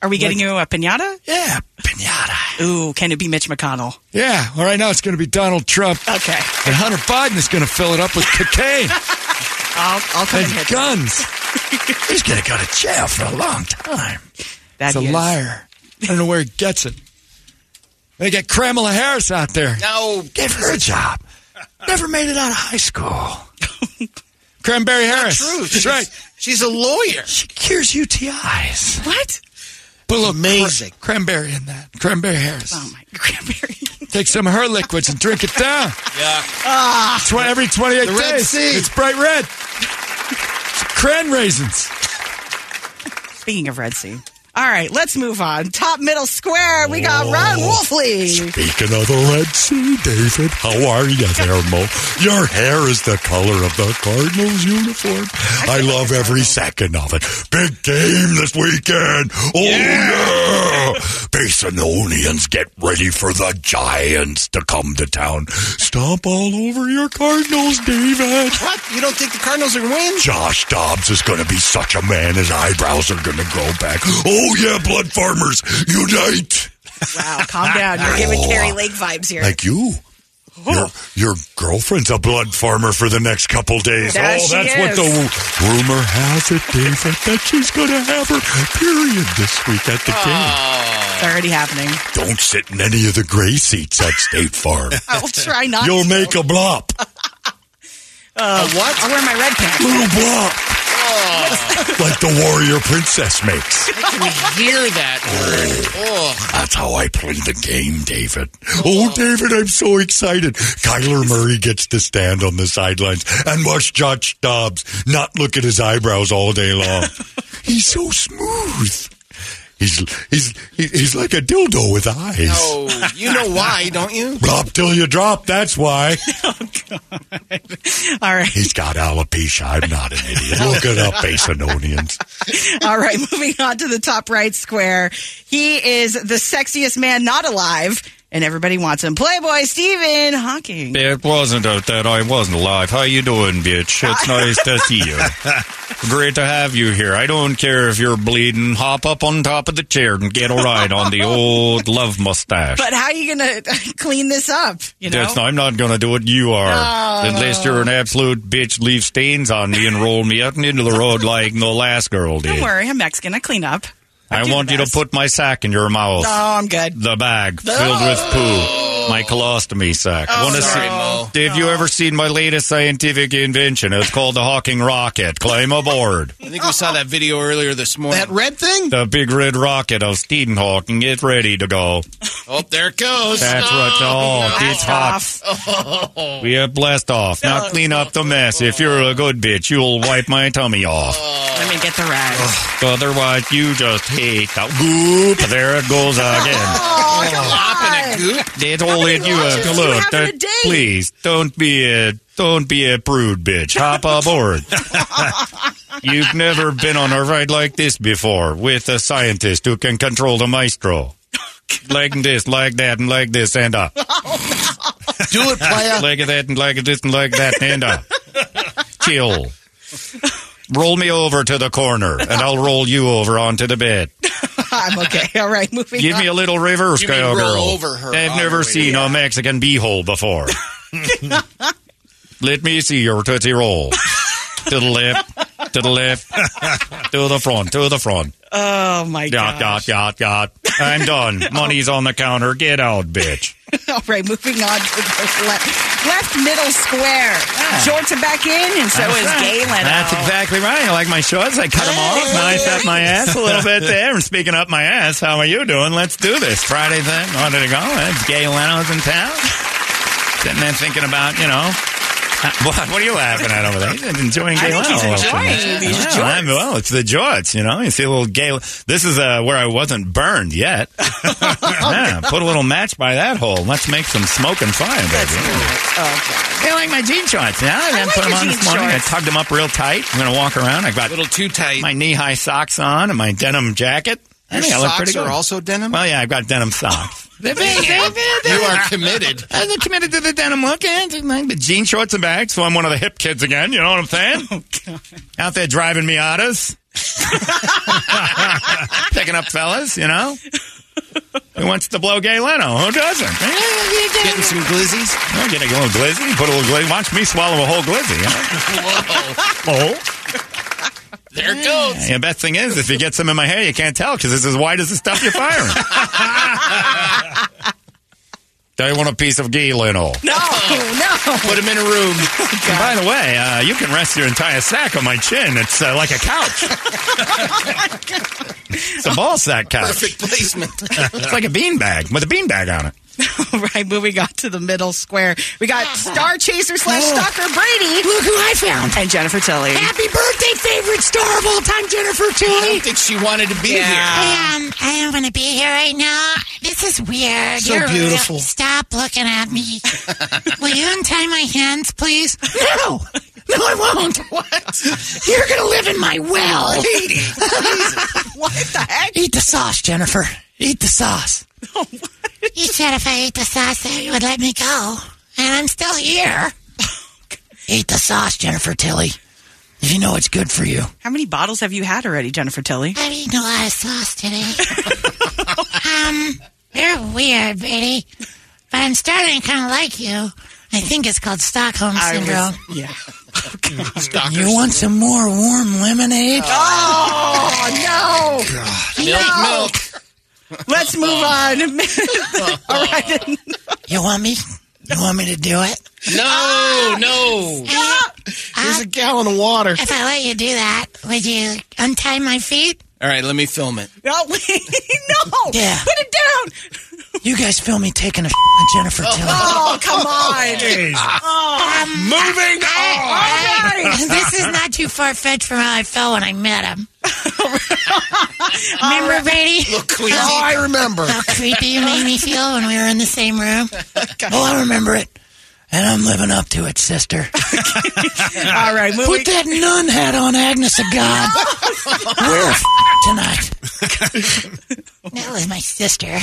S13: Are we getting you a pinata?
S4: Yeah,
S13: pinata. Ooh, can it be Mitch McConnell?
S4: Yeah. All right now it's going to be Donald Trump.
S13: Okay.
S4: And Hunter Biden is going to fill it up with cocaine
S13: I'll, I'll come and
S4: and
S13: hit
S4: guns. He's going to go to jail for a long time. That's a
S13: he is.
S4: liar. I don't know where he gets it. They got Kamala Harris out there.
S3: Oh,
S8: No.
S4: Give her a job. Never made it out of high school. Cranberry Harris.
S3: True.
S4: That's right.
S3: She's a lawyer.
S4: She cures UTIs.
S13: What?
S4: Put a little
S3: Amazing.
S4: cra- cranberry in that. Cranberry Harris.
S13: Oh, my cranberry.
S4: Take some of her liquids and drink it down.
S8: Yeah.
S13: Ah.
S4: Tw- every 28
S3: The
S4: days.
S3: Red Sea.
S4: It's bright red. Cran raisins.
S13: Speaking of Red Sea. All right, let's move on. Top middle square, we
S4: Oh.
S13: got Ron Wolfley.
S4: Speaking of the Red Sea, David, how are you there, Mo? Your hair is the color of the Cardinals uniform. I love every second of it. Big game this weekend. Oh, yeah! Basinonians, get ready for the Giants to come to town. Stomp all over your Cardinals, David.
S14: What? You don't think the Cardinals are going to win?
S4: Josh Dobbs is going to be such a man. His eyebrows are going to go back. Oh, yeah, blood farmers, unite.
S13: Wow, calm down. You're giving Carrie Lake vibes here.
S4: Like you. Your, your girlfriend's a blood farmer for the next couple days.
S13: There
S4: oh,
S13: she
S4: that's what
S13: is.
S4: the rumor has it, David, that she's going to have her period this week at the
S13: It's already happening.
S4: game. Don't sit in any of the gray seats at State Farm.
S13: I will try not.
S4: You'll make a blop.
S13: Uh,
S4: Oh.
S13: what? I'll wear my red pants.
S4: Little block. like the warrior princess makes.
S8: I can hear that.
S4: That's how I play the game, David. Oh, David, I'm so excited. Kyler Murray gets to stand on the sidelines and watch Josh Dobbs not look at his eyebrows all day long. he's so smooth. He's he's he's like a dildo with eyes.
S8: Oh, you know why, don't you?
S4: Drop till you drop. That's why.
S13: All right.
S4: He's got alopecia. I'm not an idiot. Look it up, Basinonians.
S13: All right, moving on to the top right square. He is the sexiest man not alive, and everybody wants him. Playboy Stephen Hawking.
S1: It wasn't out that I wasn't alive. How you doing, bitch? It's nice to see you. Great to have you here. I don't care if you're bleeding. Hop up on top of the chair and get a ride on the old love mustache.
S13: But how are you going to clean this up? You know, Oh.
S1: That's- I'm not going to do it. You are.
S13: No.
S1: Unless you're an absolute bitch, leave stains on me and roll me out and into the road like the last girl
S13: don't
S1: did.
S13: worry, I'm Mexican. I clean up.
S1: I, want you to put my sack in your mouth.
S13: No, I'm good.
S1: The bag filled with poo. My colostomy sack.
S13: Oh,
S1: Wanna
S13: sorry,
S1: see- Have you ever seen my latest scientific invention? It's called the Hawking rocket. Climb aboard.
S8: I think we saw that video earlier this morning. That red thing?
S1: The big red rocket of Stephen Hawking is ready to go.
S8: Oh, there it goes.
S1: That's right. Oh, it's hot.
S8: Oh.
S1: We have blast off. Now clean up the mess. If you're a good bitch, you'll wipe my tummy off.
S13: Let me get the rag.
S1: Otherwise, you just hate that goop. There it goes again.
S13: Oh
S1: That's all it you uh, have to look. That- please don't be a don't be a prude, bitch. Hop aboard. You've never been on a ride like this before with a scientist who can control the maestro. Like this, like that, and like this, and up.
S13: Oh,
S1: Do it, player. like that, and like this, and like that, and up. Chill. Roll me over to the corner, and I'll roll you over onto the bed.
S13: I'm okay. All right, moving
S1: Give
S13: on.
S1: me a little reverse,
S13: You mean
S1: cowgirl.
S13: roll over her
S1: I've
S13: on the
S1: never
S13: way
S1: seen a Mexican beehole before. Let me see your tootsie roll. to the left, to the left, to the front, to the front.
S13: Oh my
S1: Dot,
S13: god!
S1: dot, dot, dot. I'm done. Money's on the counter. Get out, bitch.
S13: All right, moving on to the left, left middle square. Shorts are back in, and so
S1: Ah. That's
S13: is
S1: right.
S13: Galen.
S1: That's exactly right. I like my shorts. I cut them off. Nice up my ass a little bit there. And speaking up my ass, how are you doing? Let's do this. Friday thing. How did it go? It's Gay Leno's in town. Sitting there thinking about, you know. uh, What, what are you laughing at over there? He's enjoying Gay
S13: I think
S1: Leno.
S13: he's enjoying these
S1: Yeah, I'm- well, it's the jorts, you know. You see a little Gay. This is uh, where I wasn't burned yet. yeah, put a little match by that hole. Let's make some smoke and fire, baby. I like my jean shorts. Yeah, I,
S15: I
S1: didn't
S15: like
S1: put them
S15: your
S1: on
S15: jean
S1: this morning.
S15: shorts.
S1: I tugged them up real tight. I'm going to walk around. I got a little too tight. My knee high socks on and my denim jacket. I
S8: Your
S1: think I look
S8: socks
S1: pretty good.
S8: are also
S1: denim. Well, yeah, I've got denim socks.
S8: You are committed.
S1: I'm committed to the denim look and like the jean shorts and back, so I'm one of the hip kids again. You know what I'm saying? Out there driving Miatas, picking up fellas. You know. Who wants to blow Gay Leno? Who doesn't? Getting some glizzies. I'm getting a little glizzy. Put a little glizzy. Watch me swallow a whole glizzy. you know? Oh.
S8: There it goes.
S1: Yeah, the best thing is, if you get some in my hair, you can't tell because it's as white as the stuff you're firing. I want a piece of gay lino.
S13: No, no.
S1: Put him in a room. And by the way, uh, you can rest your entire sack on my chin. It's uh, like a couch. it's a ball sack couch.
S8: Perfect placement.
S1: It's like a beanbag with a beanbag on it.
S13: All right, moving on to the middle square. We got Star Chaser slash Stalker Brady.
S16: Look who I found.
S13: And Jennifer Tilly.
S16: Happy birthday, favorite star of all time, Jennifer Tilly. I
S8: don't think she wanted to be here.
S16: I, um, I don't want to be here right now. This is weird.
S8: So
S16: You're-
S8: beautiful.
S16: Stop looking at me. Will you untie my hands, please? No. No, I won't. What? You're going to live in my well.
S13: Lady, what the heck?
S16: Eat the sauce, Jennifer. Eat the sauce.
S15: You said if I ate the sauce that you would let me go. And I'm still here.
S16: Eat the sauce, Jennifer Tilly. If you know it's good for you.
S13: How many bottles have you had already, Jennifer Tilly?
S15: I've eaten a lot of sauce today. um, you're weird, Brady. But I'm starting to kind of like you. I think it's called Stockholm Syndrome.
S13: yeah.
S16: you want some more warm lemonade?
S13: Oh, no.
S16: Milk,
S13: milk. Let's move on. All right.
S16: You want me? You want me to do it?
S8: No,
S13: Ah.
S8: no.
S15: There's
S3: a gallon of water.
S15: uh, If I let you do that, would you untie my feet?
S8: All right, let me film it.
S13: No, no.
S16: Yeah.
S13: Put it down.
S16: You guys film me taking a on Jennifer Tilly.
S13: Oh, come on.
S16: Jeez.
S13: Moving
S15: Hey, this is not too far fetched from how I felt when I met him. remember, Brady?
S3: Look, Oh, I remember.
S15: How creepy you made me feel when we were in the same room.
S16: Oh, I remember it. And I'm living up to it, sister.
S13: All right, moving.
S16: Put that nun hat on, Agnes of God. We're f- tonight.
S15: That was my sister.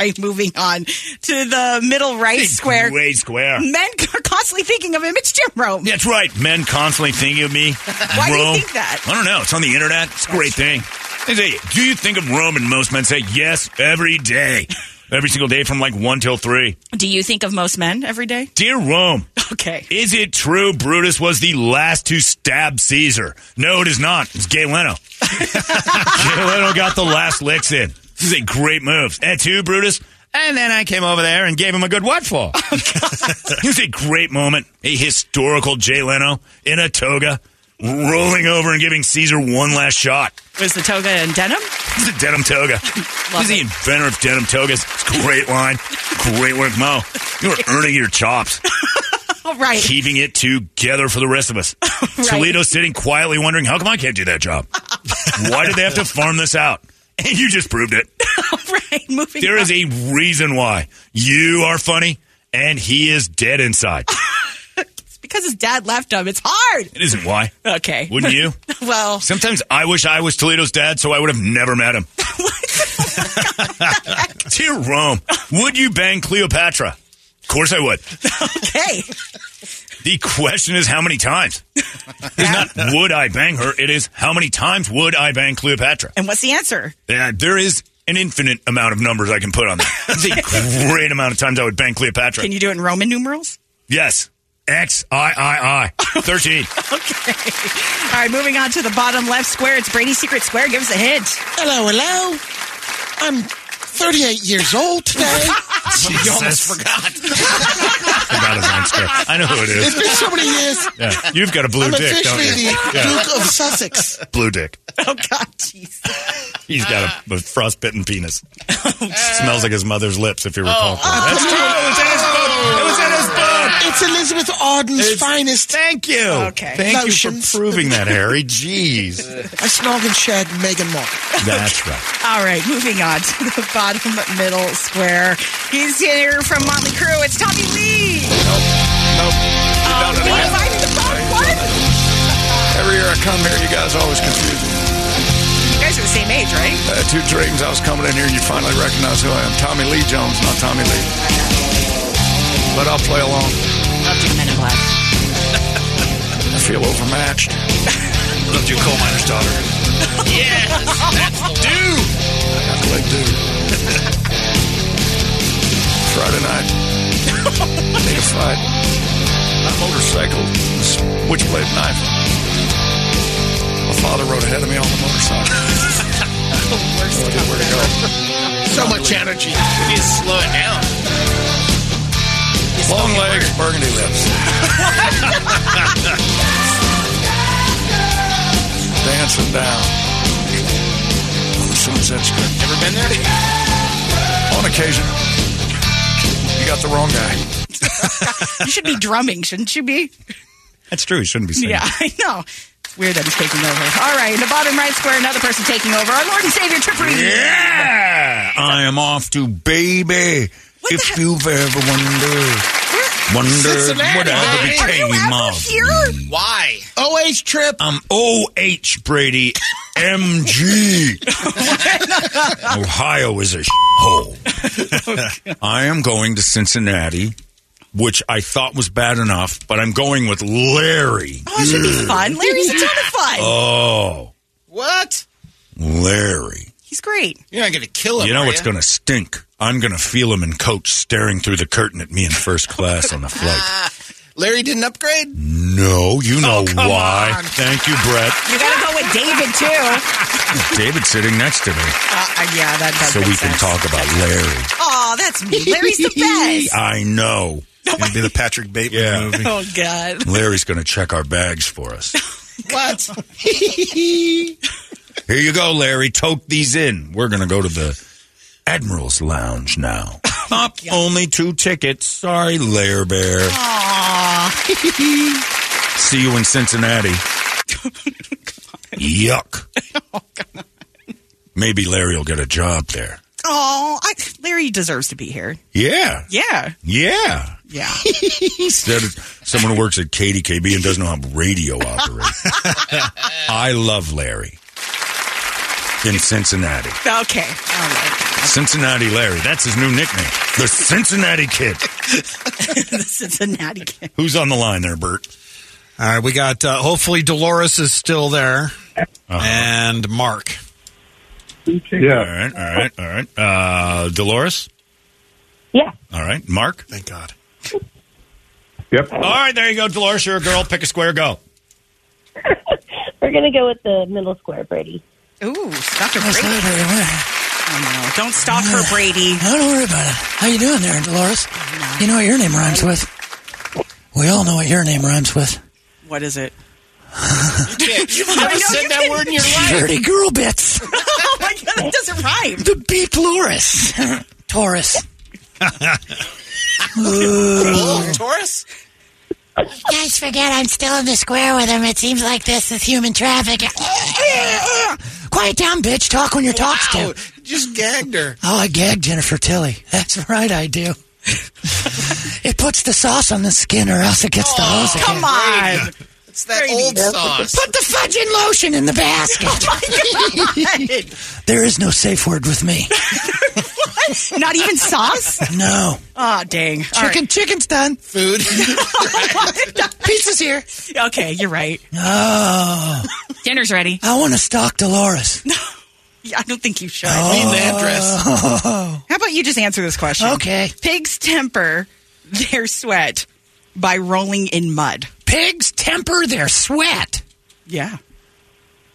S13: right, moving on to the middle right square.
S1: Way square.
S13: Men are constantly thinking of him. It's Jim Rome.
S1: That's right. Men constantly thinking of me.
S13: Why do you
S1: Rome.
S13: think that?
S1: I don't know. It's on the internet. It's a great thing. They say, "Do you think of Rome?" And most men say, "Yes, every day, every single day, from like one till three.
S13: Do you think of most men every day?
S1: Dear Rome,
S13: Okay.
S1: is it true Brutus was the last to stab Caesar? No, it is not. It's Gay Leno. Jay Leno got the last licks in. This is a great move. And two, Brutus. And then I came over there and gave him a good what for. it was a great moment. A historical Jay Leno in a toga, rolling over and giving Caesar one last shot.
S13: Was the toga in denim?
S1: It's a denim toga. He's the inventor of denim togas. It's a great line. Great work, Mo. You are earning your chops
S13: All right.
S1: keeping it together for the rest of us. Toledo sitting quietly wondering, how come I can't do that job? Why did they have to farm this out? And you just proved it.
S13: right, moving
S1: There
S13: on.
S1: is a reason why you are funny and he is dead inside.
S13: It's because his dad left him. It's hard.
S1: It isn't why.
S13: Okay.
S1: Wouldn't you?
S13: well,
S1: Sometimes I wish I was Toledo's dad so I would have never met him. Dear Rome, would you bang Cleopatra? Of course I would.
S13: okay.
S1: The question is how many times? It's not would I bang her, it is how many times would I bang Cleopatra?
S13: And what's the answer?
S1: Yeah, there is an infinite amount of numbers I can put on that. It's a great amount of times I would bang Cleopatra.
S13: Can you do it in Roman numerals?
S1: yes. X I I I. 13.
S13: All right, moving on to the bottom left square. It's Brady's Secret Square. Give us a hint.
S3: Hello, hello. I'm 38 years old today.
S1: You almost forgot. About his own square. I know who it
S3: It's
S1: is.
S3: been so many years.
S1: Yeah. You've got a blue
S3: I'm
S1: dick, don't
S3: officially
S1: you?
S3: the
S1: Yeah.
S3: Duke of Sussex.
S1: Blue dick.
S13: Oh, God, jeez.
S1: He's got a, a frostbitten penis. Smells like his mother's lips, if you
S3: Oh,
S1: recall.
S13: Oh,
S1: correctly.
S3: That's
S1: It was in his book.
S3: It's Elizabeth Arden's finest.
S1: Thank you.
S13: Okay.
S1: Thank you
S3: Lotions.
S1: for proving that, Harry. Jeez.
S3: I snog and shag Meghan Markle.
S1: That's right.
S13: All right, moving on to the bottom middle square. He's here from Motley Crue. It's Tommy Lee.
S5: Nope.
S13: We invited the wrong one.
S5: Every year I come here, you guys always confuse me.
S13: You guys are the same age, right?
S5: Uh, two dreams. I was coming in here, you finally recognize who I am. Tommy Lee Jones, not Tommy Lee. But I'll play along.
S13: Love you, Men in Black.
S5: I feel overmatched.
S2: Loved you, coal miner's daughter.
S5: That's what I do. Friday night. Need a fight. My motorcycle, switchblade knife. My father rode ahead of me on the motorcycle. No idea where to go.
S3: So much energy.
S8: We need to slow it down.
S5: Long legs, burgundy lips. Dancing down on the Sunset Strip.
S8: Ever been there?
S5: On occasion,
S1: got the wrong guy.
S13: You should be drumming, shouldn't you be?
S1: That's true. He shouldn't be singing.
S13: Yeah, I know. It's weird that he's taking over. All right, in the bottom right square, another person taking over. Our Lord and Savior Tripper.
S1: Yeah, I am off to baby. if you've ever wondered, wondered
S8: Cincinnati,
S1: what ever
S8: baby.
S1: became of
S13: here?
S8: Why? OH trip.
S1: I'm OH Brady MG.
S13: Oh,
S1: Ohio is a hole. I am going to Cincinnati, which I thought was bad enough, but I'm going with Larry. Mm.
S13: Oh, it should be fun. Larry's a ton of fun.
S1: Oh,
S13: What?
S1: Larry.
S13: He's great.
S8: You're not going to kill
S1: You know what's going to stink? I'm going to feel him and coach staring through the curtain at me in first class on the flight.
S8: Larry didn't upgrade?
S1: No, you
S13: Oh,
S1: know
S8: come
S1: why.
S8: on.
S1: Thank you, Brett.
S13: You got to go with David, too. Uh,
S1: David's sitting next to me,
S13: uh, yeah, that does
S1: so
S13: make
S1: we can
S13: sense.
S1: talk about Larry.
S13: Oh, that's me. Larry's the best.
S1: I know. It'd be the Patrick Bateman movie.
S13: Oh, God.
S1: Larry's going to check our bags for us.
S13: What?
S1: Here you go, Larry. Tote these in. We're going to go to the Admiral's Lounge now. Up, only two tickets. Sorry, Lair Bear.
S4: Oh.
S13: Aw.
S1: See you in Cincinnati. Yuck. Maybe Larry will get a job there.
S13: oh, I, Larry deserves to be here.
S1: Yeah.
S13: Yeah.
S1: Yeah.
S13: Yeah.
S1: Instead of someone who works at KDKB and doesn't know how radio operates. I love Larry in Cincinnati.
S13: okay. All right.
S1: Cincinnati Larry. That's his new nickname. The Cincinnati Kid.
S13: the Cincinnati kid.
S1: Who's on the line there, Bert?
S2: All right, we got. Uh, hopefully, Dolores is still there,
S1: Uh-huh.
S2: and Mark.
S1: Yeah. All right. All right. All right. Uh, Dolores?
S17: Yeah.
S1: All right. Mark? Thank God.
S18: Yep.
S1: All right. There you go, Dolores. You're a girl. Pick a square. Go.
S17: We're going to go with the middle square, Brady.
S13: Ooh, Dr. Brady. I know. Don't stalk her, Brady.
S4: Don't worry about it. How you doing there, Dolores? You know what your name rhymes with? We all know what your name rhymes with.
S13: What is it?
S8: You've never said that word in your life.
S4: Dirty girl bits.
S13: oh my god, that doesn't rhyme.
S4: The beep Loris. Taurus.
S15: Ooh.
S8: Taurus?
S15: You guys forget I'm still in the square with him. It seems like this is human trafficking. Quiet down, bitch. Talk when you're talked to.
S8: Just gagged her.
S4: Oh, I gagged Jennifer Tilly. That's right, I do. it puts the sauce on the skin, or else it gets the hose again.
S13: Come on.
S8: It's that old sauce.
S4: Put the fudge and lotion in the basket. There is no safe word with me.
S13: what? Not even sauce?
S4: No.
S13: Oh, dang. All
S4: Chicken, chicken's done.
S8: Food.
S4: Pizza's here.
S13: right. Okay, you're right.
S4: Oh,
S13: Dinner's ready.
S4: I want to stalk Dolores.
S13: Yeah, I don't think you should.
S4: Oh. Leave the address.
S13: How about you just answer this question?
S4: Okay.
S13: Pigs temper their sweat by rolling in mud.
S4: Pigs temper their sweat.
S13: Yeah.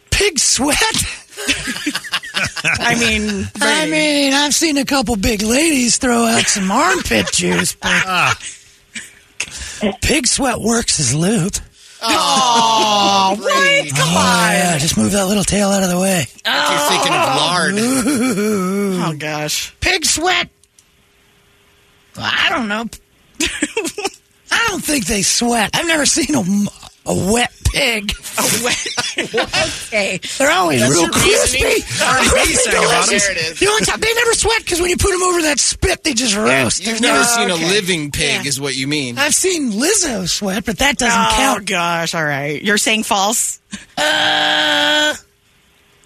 S4: Pig sweat.
S13: I mean,
S4: I mean, I've seen a couple big ladies throw out some armpit juice,
S1: Ah.
S4: but pig sweat works as lube.
S8: Oh, what?
S4: Come on. Yeah, just move that little tail out of the way.
S8: You're thinking of lard.
S13: Oh gosh.
S4: Pig sweat. I don't know. I don't think they sweat. I've never seen a, m- a wet pig.
S13: A wet. okay.
S4: They're always
S13: That's
S4: real
S13: your reasoning?
S4: crispy.
S13: Already
S4: crispy
S13: saying about 'em.
S4: delicious.
S13: There it is.
S4: You know what's up? They never sweat because when you put them over that spit, they just roast.
S8: You've
S4: There's
S8: never
S4: no-
S8: seen
S4: Okay.
S8: a living pig, is what you mean.
S4: I've seen Lizzo sweat, but that doesn't
S13: oh
S4: count.
S13: gosh. All right. You're saying false?
S4: Uh,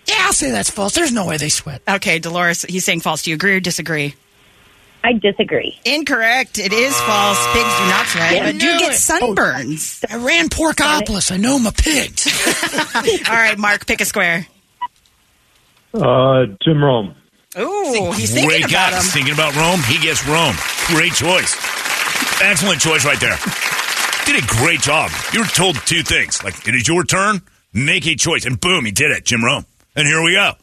S4: yeah, I'll say that's false. There's no way they sweat.
S13: Okay, Dolores, he's saying false. Do you agree or disagree?
S17: I disagree.
S13: Incorrect. It is false. Pigs do not sweat,
S4: Yeah,
S13: but do
S4: knew
S13: get
S4: it.
S13: sunburns.
S4: I ran Porkopolis. I know my pigs.
S13: All right, Mark, pick a square.
S18: Uh, Jim Rome.
S13: Ooh, he's thinking
S1: Wake up.
S13: about him.
S1: He's thinking about Rome. He gets Rome. Great choice. Excellent choice right there. Did a great job. You were told two things. Like, it is your turn. Make a choice. And boom, he did it. Jim Rome. And here we go.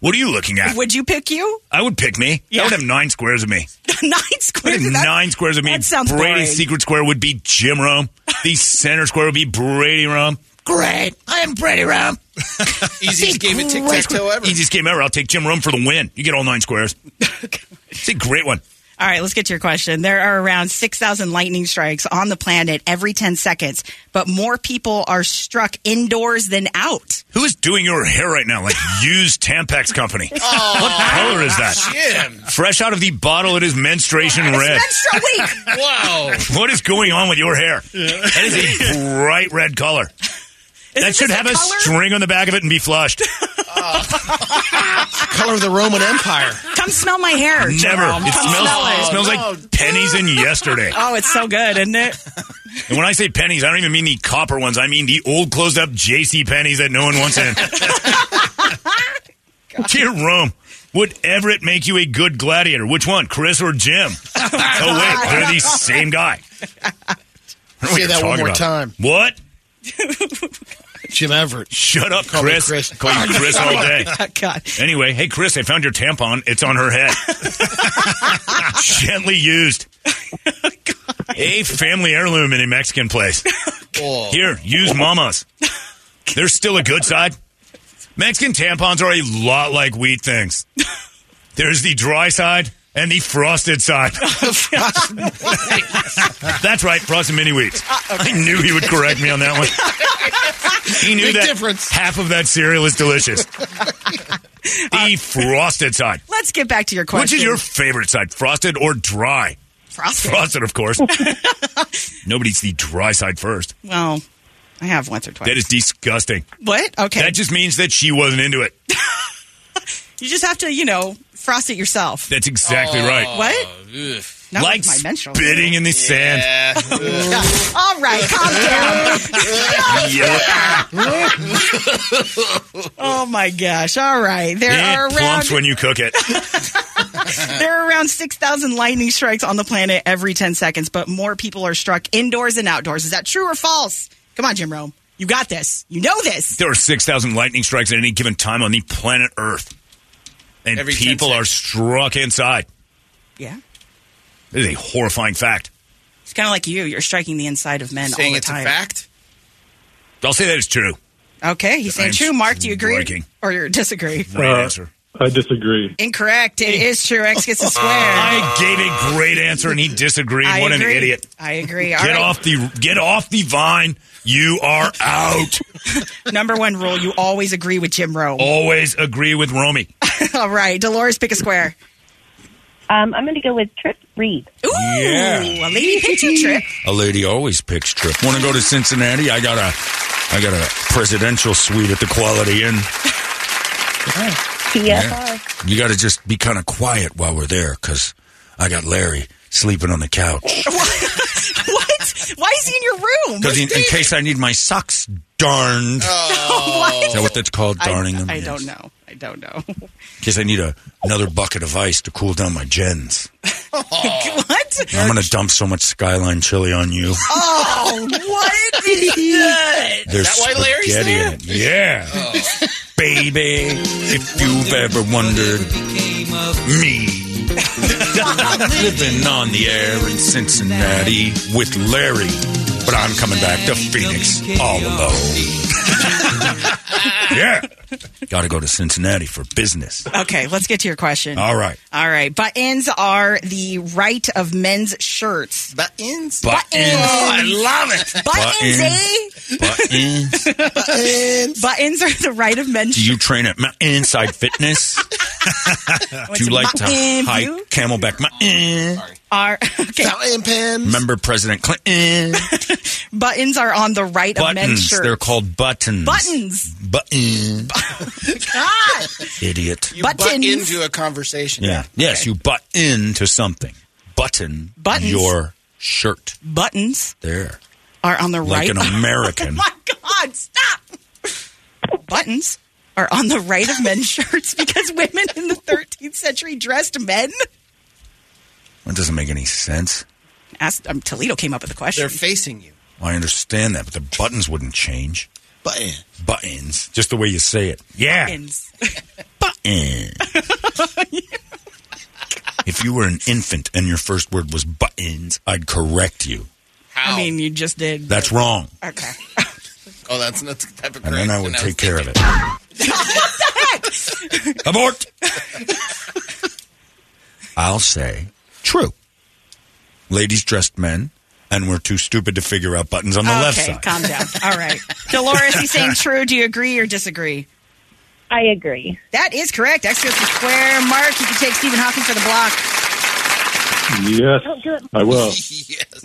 S1: What are you looking at?
S13: Would you pick you?
S1: I would pick me. I would have nine squares of me.
S13: Nine
S1: I
S13: squares.
S1: would have
S13: That-
S1: nine squares of me.
S13: That sounds
S1: Brady's
S13: boring.
S1: secret square would be Jim Rome. The center square would be Brady Rome.
S4: Great. I am Brady Ram.
S8: Easiest game of tic tac toe ever.
S1: Easiest game ever. I'll take Jim Rome for the win. You get all nine squares. it's a great one.
S13: All right, let's get to your question. There are around 6,000 lightning strikes on the planet every 10 seconds, but more people are struck indoors than out.
S1: Who is doing your hair right now? Like used Tampax company. what color is that?
S8: Jim.
S1: Fresh out of the bottle, it is menstruation red.
S8: Wow.
S1: What is going on with your hair? That is a bright red color. that should have a, string on the back of it and be flushed.
S3: Color of the Roman Empire.
S13: Come smell my hair.
S1: Never. It
S13: Jerome.
S1: smells,
S13: Come smell
S1: it smells like pennies in yesterday.
S13: Oh, it's so good, isn't it?
S1: And when I say pennies, I don't even mean the copper ones. I mean the old closed up JC pennies that no one wants in. Dear Rome, would Everett make you a good gladiator? Which one, Chris or Jim? oh, wait, they're the same guy. I don't know what
S3: Say
S1: you're
S3: that one
S1: talking
S3: more
S1: about.
S3: time.
S1: What?
S3: Jim Everett.
S1: Shut up,
S3: Call me
S1: Chris.
S3: Chris.
S1: Call you Chris all day.
S13: Oh, God.
S1: Anyway, hey, Chris, I found your tampon. It's on her head. Gently used. A family heirloom in a Mexican place. Here, use mamas. There's still a good side. Mexican tampons are a lot like wheat things. There's the dry side and the frosted side. That's right, frosted mini wheats.
S13: Ah,
S1: I knew he would correct me on that one. He knew that half of that cereal is delicious. The frosted side.
S13: Let's get back to your Uh, question.
S1: Which is your favorite side, frosted or dry?
S13: Frosted.
S1: Frosted, of course. Nobody eats the dry side first.
S13: Well, I have once or twice.
S1: That is disgusting.
S13: What? Oh, Okay.
S1: That just means that she wasn't into it.
S13: you just have to, you know, frost it yourself.
S1: That's exactly right.
S13: Oh. What? Not
S1: like
S13: with my menstrual.
S1: spitting in the sand.
S13: All right, calm down. oh my gosh! All right, there are
S1: It
S13: around
S1: plumps when you cook it.
S13: there are around six thousand lightning strikes on the planet every ten seconds, but more people are struck indoors than outdoors. Is that true or false? Come on, Jim Rome, you got this. You know this.
S1: There are 6,000 lightning strikes at any given time on the planet Earth. And
S13: Every 10
S1: people are struck inside.
S13: Yeah,
S1: It is a horrifying fact.
S13: it's kind of like you. You're striking the inside of men all
S8: Saying
S13: the
S8: it's a
S13: time.
S8: fact?
S1: I'll say that is true.
S13: Okay, he's saying
S1: I'm
S13: true. Mark, do you agree
S1: striking.
S13: or you disagree?
S1: Right
S8: Uh,
S1: answer.
S19: Uh, I disagree.
S13: Incorrect. It is true. X gets a square.
S1: I gave a great answer and he disagreed.
S13: I
S1: what
S13: agree.
S1: an idiot.
S13: I agree. All
S1: Get
S13: right.
S1: off the get off the vine. You are out.
S13: Number one rule: you always agree with Jim Rome.
S1: Always agree with Romy.
S8: Uh,
S13: All right, Dolores, pick a square.
S20: Um, I'm going to go with Trip Reed.
S13: Ooh, a lady picked you, Trip.
S1: A lady always picks trip. Want to go to Cincinnati? I got a I got a presidential suite at the Quality Inn.
S20: PFR.
S1: You got to just be kind of quiet while we're there because I got Larry sleeping on the couch.
S13: what? Why is he in your room?
S1: Because in, in case I need my socks darned.
S13: Oh.
S1: Is that what that's called? Darning
S13: I,
S1: them?
S13: I
S1: Yeah.
S13: don't know. I don't know.
S1: In case I need a, another bucket of ice to cool down my gens.
S13: what?
S1: I'm going to dump so much skyline chili on you.
S13: Oh, what? is that?
S1: There's spaghetti in it. Yeah. Baby, if you've ever wondered, me. Living on the air in Cincinnati with Larry. But I'm coming back to Phoenix all alone. yeah. Got to go to Cincinnati for business.
S13: Okay, let's get to your question.
S1: All right.
S13: All right. Buttons are the right of men's shirts.
S8: Buttons?
S1: Buttons.
S8: Oh, I love it.
S13: Buttons, eh?
S1: Buttons.
S13: Buttons. eh? are the right of men's
S1: Do you train at my inside fitness? Do you like to
S13: Mountain
S1: hike
S13: View?
S1: Camelback Mountain?
S13: are okay.
S1: Remember President Clinton?
S13: Buttons are on the right of men's
S1: buttons.
S13: shirts.
S1: They're called buttons.
S13: buttons.
S1: Button.
S13: God.
S1: Idiot.
S8: You butt
S13: Buttons.
S8: into a conversation.
S1: Yeah. Yes, you butt into something. Button
S13: Buttons.
S1: your shirt.
S13: Buttons
S1: There.
S13: are on the
S1: Like
S13: right.
S1: an American.
S13: oh my God! Stop. Buttons are on the right of men's shirts because women in the 13th century dressed men.
S1: That doesn't make any sense.
S13: Asked, um, Toledo came up with the question.
S8: They're facing you.
S1: I understand that, but the buttons wouldn't change. Button. Buttons. Just the way you say it. Yeah.
S13: Buttons.
S1: button. if you were an infant and your first word was buttons, I'd correct you.
S13: I mean, you just did.
S1: That's wrong.
S13: Okay.
S8: Oh, that's not the type of
S1: And then I would
S8: correction
S1: take care of it. Abort. I'll say True. Ladies dressed men, and we're too stupid to figure out buttons on the
S13: okay,
S1: left side.
S13: calm down. All right. Dolores, he's saying true. Do you agree or disagree? I agree. That is correct. X goes to square. Mark, you can take Stephen Hawking for the block.
S19: Yes, I will.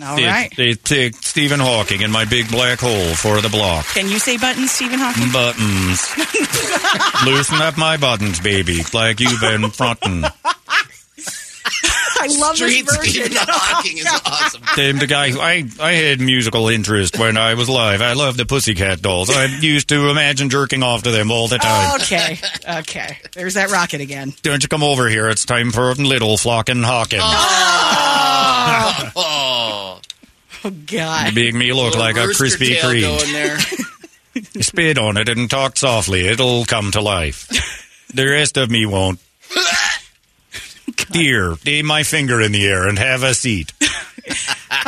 S13: All right.
S1: They take Stephen Hawking and my big black hole for the block.
S13: Can you say buttons, Stephen Hawking?
S1: Buttons. Loosen up my buttons, baby, like you've been fronting.
S13: I love
S8: Street
S13: this version.
S8: Stephen Hawking is awesome.
S1: Damn the guy. I, I had musical interest when I was live. I love the Pussycat Dolls. I used to imagine jerking off to them all the time.
S13: okay. Okay. There's that rocket again.
S1: Don't you come over here. It's time for little flocking Hawking.
S13: Oh, God.
S1: Make me look like a
S8: Rooster
S1: crispy
S8: tail
S1: cream.
S8: going there.
S1: Spit on it and talk softly. It'll come to life. the rest of me won't. Dear, aim my finger in the air and have a seat.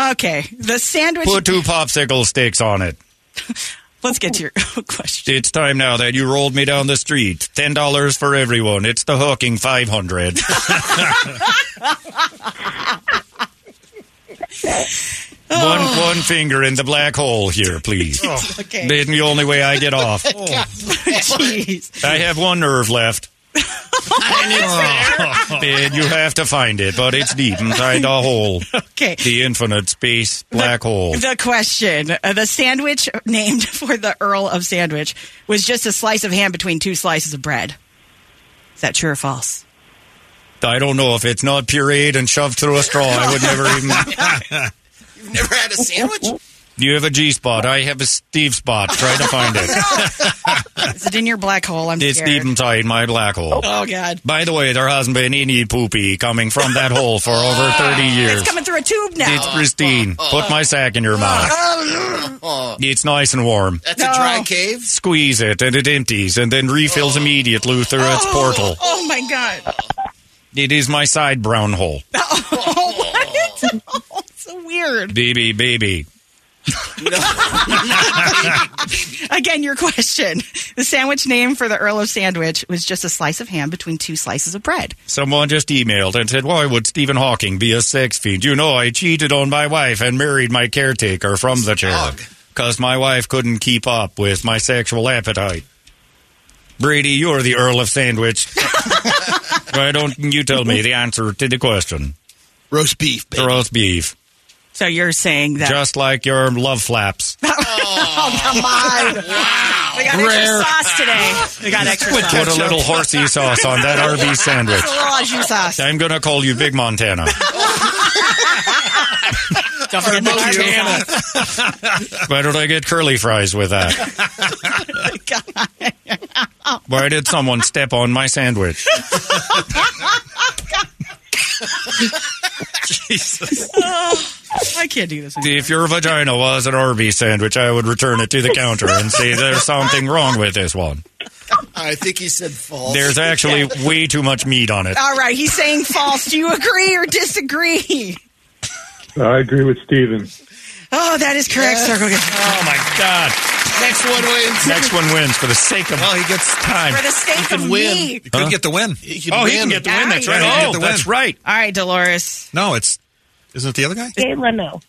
S13: Okay. The sandwich.
S1: Put two popsicle sticks on it.
S13: Let's get to your question.
S1: It's time now that you rolled me down the street. Ten dollars for everyone. It's the hooking five hundred. One one finger in the black hole here, please.
S13: Okay.
S1: That's the only way I get off.
S13: Jeez.
S1: I have one nerve left.
S13: Oh.
S1: Did you have to find it, but it's deep inside the hole.
S13: Okay.
S1: The infinite space black hole.
S13: Oh, The question. Uh, the sandwich named for the Earl of Sandwich was just a slice of ham between two slices of bread. Is that true or false?
S1: I don't know if it's not pureed and shoved through a straw. I would never even.
S8: You've never had a sandwich?
S1: you have a G spot. I have a Steve spot. Try to find it.
S13: Is it in your black hole? I'm
S1: It's deep
S13: scared.
S1: inside my black hole.
S13: Oh, God.
S1: By the way, there hasn't been any poopy coming from that hole for over 30 years.
S13: It's coming through a tube now. Oh,
S1: It's pristine. Put my sack in your mouth. It's nice and warm.
S8: Oh, That's a dry
S13: Oh.
S8: cave.
S1: Squeeze it and it empties and then refills immediately through its portal.
S13: Oh my god!
S1: It is my side brown hole.
S13: Oh, what? Oh, it's so weird.
S1: Baby, baby.
S13: Again, your question. The sandwich name for the Earl of Sandwich was just a slice of ham between two slices of bread.
S1: Someone just emailed and said, Why would Stephen Hawking be a sex fiend? You know, I cheated on my wife and married my caretaker from the chair because my wife couldn't keep up with my sexual appetite. Brady, you're the Earl of Sandwich. Why don't you tell me the answer to the question?
S3: Roast beef.
S1: Roast beef.
S13: So you're saying that?
S1: Just like your love flaps.
S13: oh come on! Wow. They got
S1: Rare.
S13: extra sauce today. They got extra
S1: Put
S13: sauce.
S1: a little horsey sauce on that RV sandwich.
S13: It's a little au jus sauce.
S1: I'm going to call you Big Montana.
S13: Don't forget the
S1: Barbecue.
S13: barbecue sauce.
S1: Why don't I get curly fries with that? Why did someone step on my sandwich?
S13: Jesus. Oh, I can't do this.
S1: If your vagina was an RV sandwich, I would return it to the counter and say there's something wrong with this one.
S8: I think he said false.
S1: There's actually way too much meat on it.
S13: All right, he's saying false. Do you agree or disagree?
S19: I agree with Steven.
S13: Oh, that is correct. Circle again.
S1: Oh my God.
S8: Next one wins.
S1: Next one wins for the sake of. Well, he gets time.
S13: For the sake
S2: could
S13: of
S2: win.
S13: me.
S2: He could
S1: Huh?
S2: get the win.
S1: oh, he can get the win. That's
S13: Yeah,
S1: right.
S2: he can get
S1: Oh,
S2: the
S1: that's
S2: win.
S1: right.
S13: All right, Dolores.
S2: No, it's isn't it the other guy?
S20: Jay Leno.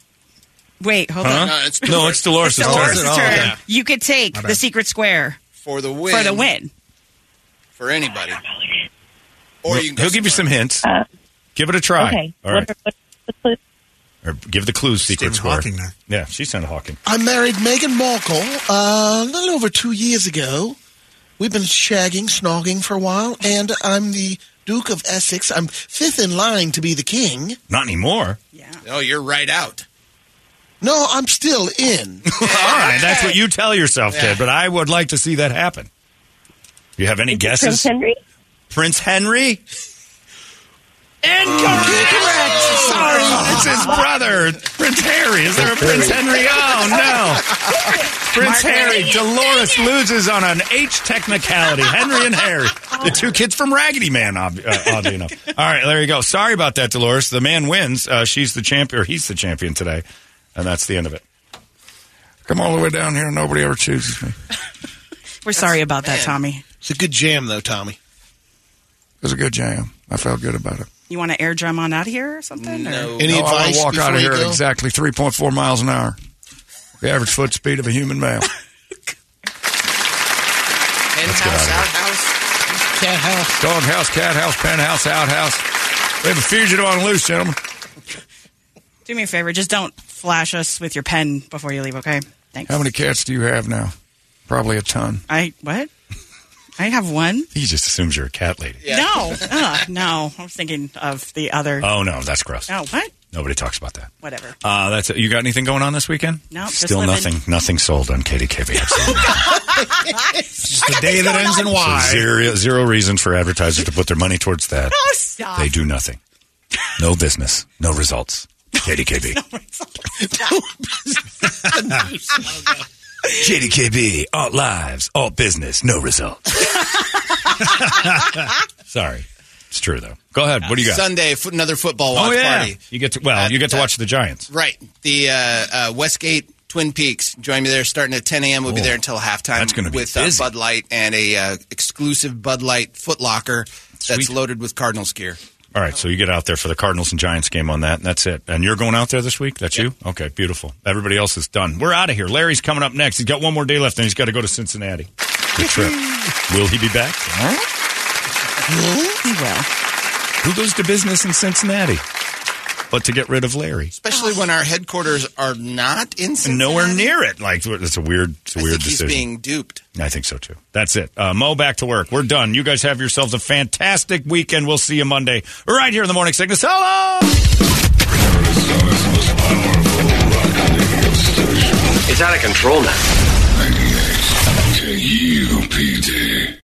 S13: Wait, hold
S2: Huh?
S13: on.
S2: No, it's
S1: No, it's Dolores'
S13: It's Dolores'
S1: turn. Oh,
S13: turn.
S1: Yeah.
S13: You could take
S1: My
S13: the
S1: bad.
S13: secret square
S8: for the win.
S13: for the win.
S8: For anybody.
S1: Or you He'll give you some hints. give it a try. All right. Or give the clues secret
S2: Stephen
S1: square.
S2: Hawking there.
S1: Yeah, she sent Hawking.
S3: I married Megan Markle uh, a little over two years ago. We've been shagging, snogging for a while, and I'm the Duke of Essex. I'm fifth in line to be the king.
S1: Not anymore.
S8: Oh, you're right out.
S3: No, I'm still in.
S1: All right, that's what you tell yourself, kid. But I would like to see that happen. You have any guesses?
S20: Prince Henry.
S1: Prince Henry?
S20: Incorrect.
S1: Sorry,
S13: Oh.
S1: it's his brother, Prince Harry. Is there a Prince Henry? Oh no, Prince Harry. Dolores loses on an H technicality. Henry and Harry, the two kids from Raggedy Man. ob- uh, Oddly enough. All right, there you go. Sorry about that, Dolores. The man wins. Uh, she's the champion. Or he's the champion today, and that's the end of it. Come all the way down here. Nobody ever chooses me.
S13: We're sorry about that, Tommy.
S3: It's a good jam, though, Tommy.
S4: was a good jam. I felt good about it.
S13: You want to air drum on out of here or something? No.
S4: No, I want to Oh, walk out of here at exactly 3.4 miles an hour, the average foot speed of a human male.
S8: Penthouse, outhouse, cat house.
S1: Dog house, cat house, penthouse, outhouse. We have a fugitive on loose, gentlemen.
S13: Do me a favor. Just don't flash us with your pen before you leave, okay? Thanks.
S4: How many cats do you have now? Probably a ton.
S13: I, what? I have one.
S1: He just assumes you're a cat lady.
S13: No. Ugh, no. I was thinking of the other.
S1: Oh no, that's gross.
S13: No, what?
S1: Nobody talks about that.
S13: Whatever.
S1: Uh, that's it. You got anything going on this weekend?
S13: No, just
S1: Still
S13: living.
S1: nothing. Nothing sold on KDKV.
S13: Oh, the
S2: day that ends in Y.
S1: So zero, zero reason for advertisers to put their money towards that.
S13: Oh, stop.
S1: They do nothing. No business. No results. KDKV. JDKB. All lives. All business. No results. Sorry. It's true though. Go ahead. What do you got?
S8: Sunday, f- another football watch
S1: oh yeah.
S8: party.
S1: You get to well. you get to watch the Giants.
S8: Right. The uh, uh, Westgate Twin Peaks. Join me there starting at 10 a.m. We'll be
S1: Oh,
S8: there until halftime.
S1: that's gonna be
S8: with uh,
S1: busy.
S8: Bud Light and a uh, exclusive Bud Light footlocker that's loaded with Cardinals gear.
S1: All right, so you get out there for the Cardinals and Giants game on that, and that's it. And you're going out there this week? That's you? Okay, beautiful. Everybody else is done. We're out of here. Larry's coming up next. He's got one more day left, and he's got to go to Cincinnati. The trip. Will he be back?
S13: He will.
S1: Who goes to business in Cincinnati? But to get rid of Larry.
S8: Especially when our headquarters are not in Cincinnati.
S1: And nowhere near it. Like, it's a weird, it's a weird
S8: He's
S1: decision.
S8: being duped.
S1: I think so too. That's it. Uh, Mo, back to work. We're done. You guys have yourselves a fantastic weekend. We'll see you Monday right here in the morning sickness. Hello!
S6: It's out of control now.
S12: K E